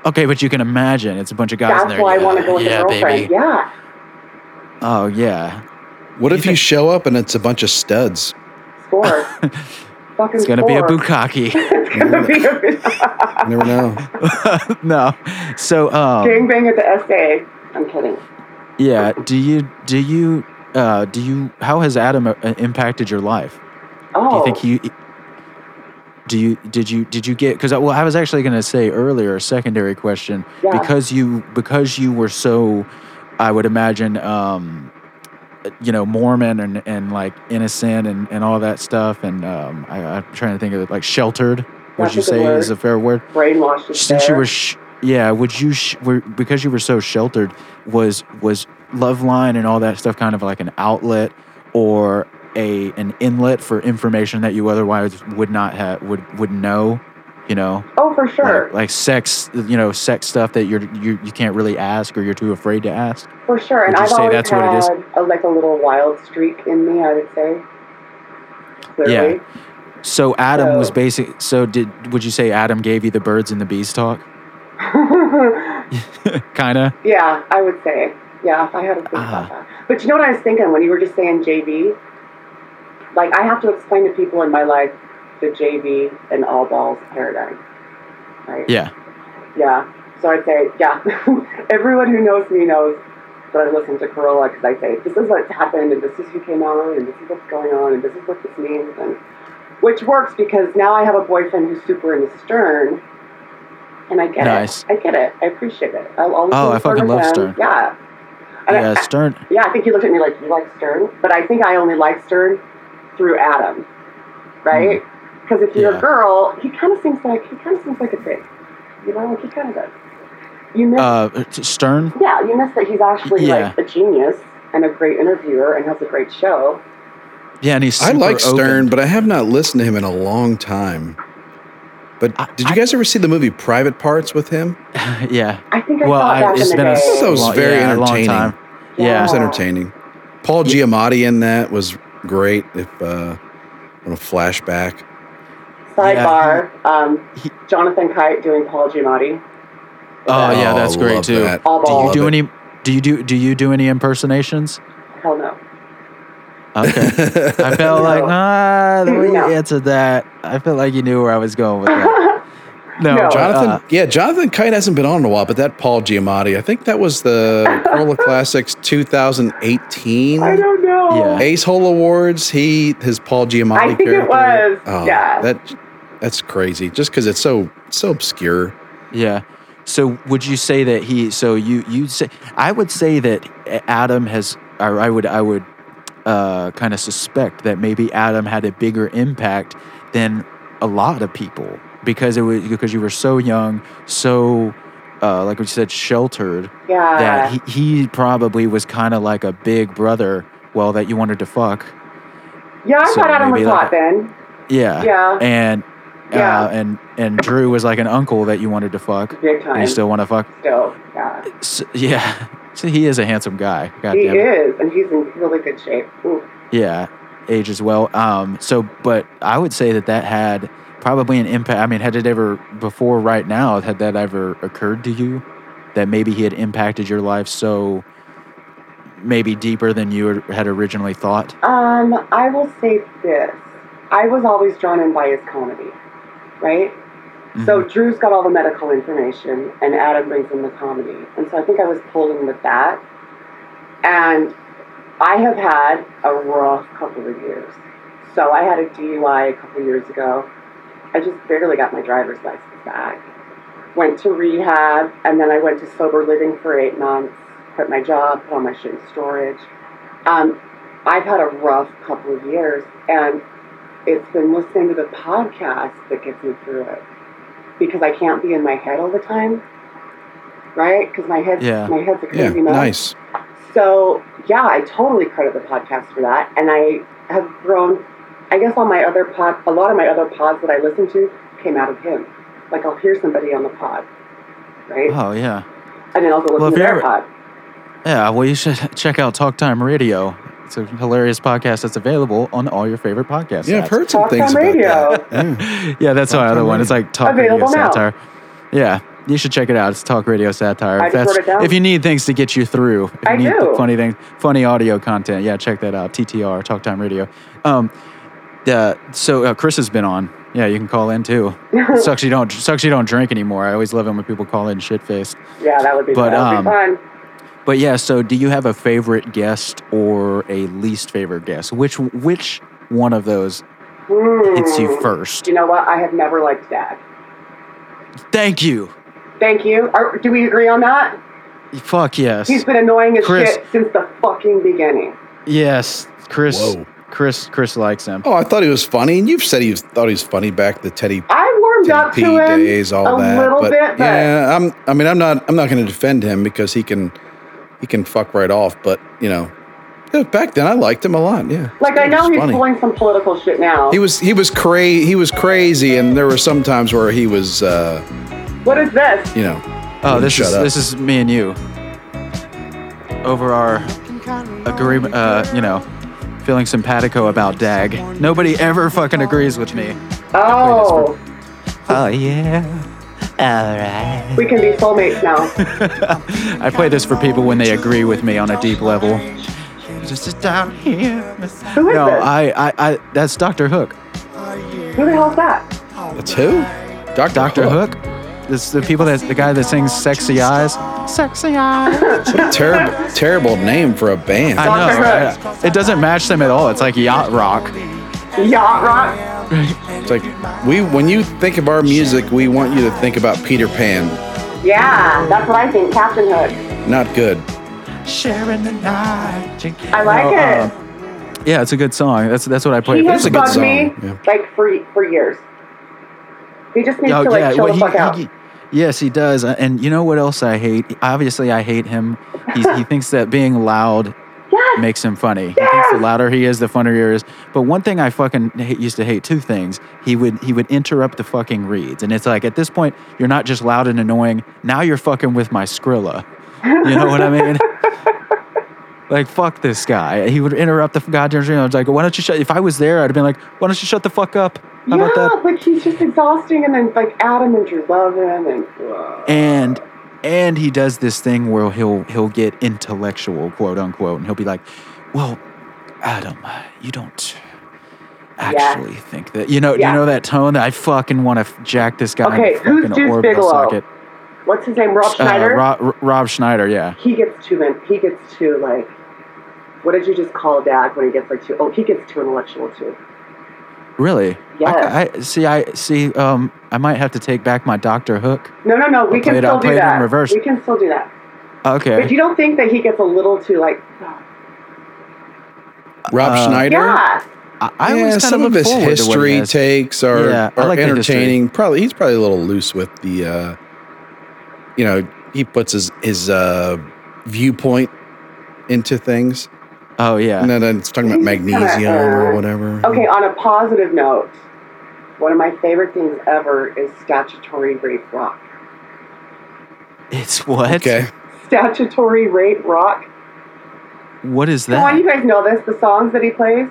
Speaker 4: Okay, but you can imagine it's a bunch of guys in
Speaker 7: That's
Speaker 4: there.
Speaker 7: why
Speaker 4: yeah,
Speaker 7: I want to go with
Speaker 4: yeah,
Speaker 7: a girlfriend.
Speaker 4: baby.
Speaker 7: Yeah,
Speaker 4: Oh yeah,
Speaker 5: What if you show up and it's a bunch of studs?
Speaker 7: score. Fucking
Speaker 4: it's gonna be a
Speaker 7: score.
Speaker 4: bukkake.
Speaker 7: It's gonna be a boot.
Speaker 5: You never know.
Speaker 4: no, so um,
Speaker 7: Gang bang at the SA. I'm kidding.
Speaker 4: yeah. Do you do you uh, do you? How has Adam uh, impacted your life? Do
Speaker 7: Oh,
Speaker 4: you think he? Do you did you did you get because well I was actually going to say earlier a secondary question
Speaker 7: Yeah.
Speaker 4: because you because you were so I would imagine um, you know Mormon and, and like innocent and, and all that stuff and um, I, I'm trying to think of it like sheltered would
Speaker 7: That's
Speaker 4: you
Speaker 7: a good
Speaker 4: say is
Speaker 7: word.
Speaker 4: a fair word
Speaker 7: brainwashed. is
Speaker 4: since you
Speaker 7: there.
Speaker 4: were sh- yeah would you sh- were, because you were so sheltered was was love line and all that stuff kind of like an outlet or a an inlet for information that you otherwise would not have would would know you know
Speaker 7: Oh, for
Speaker 4: Like-
Speaker 7: sure.
Speaker 4: like, sex you know sex stuff that you're you, you can't really ask or you're too afraid to ask
Speaker 7: For sure, and
Speaker 4: Would you
Speaker 7: I've
Speaker 4: say
Speaker 7: always
Speaker 4: that's
Speaker 7: had
Speaker 4: what it is?
Speaker 7: A, like a little wild streak in me. I would say. Clearly.
Speaker 4: so adam was
Speaker 7: So-
Speaker 4: basic so did would you say adam gave you the birds and the bees talk
Speaker 7: Yeah.
Speaker 4: kind of
Speaker 7: I would say. Yeah, if I had to think
Speaker 4: Ah.
Speaker 7: about that. But you know what I was thinking when you were just saying JV? Like I have to explain to people in my life the JV and all balls paradigm. Right?
Speaker 4: Yeah.
Speaker 7: Yeah. So I'd say, yeah. Everyone who knows me knows that I listen to Corolla because I say, this is what's happened, and this is who came on, and this is what's going on, and this is what this means, and which works because now I have a boyfriend who's super into Stern, and I get
Speaker 4: Nice.
Speaker 7: it. I get it. I appreciate it. I'll always
Speaker 4: Oh,
Speaker 7: be
Speaker 4: I fucking
Speaker 7: with
Speaker 4: love
Speaker 7: him.
Speaker 4: Stern.
Speaker 7: Yeah. And I-
Speaker 4: Yeah, Stern.
Speaker 7: yeah, I think he looked at me like, you like Stern? But I think I only like Stern through Adam, right? Because if
Speaker 4: Mm.
Speaker 7: you're
Speaker 4: Yeah.
Speaker 7: a girl, he kind of seems like, he kind of seems like a dick. You know, like he kind of does. You miss,
Speaker 4: Uh, Stern.
Speaker 7: yeah, you miss that he's actually
Speaker 4: yeah.
Speaker 7: like a genius and a great interviewer and has a great show.
Speaker 4: Yeah, and he's.
Speaker 5: I
Speaker 4: Super
Speaker 5: like Stern,
Speaker 4: open.
Speaker 5: but I have not listened to him in a long time. But
Speaker 4: I-
Speaker 5: did you guys ever see the movie Private Parts with him?
Speaker 4: yeah.
Speaker 7: I think I
Speaker 4: Well,
Speaker 7: saw it
Speaker 4: I,
Speaker 7: back
Speaker 4: it's
Speaker 7: in the
Speaker 4: been a
Speaker 7: day.
Speaker 5: That was
Speaker 4: long-
Speaker 5: very
Speaker 4: yeah, a long
Speaker 5: entertaining.
Speaker 4: time. Yeah.
Speaker 5: It was
Speaker 7: Yeah.
Speaker 5: entertaining. Paul Giamatti in that was great. If uh, on a flashback,
Speaker 7: Sidebar, um,
Speaker 4: He-
Speaker 7: Jonathan Kite doing Paul Giamatti.
Speaker 4: Oh yeah,
Speaker 5: Oh,
Speaker 4: that's great
Speaker 5: love
Speaker 4: too.
Speaker 5: that.
Speaker 7: All
Speaker 4: Do you
Speaker 7: balls.
Speaker 5: Love
Speaker 4: do
Speaker 5: it.
Speaker 4: any? Do you do? Do you do any impersonations?
Speaker 7: Hell no.
Speaker 4: Okay. I felt like
Speaker 7: No.
Speaker 4: ah, the way you
Speaker 7: No.
Speaker 4: answered that, I felt like you knew where I was going with that. No,
Speaker 7: No.
Speaker 4: but,
Speaker 5: Jonathan,
Speaker 4: uh,
Speaker 5: yeah, Jonathan Kite hasn't been on in a while, but that Paul Giamatti, I think that was the Corolla Classics 2018
Speaker 7: I don't know.
Speaker 4: Yeah.
Speaker 5: Ace Hole Awards. He his Paul Giamatti.
Speaker 7: I think it
Speaker 5: character. Oh,
Speaker 7: was,
Speaker 4: oh,
Speaker 7: yeah.
Speaker 5: that that's crazy. Just because it's so so obscure.
Speaker 4: yeah. So would you say that he? So you you would say I would say that Adam has, or I would I would uh, kind of suspect that maybe Adam had a bigger impact than a lot of people because it was because you were so young, so uh, like we said, sheltered.
Speaker 7: Yeah.
Speaker 4: that he, he probably was kind of like a big brother, well, that you wanted to fuck.
Speaker 7: yeah, I
Speaker 4: so
Speaker 7: thought Adam was
Speaker 4: maybe like
Speaker 7: hot
Speaker 4: a-
Speaker 7: then.
Speaker 4: Yeah.
Speaker 7: Yeah.
Speaker 4: And
Speaker 7: Yeah.
Speaker 4: uh, and and Drew was like an uncle that you wanted to fuck.
Speaker 7: Big
Speaker 4: And
Speaker 7: time.
Speaker 4: you still want to fuck.
Speaker 7: Still, yeah.
Speaker 4: S yeah. So he is a handsome guy. God
Speaker 7: he
Speaker 4: damn it.
Speaker 7: is, and he's in really good shape. Ooh.
Speaker 4: Yeah. Age as well. Um. So, but I would say that that had probably an impact. I mean, had it ever before right now? Had that ever occurred to you that maybe he had impacted your life so maybe deeper than you had originally thought?
Speaker 7: Um, I will say this. I was always drawn in by his comedy, right? So
Speaker 4: Mm-hmm.
Speaker 7: Drew's got all the medical information, and Adam brings in the comedy. And so I think I was pulled in with that. And I have had a rough couple of years. So I had a DUI a couple of years ago. I just barely got my driver's license back. Went to rehab, and then I went to sober living for eight months. Quit my job, put all my shit in storage. Um, I've had a rough couple of years, and it's been listening to the podcast that gets me through it because I can't be in my head all the time, right? Because my head,
Speaker 4: Yeah.
Speaker 7: my head's a
Speaker 5: Yeah,
Speaker 7: crazy mess.
Speaker 5: nice.
Speaker 7: So yeah, I totally credit the podcast for that, and I have grown. I guess on my other pod, a lot of my other pods that I listen to came out of him. Like I'll hear somebody on the pod, right,
Speaker 4: Oh yeah.
Speaker 7: and then I'll go listen
Speaker 4: Well, if
Speaker 7: to their
Speaker 4: you're-
Speaker 7: pod.
Speaker 4: Yeah, well, you should check out Talk Time Radio. It's a hilarious podcast that's available on all your favorite podcasts.
Speaker 5: Yeah, I've heard some
Speaker 7: Talk
Speaker 5: things
Speaker 7: Time
Speaker 5: about
Speaker 7: Radio.
Speaker 5: that. Yeah.
Speaker 4: Yeah, that's our other one. It's like Talk Radio
Speaker 7: Available now.
Speaker 4: Satire. Yeah, you should check it out. It's Talk Radio Satire.
Speaker 7: I
Speaker 4: If,
Speaker 7: just
Speaker 4: that's-
Speaker 7: wrote it down.
Speaker 4: if you need things to get you through, if you
Speaker 7: I
Speaker 4: need
Speaker 7: do.
Speaker 4: funny things, funny audio content, yeah, check that out. TTR Talk Time Radio. Um, uh, so uh, Chris has been on. Yeah, you can call in too. sucks you don't sucks you don't drink anymore. I always love it when people call in shit faced.
Speaker 7: Yeah, that would be
Speaker 4: But,
Speaker 7: that would
Speaker 4: um,
Speaker 7: be fun.
Speaker 4: But yeah, so do you have a favorite guest or a least favorite guest? Which which one of those hits you
Speaker 7: Hmm.
Speaker 4: first?
Speaker 7: You know what? I have never liked Dad.
Speaker 4: Thank you.
Speaker 7: Thank you. Are, do we agree on that?
Speaker 4: Fuck yes.
Speaker 7: He's been annoying as
Speaker 4: Chris.
Speaker 7: shit since the fucking beginning.
Speaker 4: Yes, Chris.
Speaker 5: Whoa.
Speaker 4: Chris Chris likes him.
Speaker 5: Oh, I thought he was funny, and you've said he was, thought he was funny back the Teddy
Speaker 7: I warmed up
Speaker 5: TP
Speaker 7: to him
Speaker 5: days, all
Speaker 7: a
Speaker 5: that.
Speaker 7: little
Speaker 5: but
Speaker 7: bit, but
Speaker 5: yeah, I'm. I mean, I'm not. I'm not going to defend him because he can, he can fuck right off. But you know, yeah, back then I liked him a lot. Yeah,
Speaker 7: like I
Speaker 5: He was
Speaker 7: know he's
Speaker 5: funny.
Speaker 7: pulling some political shit now.
Speaker 5: He was he was crazy. He was crazy, and there were some times where he was, uh,
Speaker 7: what is this?
Speaker 5: you know.
Speaker 4: Oh,
Speaker 5: wouldn't
Speaker 4: this
Speaker 5: shut
Speaker 4: is
Speaker 5: up.
Speaker 4: this is me and you. Over our agreement, uh, you know, feeling simpatico about Dag. Nobody ever fucking agrees with me.
Speaker 7: Oh,
Speaker 4: Oh yeah. All right.
Speaker 7: we can be soulmates now.
Speaker 4: I play this for people when they agree with me on a deep level. Just sit down here.
Speaker 7: Who is
Speaker 4: No,
Speaker 7: this?
Speaker 4: I, I, I, that's Dr. Hook.
Speaker 7: Who the hell is that?
Speaker 5: That's who? Doctor
Speaker 4: Dr.
Speaker 7: Oh.
Speaker 4: Hook? It's the people that, the guy that sings Sexy Eyes. Sexy Eyes.
Speaker 5: Terrible, terrible name for a band.
Speaker 4: I know. right? It doesn't match them at all. It's like yacht rock.
Speaker 7: Yacht Rock?
Speaker 5: It's like we when you think of our music, we want you to think about Peter Pan.
Speaker 7: Yeah, that's what I think. Captain Hook.
Speaker 5: Not good.
Speaker 4: Sharing the night.
Speaker 7: I like
Speaker 4: uh,
Speaker 7: it.
Speaker 4: Yeah, it's a good song. That's that's what I played.
Speaker 7: he
Speaker 4: But
Speaker 7: has
Speaker 4: it's a
Speaker 5: good
Speaker 7: bugged
Speaker 5: song,
Speaker 7: me
Speaker 5: yeah.
Speaker 7: like for for years. He just needs
Speaker 4: Oh,
Speaker 7: to like chill
Speaker 4: well,
Speaker 7: the
Speaker 4: he-
Speaker 7: fuck
Speaker 4: he-
Speaker 7: out.
Speaker 4: he- yes, he does. Uh, And you know what else I hate? Obviously, I hate him. He's, he thinks that being loud
Speaker 7: yes,
Speaker 4: makes him funny. He thinks the louder he is, the funnier he is. But one thing I fucking hate, used to hate two things. He would he would interrupt the fucking reads, and it's like at this point you're not just loud and annoying. Now you're fucking with my Skrilla. You know what I mean? Like fuck this guy. He would interrupt the goddamn stream. I was like, why don't you shut? If I was there, I'd have been like, why don't you shut the fuck up? How
Speaker 7: yeah,
Speaker 4: about that?
Speaker 7: but he's just exhausting, and then like Adam and Drew love him, and
Speaker 4: and and he does this thing where he'll he'll get intellectual quote unquote and he'll be like well adam you don't actually think that you know
Speaker 7: Yeah.
Speaker 4: you know that tone that i fucking want to jack this guy
Speaker 7: Okay,
Speaker 4: in the
Speaker 7: who's
Speaker 4: fucking
Speaker 7: Deuce
Speaker 4: orbital
Speaker 7: Bigelow?
Speaker 4: socket
Speaker 7: what's his name, Rob
Speaker 4: uh,
Speaker 7: Schneider?
Speaker 4: Rob, R- Rob Schneider, yeah.
Speaker 7: he gets too in, he gets too like what did you just call dad when he gets like too oh he gets too intellectual too
Speaker 4: Really?
Speaker 7: Yeah.
Speaker 4: I, I see. I see. Um, I might have to take back my Doctor Hook.
Speaker 7: no no no we
Speaker 4: I'll
Speaker 7: can
Speaker 4: play it-
Speaker 7: still
Speaker 4: I'll
Speaker 7: do
Speaker 4: play it in
Speaker 7: that
Speaker 4: reverse.
Speaker 7: we can still do that but
Speaker 4: Okay.
Speaker 7: you don't think that he gets a little too like
Speaker 5: Rob
Speaker 4: Uh,
Speaker 5: Schneider.
Speaker 7: yeah
Speaker 4: I, I
Speaker 5: yeah,
Speaker 4: always kinda
Speaker 5: some of
Speaker 4: look
Speaker 5: his
Speaker 4: forward to what he
Speaker 5: history
Speaker 4: has.
Speaker 5: takes are,
Speaker 4: Yeah, I
Speaker 5: are
Speaker 4: like the history.
Speaker 5: entertaining. Probably he's probably a little loose with the, uh, you know, he puts his his uh, viewpoint into things,
Speaker 4: Oh yeah.
Speaker 5: and then it's talking about
Speaker 7: He's kinda,
Speaker 5: magnesium or
Speaker 7: uh,
Speaker 5: whatever.
Speaker 7: okay on a positive note one of my favorite things ever is statutory rape rock
Speaker 4: It's what?
Speaker 5: Okay.
Speaker 7: statutory rape rock
Speaker 4: What is
Speaker 7: come on
Speaker 4: that?
Speaker 7: you guys know this the songs that he plays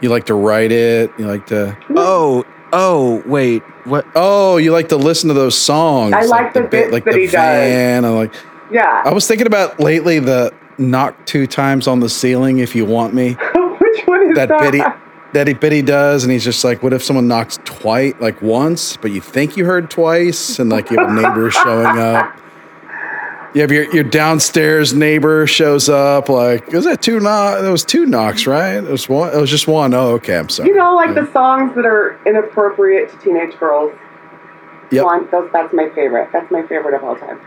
Speaker 5: You like to write it. You like to.
Speaker 4: Oh, oh, wait. What?
Speaker 5: Oh, you like to listen to those songs.
Speaker 7: I like the bits
Speaker 5: like
Speaker 7: that
Speaker 5: the
Speaker 7: he does.
Speaker 5: van. I like. I
Speaker 7: yeah
Speaker 5: was thinking about lately the knock two times on the ceiling if you want me.
Speaker 4: Oh,
Speaker 7: which one is that
Speaker 5: that bit he, that he bit he does, and he's just like, what if someone knocks twice, like once, but you think you heard twice, and like you have a neighbor showing up. You have your, your downstairs neighbor shows up, like, is that two knocks? That was two knocks, right? It was one. It was just one. Oh, okay. I'm sorry.
Speaker 7: you know like
Speaker 4: Mm.
Speaker 7: the songs that are inappropriate to teenage girls
Speaker 5: Yep.
Speaker 7: One, those, that's my favorite. That's my favorite of all time.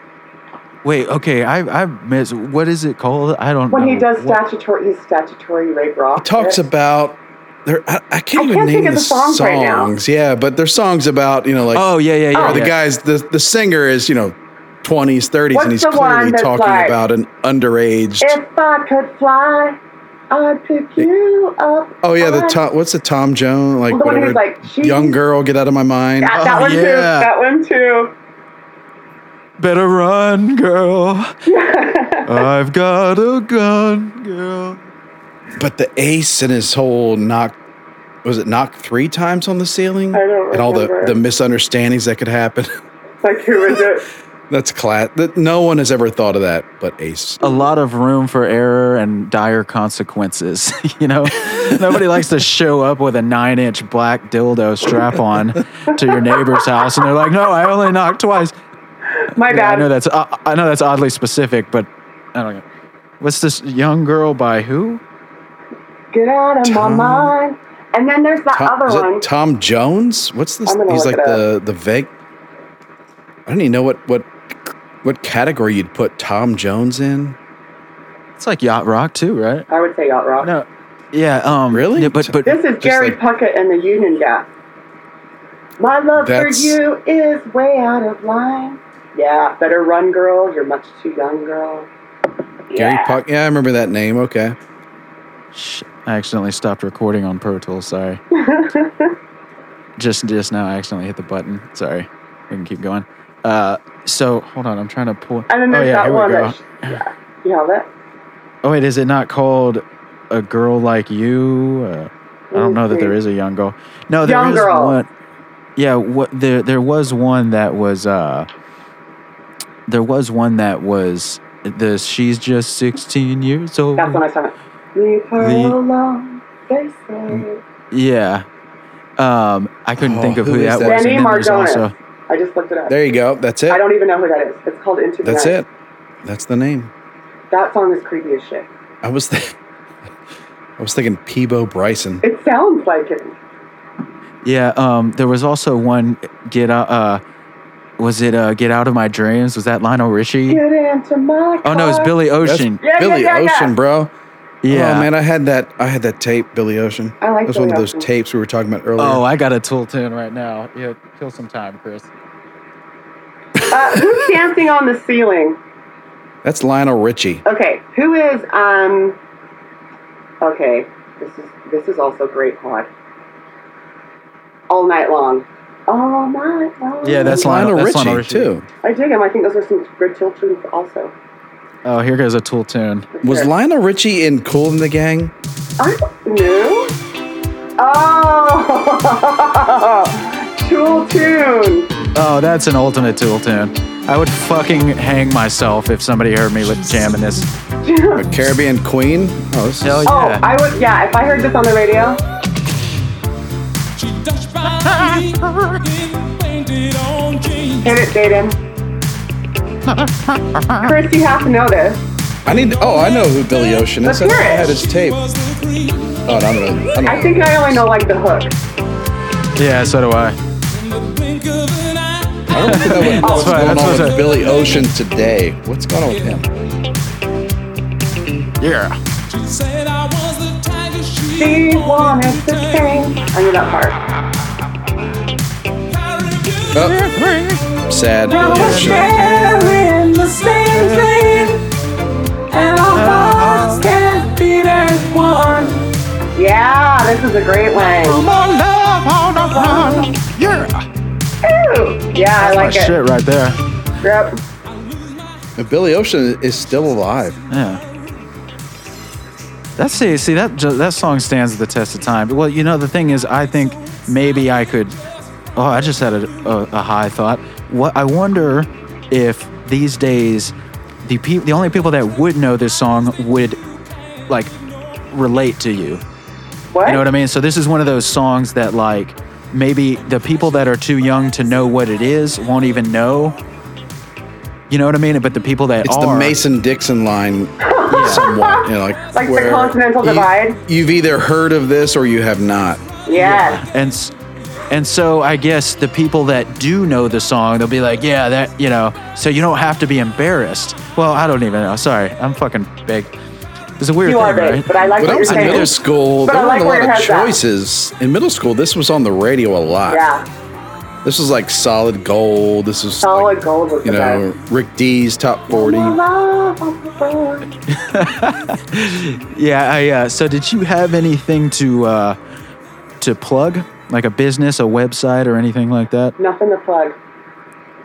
Speaker 4: Wait, okay, I I miss what is it called? I don't
Speaker 7: When
Speaker 4: know.
Speaker 7: he does
Speaker 4: What-
Speaker 7: statutory, he's statutory rape rock.
Speaker 5: He talks
Speaker 7: shit.
Speaker 5: about there. I, I can't
Speaker 7: I
Speaker 5: even
Speaker 7: can't
Speaker 5: name
Speaker 7: think of the songs right now.
Speaker 5: yeah, but there's songs about you know like
Speaker 4: Oh yeah, yeah, yeah.
Speaker 5: or the
Speaker 4: yeah.
Speaker 5: guys the the singer is you know 20s 30s
Speaker 7: What's
Speaker 5: and he's
Speaker 7: the one
Speaker 5: clearly
Speaker 7: that's
Speaker 5: talking
Speaker 7: like-
Speaker 5: about an underage
Speaker 7: If I could fly, I'd pick you up.
Speaker 5: oh yeah the
Speaker 7: I'd-
Speaker 5: tom what's the tom jones like,
Speaker 7: Well, Uh, the one
Speaker 5: whatever,
Speaker 7: who's like, she-
Speaker 5: young girl get out of my mind
Speaker 7: That, that
Speaker 4: Oh,
Speaker 7: one too.
Speaker 4: yeah.
Speaker 7: That one too.
Speaker 4: Better run, girl. I've got a gun, girl.
Speaker 5: but the ace and his whole knock was it knock three times on the ceiling
Speaker 7: I don't
Speaker 5: and all the
Speaker 7: remember.
Speaker 5: the misunderstandings that could happen
Speaker 7: It's like who is it?
Speaker 5: that's class that no one has ever thought of that but ace
Speaker 4: A lot of room for error and dire consequences. you know, nobody likes to show up with a nine-inch black dildo strap on to your neighbor's house, and they're like, "No, I only knocked twice."
Speaker 7: My
Speaker 4: Yeah, I
Speaker 7: bad.
Speaker 4: know that's uh, I know that's oddly specific, but I don't know. What's this young girl by who?
Speaker 7: Get out of
Speaker 5: Tom-
Speaker 7: my mind. And then there's that
Speaker 5: Tom, is
Speaker 7: other one.
Speaker 5: it Tom Jones? What's this?
Speaker 7: I'm gonna
Speaker 5: He's
Speaker 7: look
Speaker 5: like
Speaker 7: it
Speaker 5: the the vague. I don't even know what what what category you'd put Tom Jones in.
Speaker 4: It's like yacht rock too, right?
Speaker 7: I would say Yacht Rock.
Speaker 4: No. Yeah. Um,
Speaker 5: Really?
Speaker 4: yeah, but but
Speaker 7: This is Gary
Speaker 5: like-
Speaker 7: Puckett and the Union Gas. My love
Speaker 5: That's-
Speaker 7: for you is way out of line. Yeah, better run, girl. You're much too young, girl.
Speaker 5: Gary
Speaker 7: Yeah.
Speaker 5: Puck. Yeah, I remember that name. Okay.
Speaker 4: Shh, I accidentally stopped recording on Pro Tools. Sorry. just just now, I accidentally hit the button. Sorry. We can keep going. Uh, so hold on, I'm trying to pull.
Speaker 7: And then
Speaker 4: oh
Speaker 7: there's
Speaker 4: yeah,
Speaker 7: that
Speaker 4: here we
Speaker 7: one
Speaker 4: go.
Speaker 7: that, yeah, you know that?
Speaker 4: Oh wait, is it not called a girl like you? Uh, I don't know that
Speaker 7: Mm-hmm.
Speaker 4: there is a young girl. No, there is
Speaker 7: Young girl.
Speaker 4: one. Yeah, what there there was one that was uh there was one that was the she's just 16 years old.
Speaker 7: That's when I saw it. Leave her
Speaker 4: The-
Speaker 7: alone. They say.
Speaker 4: Yeah. Um, I couldn't
Speaker 5: Oh,
Speaker 4: think of
Speaker 5: who
Speaker 4: who,
Speaker 5: is
Speaker 4: that
Speaker 5: that?
Speaker 4: was.
Speaker 7: Benny
Speaker 4: and then there's
Speaker 7: Margolis.
Speaker 4: also-
Speaker 7: I just looked it up.
Speaker 5: There you go. That's
Speaker 7: I
Speaker 5: it.
Speaker 7: don't even know who that is. It's called Into the
Speaker 5: That's
Speaker 7: Night.
Speaker 5: it. That's the name.
Speaker 7: That song is creepy as shit.
Speaker 5: I was th- I was thinking Peebo Bryson.
Speaker 7: It sounds like it.
Speaker 4: Yeah. Um, there was also one. Get out. Uh, was it uh, "Get Out of My Dreams"? Was that Lionel Richie?
Speaker 7: Get into my
Speaker 4: Oh no, it's
Speaker 7: car.
Speaker 4: Billy
Speaker 5: That's
Speaker 4: Ocean.
Speaker 7: Yeah, yeah,
Speaker 5: Billy
Speaker 7: yeah, yeah.
Speaker 5: Ocean, bro.
Speaker 4: yeah.
Speaker 5: Oh man, I had that I had that tape, Billy Ocean.
Speaker 7: I like
Speaker 5: it was one of
Speaker 7: Billy
Speaker 5: those
Speaker 7: Ocean.
Speaker 5: tapes we were talking about earlier.
Speaker 4: Oh, I got a tool tune right now. Yeah, kill some time, Chris.
Speaker 7: Uh, who's dancing on the ceiling?
Speaker 5: That's Lionel Richie.
Speaker 7: Okay, who is um? Okay, this is this is also great pod. All night long. All night long.
Speaker 4: Yeah, that's Lionel-
Speaker 5: Lionel,
Speaker 4: that's Lionel
Speaker 5: Richie,
Speaker 4: Richie.
Speaker 5: too.
Speaker 7: I dig him. I think those are some good children also.
Speaker 4: Oh, here goes a tool tune.
Speaker 7: for
Speaker 5: Was
Speaker 7: sure.
Speaker 5: Lionel Richie in Cool in the Gang?
Speaker 7: I don't know. Oh, Tool Tune.
Speaker 4: Oh, that's an ultimate tool tune. I would fucking hang myself if somebody heard me with jamming this.
Speaker 5: A Caribbean Queen? Oh, this is
Speaker 4: Hell
Speaker 7: Oh,
Speaker 4: yeah.
Speaker 7: I would. Yeah, if I heard this on the radio,
Speaker 2: She touched my knee and fainted on jeans.
Speaker 7: hit it, Jaden. Chris, you have to know this.
Speaker 5: I need oh I know who Billy Ocean
Speaker 7: Let's
Speaker 5: is. I
Speaker 7: hear
Speaker 5: thought I
Speaker 7: it.
Speaker 5: had his tape.
Speaker 2: Was the cream
Speaker 5: Oh, no, I don't know. I don't
Speaker 7: I
Speaker 5: know.
Speaker 7: think I only know like the hook.
Speaker 4: yeah, so do I.
Speaker 2: in the blink of an eye.
Speaker 5: I don't think I would-
Speaker 4: That's
Speaker 5: what's
Speaker 4: fine,
Speaker 5: going
Speaker 4: that's
Speaker 5: on
Speaker 4: what's
Speaker 5: with
Speaker 4: up.
Speaker 5: Billy Ocean today. What's going on with him?
Speaker 4: Yeah.
Speaker 2: She said I was the tiger she,
Speaker 7: She wanted
Speaker 2: wanted
Speaker 7: to sing. I knew that part.
Speaker 2: Carry you
Speaker 5: Oh, sad Billy
Speaker 7: We're
Speaker 5: Ocean.
Speaker 7: sharing the same thing, and our hearts can't beat as one. Yeah, this is a great
Speaker 4: Oh
Speaker 7: one. Ooh. Yeah, I
Speaker 4: My
Speaker 7: like it.
Speaker 4: shit right there.
Speaker 7: Yep.
Speaker 5: And Billy Ocean is still alive.
Speaker 4: Yeah. That's see, see that ju- that song stands the test of time. Well, you know the thing is, I think maybe I could. Oh, I just had a, a, a high thought. What I wonder if these days the peop the only people that would know this song would like relate to you.
Speaker 7: What?
Speaker 4: You know what I mean? So this is one of those songs that like maybe the people that are too young to know what it is won't even know. You know what I mean? But the people that
Speaker 5: It's
Speaker 4: are
Speaker 5: the Mason Dixon line, somewhat. You know, like
Speaker 7: Like the
Speaker 5: where
Speaker 7: continental divide?
Speaker 5: You've either heard of this or you have not.
Speaker 7: Yes.
Speaker 4: and s- and so I guess the people that do know the song, they'll be like, yeah, that you know. So you don't have to be embarrassed. Well, I don't even know. Sorry, I'm fucking big. It's a weird
Speaker 7: You
Speaker 4: thing,
Speaker 7: are big,
Speaker 4: right?
Speaker 7: but I like
Speaker 5: When I
Speaker 7: what
Speaker 5: was
Speaker 7: you're
Speaker 5: in middle
Speaker 7: saying.
Speaker 5: school,
Speaker 7: But
Speaker 5: there
Speaker 7: I
Speaker 5: weren't
Speaker 7: like
Speaker 5: a
Speaker 7: where
Speaker 5: lot
Speaker 7: your
Speaker 5: of
Speaker 7: head's at.
Speaker 5: choices. In middle school, this was on the radio a lot.
Speaker 7: Yeah.
Speaker 5: This was like solid gold. This was
Speaker 7: Solid
Speaker 5: like,
Speaker 7: gold was
Speaker 5: You
Speaker 7: the
Speaker 5: know,
Speaker 7: best.
Speaker 5: Rick D's top forty.
Speaker 7: Love on the road.
Speaker 4: Yeah. I, uh, so did you have anything to uh, to plug, like a business, a website, or anything like that?
Speaker 7: Nothing to plug.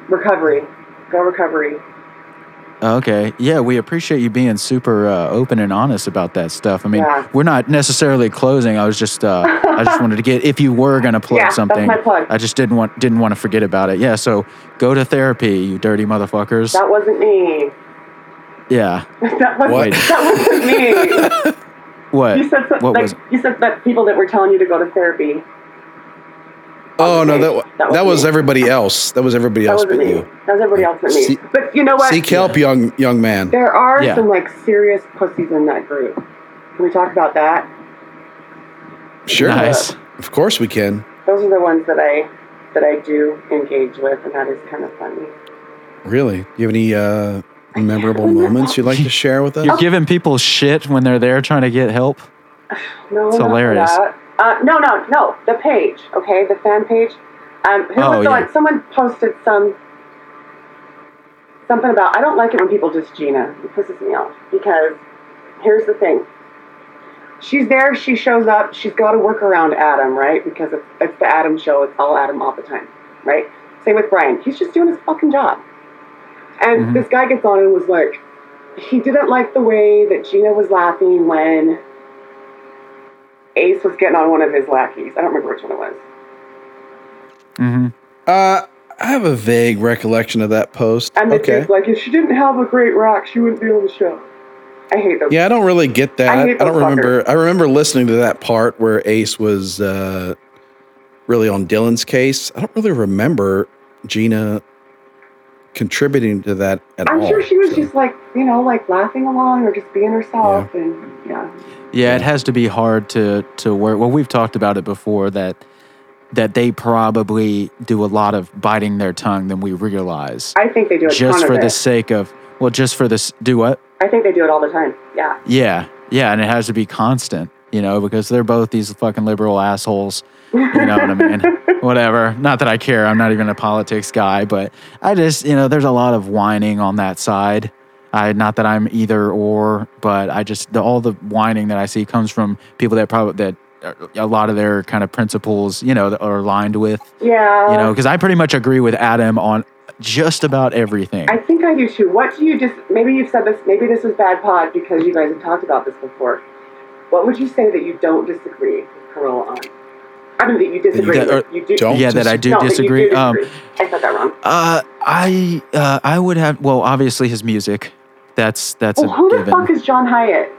Speaker 7: Recovery. Go recovery.
Speaker 4: Okay. Yeah, we appreciate you being super uh, open and honest about that stuff. I mean,
Speaker 7: Yeah.
Speaker 4: we're not necessarily closing. I was just, uh, I just wanted to get if you were gonna plug
Speaker 7: Yeah, that's
Speaker 4: something.
Speaker 7: my plug.
Speaker 4: I just didn't want didn't want to forget about it. Yeah. So go to therapy, you dirty motherfuckers.
Speaker 7: That wasn't me.
Speaker 4: yeah.
Speaker 7: That wasn't,
Speaker 5: What?
Speaker 7: that wasn't me.
Speaker 4: What?
Speaker 7: You said so,
Speaker 4: what
Speaker 7: like,
Speaker 4: was?
Speaker 7: you said that people that were telling you to go to therapy.
Speaker 5: Oh no, that
Speaker 7: That
Speaker 5: that,
Speaker 7: wasn't
Speaker 5: was
Speaker 7: me.
Speaker 5: everybody else. That was everybody
Speaker 7: That
Speaker 5: else
Speaker 7: wasn't
Speaker 5: but
Speaker 7: me.
Speaker 5: you.
Speaker 7: That was everybody else but me.
Speaker 5: Seek-
Speaker 7: but you know what?
Speaker 5: Seek help, young young man.
Speaker 7: There are
Speaker 4: Yeah.
Speaker 7: some like serious pussies in that group. Can we talk about that?
Speaker 5: Sure,
Speaker 4: Nice.
Speaker 5: of course we can.
Speaker 7: Those are the ones that I that I do engage with, and that is kind of funny.
Speaker 5: Really, you have any uh, memorable
Speaker 7: remember.
Speaker 5: moments you'd like to share with us?
Speaker 4: You're giving people shit when they're there trying to get help.
Speaker 7: No,
Speaker 4: It's
Speaker 7: not
Speaker 4: hilarious.
Speaker 7: that. Uh, no, no, no. The page, okay, the fan page. Um, who
Speaker 4: Oh,
Speaker 7: was the
Speaker 4: yeah.
Speaker 7: one? Someone posted some something about. I don't like it when people just Gina. It pisses me off because here's the thing. She's there. She shows up. She's got to work around Adam, right? Because it's, it's the Adam show. It's all Adam all the time, right? Same with Brian. He's just doing his fucking job. And
Speaker 4: Mm-hmm.
Speaker 7: this guy gets on and was like, he didn't like the way that Gina was laughing when Ace was getting on one of his lackeys. I don't remember which one it was.
Speaker 5: Uh, I have a vague recollection of that post.
Speaker 7: And the
Speaker 5: okay.
Speaker 7: dude's like, if she didn't have a great rock, she wouldn't be on the show. I hate those.
Speaker 5: Yeah, I don't really get that.
Speaker 7: I
Speaker 5: I,
Speaker 7: hate
Speaker 5: don't
Speaker 7: those
Speaker 5: remember. I remember listening to that part where Ace was uh, really on Dylan's case. I don't really remember Gina contributing to that at
Speaker 7: I'm
Speaker 5: all.
Speaker 7: sure she was
Speaker 5: oh, so-
Speaker 7: just like, you know, like laughing along or just being herself. And yeah.
Speaker 4: Yeah, it has to be hard to to work. Well, we've talked about it before that that they probably do a lot of biting their tongue than we realize,
Speaker 7: I think they do a
Speaker 4: just
Speaker 7: ton
Speaker 4: for
Speaker 7: of
Speaker 4: the
Speaker 7: it.
Speaker 4: sake of well, just for this. Do what?
Speaker 7: I think they do it all the time. Yeah.
Speaker 4: Yeah, yeah, and it has to be constant, you know, because they're both these fucking liberal assholes. You know what I mean? Whatever. Not that I care. I'm not even a politics guy, but I just, you know, there's a lot of whining on that side. I not that I'm either or, but I just the, all the whining that I see comes from people that probably that are- a lot of their kind of principles, you know, that are aligned with,
Speaker 7: Yeah.
Speaker 4: you know, because I pretty much agree with Adam on just about everything.
Speaker 7: I think I do too. What do you just, maybe you've said this, maybe this is bad pod because you guys have talked about this before. What would you say that you don't disagree with Corolla on? I mean, that you disagree
Speaker 4: That-
Speaker 7: with. You do,
Speaker 5: don't
Speaker 4: yeah, that I do
Speaker 7: no, that you
Speaker 4: disagree. Um,
Speaker 7: disagree. I said that wrong.
Speaker 4: Uh, I uh, I would have well, obviously his music. That's that's
Speaker 7: Well,
Speaker 4: a
Speaker 7: who the
Speaker 4: given.
Speaker 7: fuck is John Hyatt?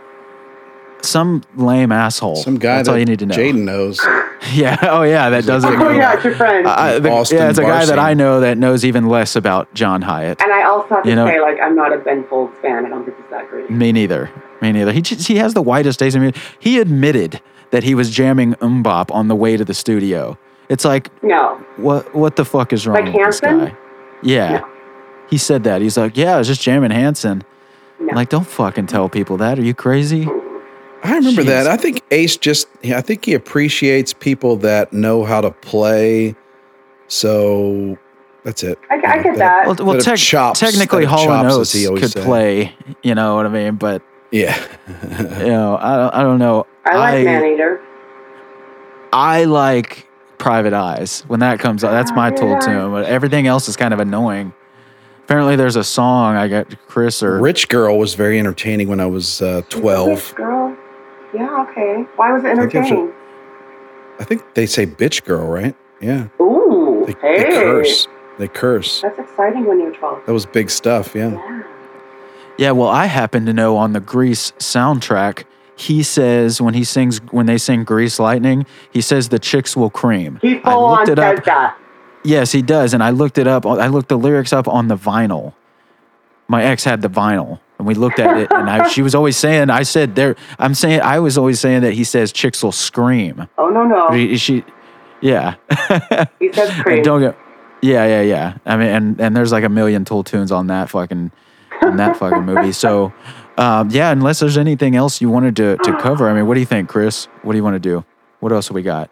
Speaker 4: Some lame asshole.
Speaker 5: Some guy
Speaker 4: That's
Speaker 5: that
Speaker 4: all you need to know.
Speaker 5: Jaden knows.
Speaker 4: Yeah. Oh yeah, that does
Speaker 7: Oh,
Speaker 4: it.
Speaker 5: Figure it
Speaker 7: yeah,
Speaker 5: out.
Speaker 7: it's your friend.
Speaker 4: I- I- the-
Speaker 5: Austin
Speaker 4: yeah, it's a guy that
Speaker 5: Barson.
Speaker 4: I know that knows even less about John Hyatt.
Speaker 7: and I also have to
Speaker 4: you know-
Speaker 7: say, like, I'm not a Ben Folds fan. I don't think he's that great.
Speaker 4: Me neither. Me neither. He just, he has the whitest days. I mean, he admitted that he was jamming umbop on the way to the studio. It's like
Speaker 7: No.
Speaker 4: what what the fuck is wrong
Speaker 7: Like
Speaker 4: with
Speaker 7: Hanson?
Speaker 4: this guy? Yeah.
Speaker 7: No.
Speaker 4: He said that. He's like, yeah, I was just jamming Hanson.
Speaker 7: No.
Speaker 4: Like, don't fucking tell people that. Are you crazy?
Speaker 5: I remember
Speaker 4: Jeez.
Speaker 5: that. I think Ace just, I think he appreciates people that know how to play. So that's it.
Speaker 7: I, I get that.
Speaker 4: Well, well
Speaker 5: Instead of
Speaker 4: tec-
Speaker 5: chops-
Speaker 4: technically,
Speaker 5: instead of
Speaker 4: Hall and
Speaker 5: chops, as
Speaker 4: Oates
Speaker 5: he always
Speaker 4: could
Speaker 5: said.
Speaker 4: play. You know what I mean? But
Speaker 5: Yeah. Uh-huh.
Speaker 4: you know, I don't. I don't know.
Speaker 7: I like
Speaker 4: I,
Speaker 7: Man Eater.
Speaker 4: I like Private Eyes when that comes out. That's my tool
Speaker 7: Private
Speaker 4: tune. But everything else is kind of annoying. Apparently, there's a song I got Chris or
Speaker 5: Rich Girl was very entertaining when I was uh, 12.
Speaker 7: Bitch girl. Yeah, okay. Why was it
Speaker 5: think there's a-
Speaker 7: entertaining?
Speaker 5: I think they say bitch girl, right? Yeah.
Speaker 7: Ooh,
Speaker 5: They,
Speaker 7: hey.
Speaker 5: they curse. They curse.
Speaker 7: That's exciting when you're 12.
Speaker 5: That was big stuff. Yeah.
Speaker 7: Yeah.
Speaker 4: yeah. Well, I happen to know on the Grease soundtrack, he says when he sings when they sing Grease Lightning, he says the chicks will cream.
Speaker 7: He
Speaker 4: I
Speaker 7: full on
Speaker 4: looked
Speaker 7: said
Speaker 4: it up.
Speaker 7: that.
Speaker 4: Yes, he does. And I looked it up. I looked the lyrics up on the vinyl. My ex had the vinyl, and we looked at it, and I, she was always saying, "I said there." I'm saying I was always saying that he says chicks will scream.
Speaker 7: Oh, no, no.
Speaker 4: She, she- yeah.
Speaker 7: He says
Speaker 4: And
Speaker 7: crazy.
Speaker 4: Don't get. Yeah, yeah, yeah. I mean, and and there's like a million Tool tunes on that fucking, on that fucking movie. So, um, yeah. Unless there's anything else you wanted to to cover, I mean, what do you think, Chris? What do you want to do? What else have we got?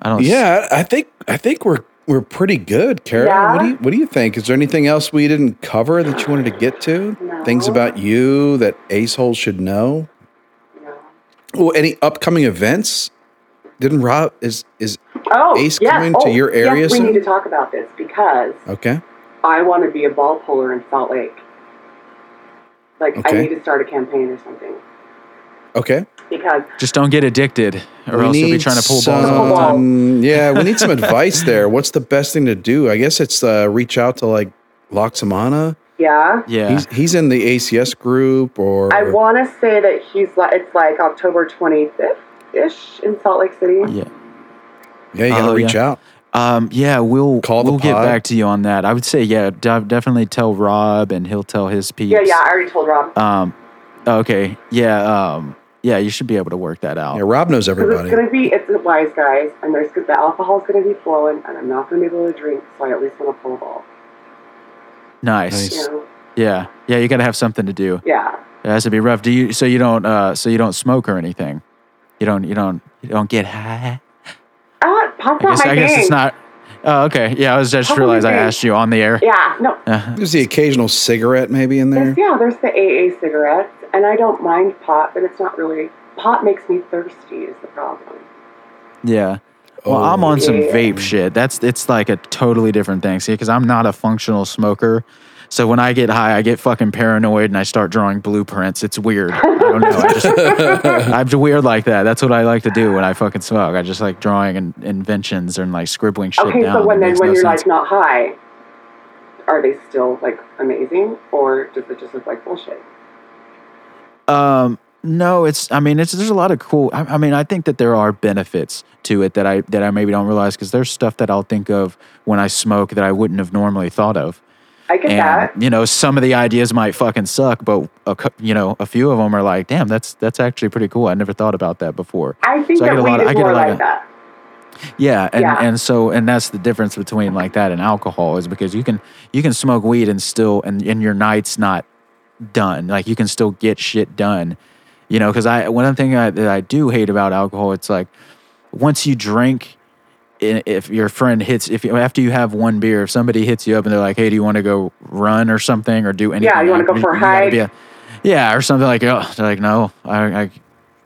Speaker 4: I don't.
Speaker 5: Yeah. I think, I think we're, we're pretty good, Carol. What, do
Speaker 7: Yeah.
Speaker 5: you, what do you think? Is there anything else we didn't cover that you wanted to get to?
Speaker 7: No.
Speaker 5: Things about you that ace holes should know?
Speaker 7: No.
Speaker 5: Well, any upcoming events? Didn't Rob is is
Speaker 7: Oh,
Speaker 5: Ace
Speaker 7: yes.
Speaker 5: coming to
Speaker 7: Oh,
Speaker 5: your area
Speaker 7: yes,
Speaker 5: soon?
Speaker 7: We need to talk about this because
Speaker 5: okay?
Speaker 7: I want to be a ball puller in Salt Lake. Like, I
Speaker 5: Okay.
Speaker 7: need to start a campaign or something
Speaker 5: Okay.
Speaker 7: because
Speaker 4: Just don't get addicted, or else you'll be trying to pull balls all the time.
Speaker 5: some- yeah, we need some advice there. What's the best thing to do? I guess it's uh, reach out to like Loxamana.
Speaker 7: yeah,
Speaker 4: Yeah.
Speaker 5: He's he's in the ACS group or
Speaker 7: I want to say that he's like it's like October 25th ish in Salt Lake City.
Speaker 4: yeah.
Speaker 5: yeah, you gotta
Speaker 4: Oh,
Speaker 5: reach out.
Speaker 4: Um, yeah, we'll
Speaker 5: Call the
Speaker 4: we'll get
Speaker 5: pod.
Speaker 4: back to you on that. I would say, yeah, de- definitely tell Rob, and he'll tell his peeps.
Speaker 7: Yeah, yeah. I already told Rob
Speaker 4: Um, okay. Yeah. Um, yeah. You should be able to work that out.
Speaker 5: Yeah, Rob knows
Speaker 7: because it's
Speaker 5: everybody.
Speaker 7: gonna be it's wise guys, and there's the alcohol's gonna be flowing, and I'm not gonna be able to drink, so I at least want to pull a ball.
Speaker 4: Nice.
Speaker 7: You know?
Speaker 4: Yeah. Yeah. You got to have something to do.
Speaker 7: Yeah.
Speaker 4: It has to be rough. Do you? So you don't. Uh, so you don't smoke or anything. You don't. You don't. You don't get high.
Speaker 7: Uh,
Speaker 4: I
Speaker 7: pop not
Speaker 4: guess.
Speaker 7: my
Speaker 4: I guess it's
Speaker 7: thing.
Speaker 4: not. Oh, okay. Yeah. I was just
Speaker 7: Probably
Speaker 4: realized I
Speaker 7: not.
Speaker 4: asked you on the air.
Speaker 7: Yeah. No.
Speaker 4: Yeah.
Speaker 5: There's the occasional cigarette maybe in there.
Speaker 4: Mm-hmm.
Speaker 7: There's, yeah. There's the AA cigarettes, and I don't mind pot, but it's not really pot makes me thirsty is the problem.
Speaker 4: Yeah. Well, I'm
Speaker 5: Oh.
Speaker 4: on some
Speaker 7: Yeah.
Speaker 4: vape shit. That's it's like a totally different thing. See, because I'm not a functional smoker, so when I get high, I get fucking paranoid and I start drawing blueprints. It's weird. I don't know. I just, I'm just weird like that. That's what I like to do when I fucking smoke. I just like drawing and inventions and like scribbling shit
Speaker 7: Okay,
Speaker 4: down.
Speaker 7: so when
Speaker 4: that
Speaker 7: then
Speaker 4: makes
Speaker 7: when
Speaker 4: no
Speaker 7: you're
Speaker 4: sense.
Speaker 7: like not high, are they still like amazing, or does it just look like bullshit?
Speaker 4: Um, no, it's. I mean, it's. There's a lot of cool. I, I mean, I think that there are benefits to it that I that I maybe don't realize because there's stuff that I'll think of when I smoke that I wouldn't have normally thought of.
Speaker 7: I get
Speaker 4: and
Speaker 7: that.
Speaker 4: you know, some of the ideas might fucking suck, but a, cou- you know, a few of them are like, damn, that's that's actually pretty cool. I never thought about that before.
Speaker 7: I think
Speaker 4: so I
Speaker 7: that
Speaker 4: get a
Speaker 7: weed
Speaker 4: lot of- I
Speaker 7: is
Speaker 4: get a
Speaker 7: more
Speaker 4: lot
Speaker 7: like
Speaker 4: of-
Speaker 7: that.
Speaker 4: Yeah, and,
Speaker 7: Yeah.
Speaker 4: and so and that's the difference between like that and alcohol is because you can you can smoke weed and still and and your night's not done. Like you can still get shit done. You know, because I one thing I, that I do hate about alcohol, it's like once you drink, i- if your friend hits, if you- after you have one beer, if somebody hits you up and they're like, "Hey, do you want to go run or something or do anything?"
Speaker 7: you wanna
Speaker 4: like-
Speaker 7: go for a
Speaker 4: gotta
Speaker 7: hike?
Speaker 4: be yeah, or something like, "Oh, they're like no, I, I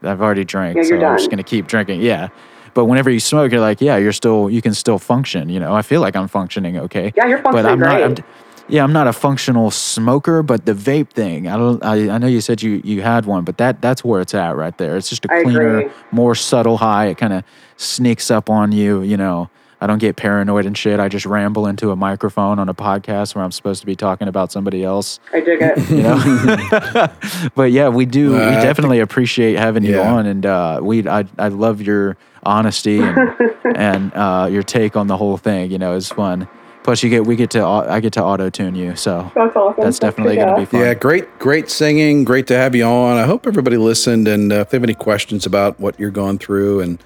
Speaker 4: I've already drank,
Speaker 7: Yeah,
Speaker 4: so
Speaker 7: you're
Speaker 4: I'm just
Speaker 7: done.
Speaker 4: gonna keep drinking." Yeah, but whenever you smoke, you're like, "Yeah, you're still you can still function." You know, I feel like I'm functioning okay.
Speaker 7: Yeah, you're
Speaker 4: but
Speaker 7: functioning
Speaker 4: I'm not. I'm,
Speaker 7: great.
Speaker 4: d- yeah, I'm not a functional smoker, but the vape thing, I don't. I, I know you said you you had one, but that that's where it's at right there. It's just a
Speaker 7: I
Speaker 4: cleaner,
Speaker 7: agree.
Speaker 4: more subtle high. It kind of sneaks up on you. You know, I don't get paranoid and shit. I just ramble into a microphone on a podcast where I'm supposed to be talking about somebody else.
Speaker 7: I dig it.
Speaker 4: You know, but yeah, we do.
Speaker 5: Uh, I
Speaker 4: we
Speaker 5: think-
Speaker 4: definitely appreciate having you
Speaker 5: Yeah.
Speaker 4: on, and uh, we I I love your honesty and and uh, your take on the whole thing. You know, it's fun. Plus, you get we get to au- I get to auto tune you, so
Speaker 7: That's awesome.
Speaker 4: that's definitely
Speaker 7: good
Speaker 4: going to be
Speaker 7: job.
Speaker 4: fun.
Speaker 5: Yeah, great, great singing. Great to have you on. I hope everybody listened, and uh, if they have any questions about what you're going through, and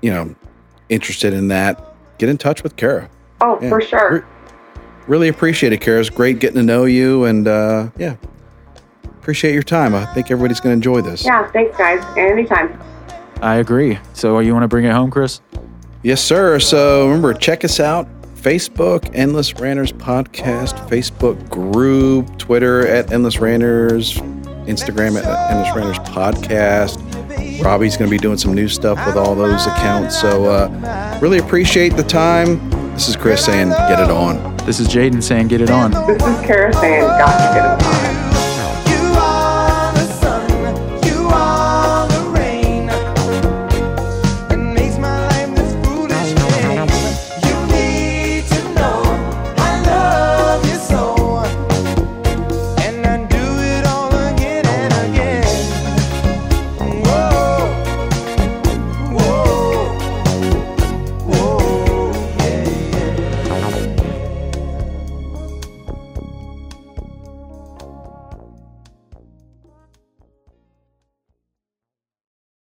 Speaker 5: you know, interested in that, get in touch with Kara.
Speaker 7: Oh,
Speaker 5: Yeah.
Speaker 7: for
Speaker 5: Re-
Speaker 7: sure.
Speaker 5: really appreciate it, Kara. It's great getting to know you, and uh, yeah, appreciate your time. I think everybody's going to enjoy this.
Speaker 7: Yeah, thanks, guys. Anytime.
Speaker 4: I agree. So you want to bring it home, Chris?
Speaker 5: Yes, sir. So remember, check us out. Facebook, Endless Ranters Podcast, Facebook group, Twitter at Endless Ranters, Instagram at Endless Ranters Podcast. Robbie's going to be doing some new stuff with all those accounts. So uh, really appreciate the time. This is Chris saying, get it on.
Speaker 4: This is Jaden saying, "Get it on."
Speaker 7: This is Kara saying, God, you get it.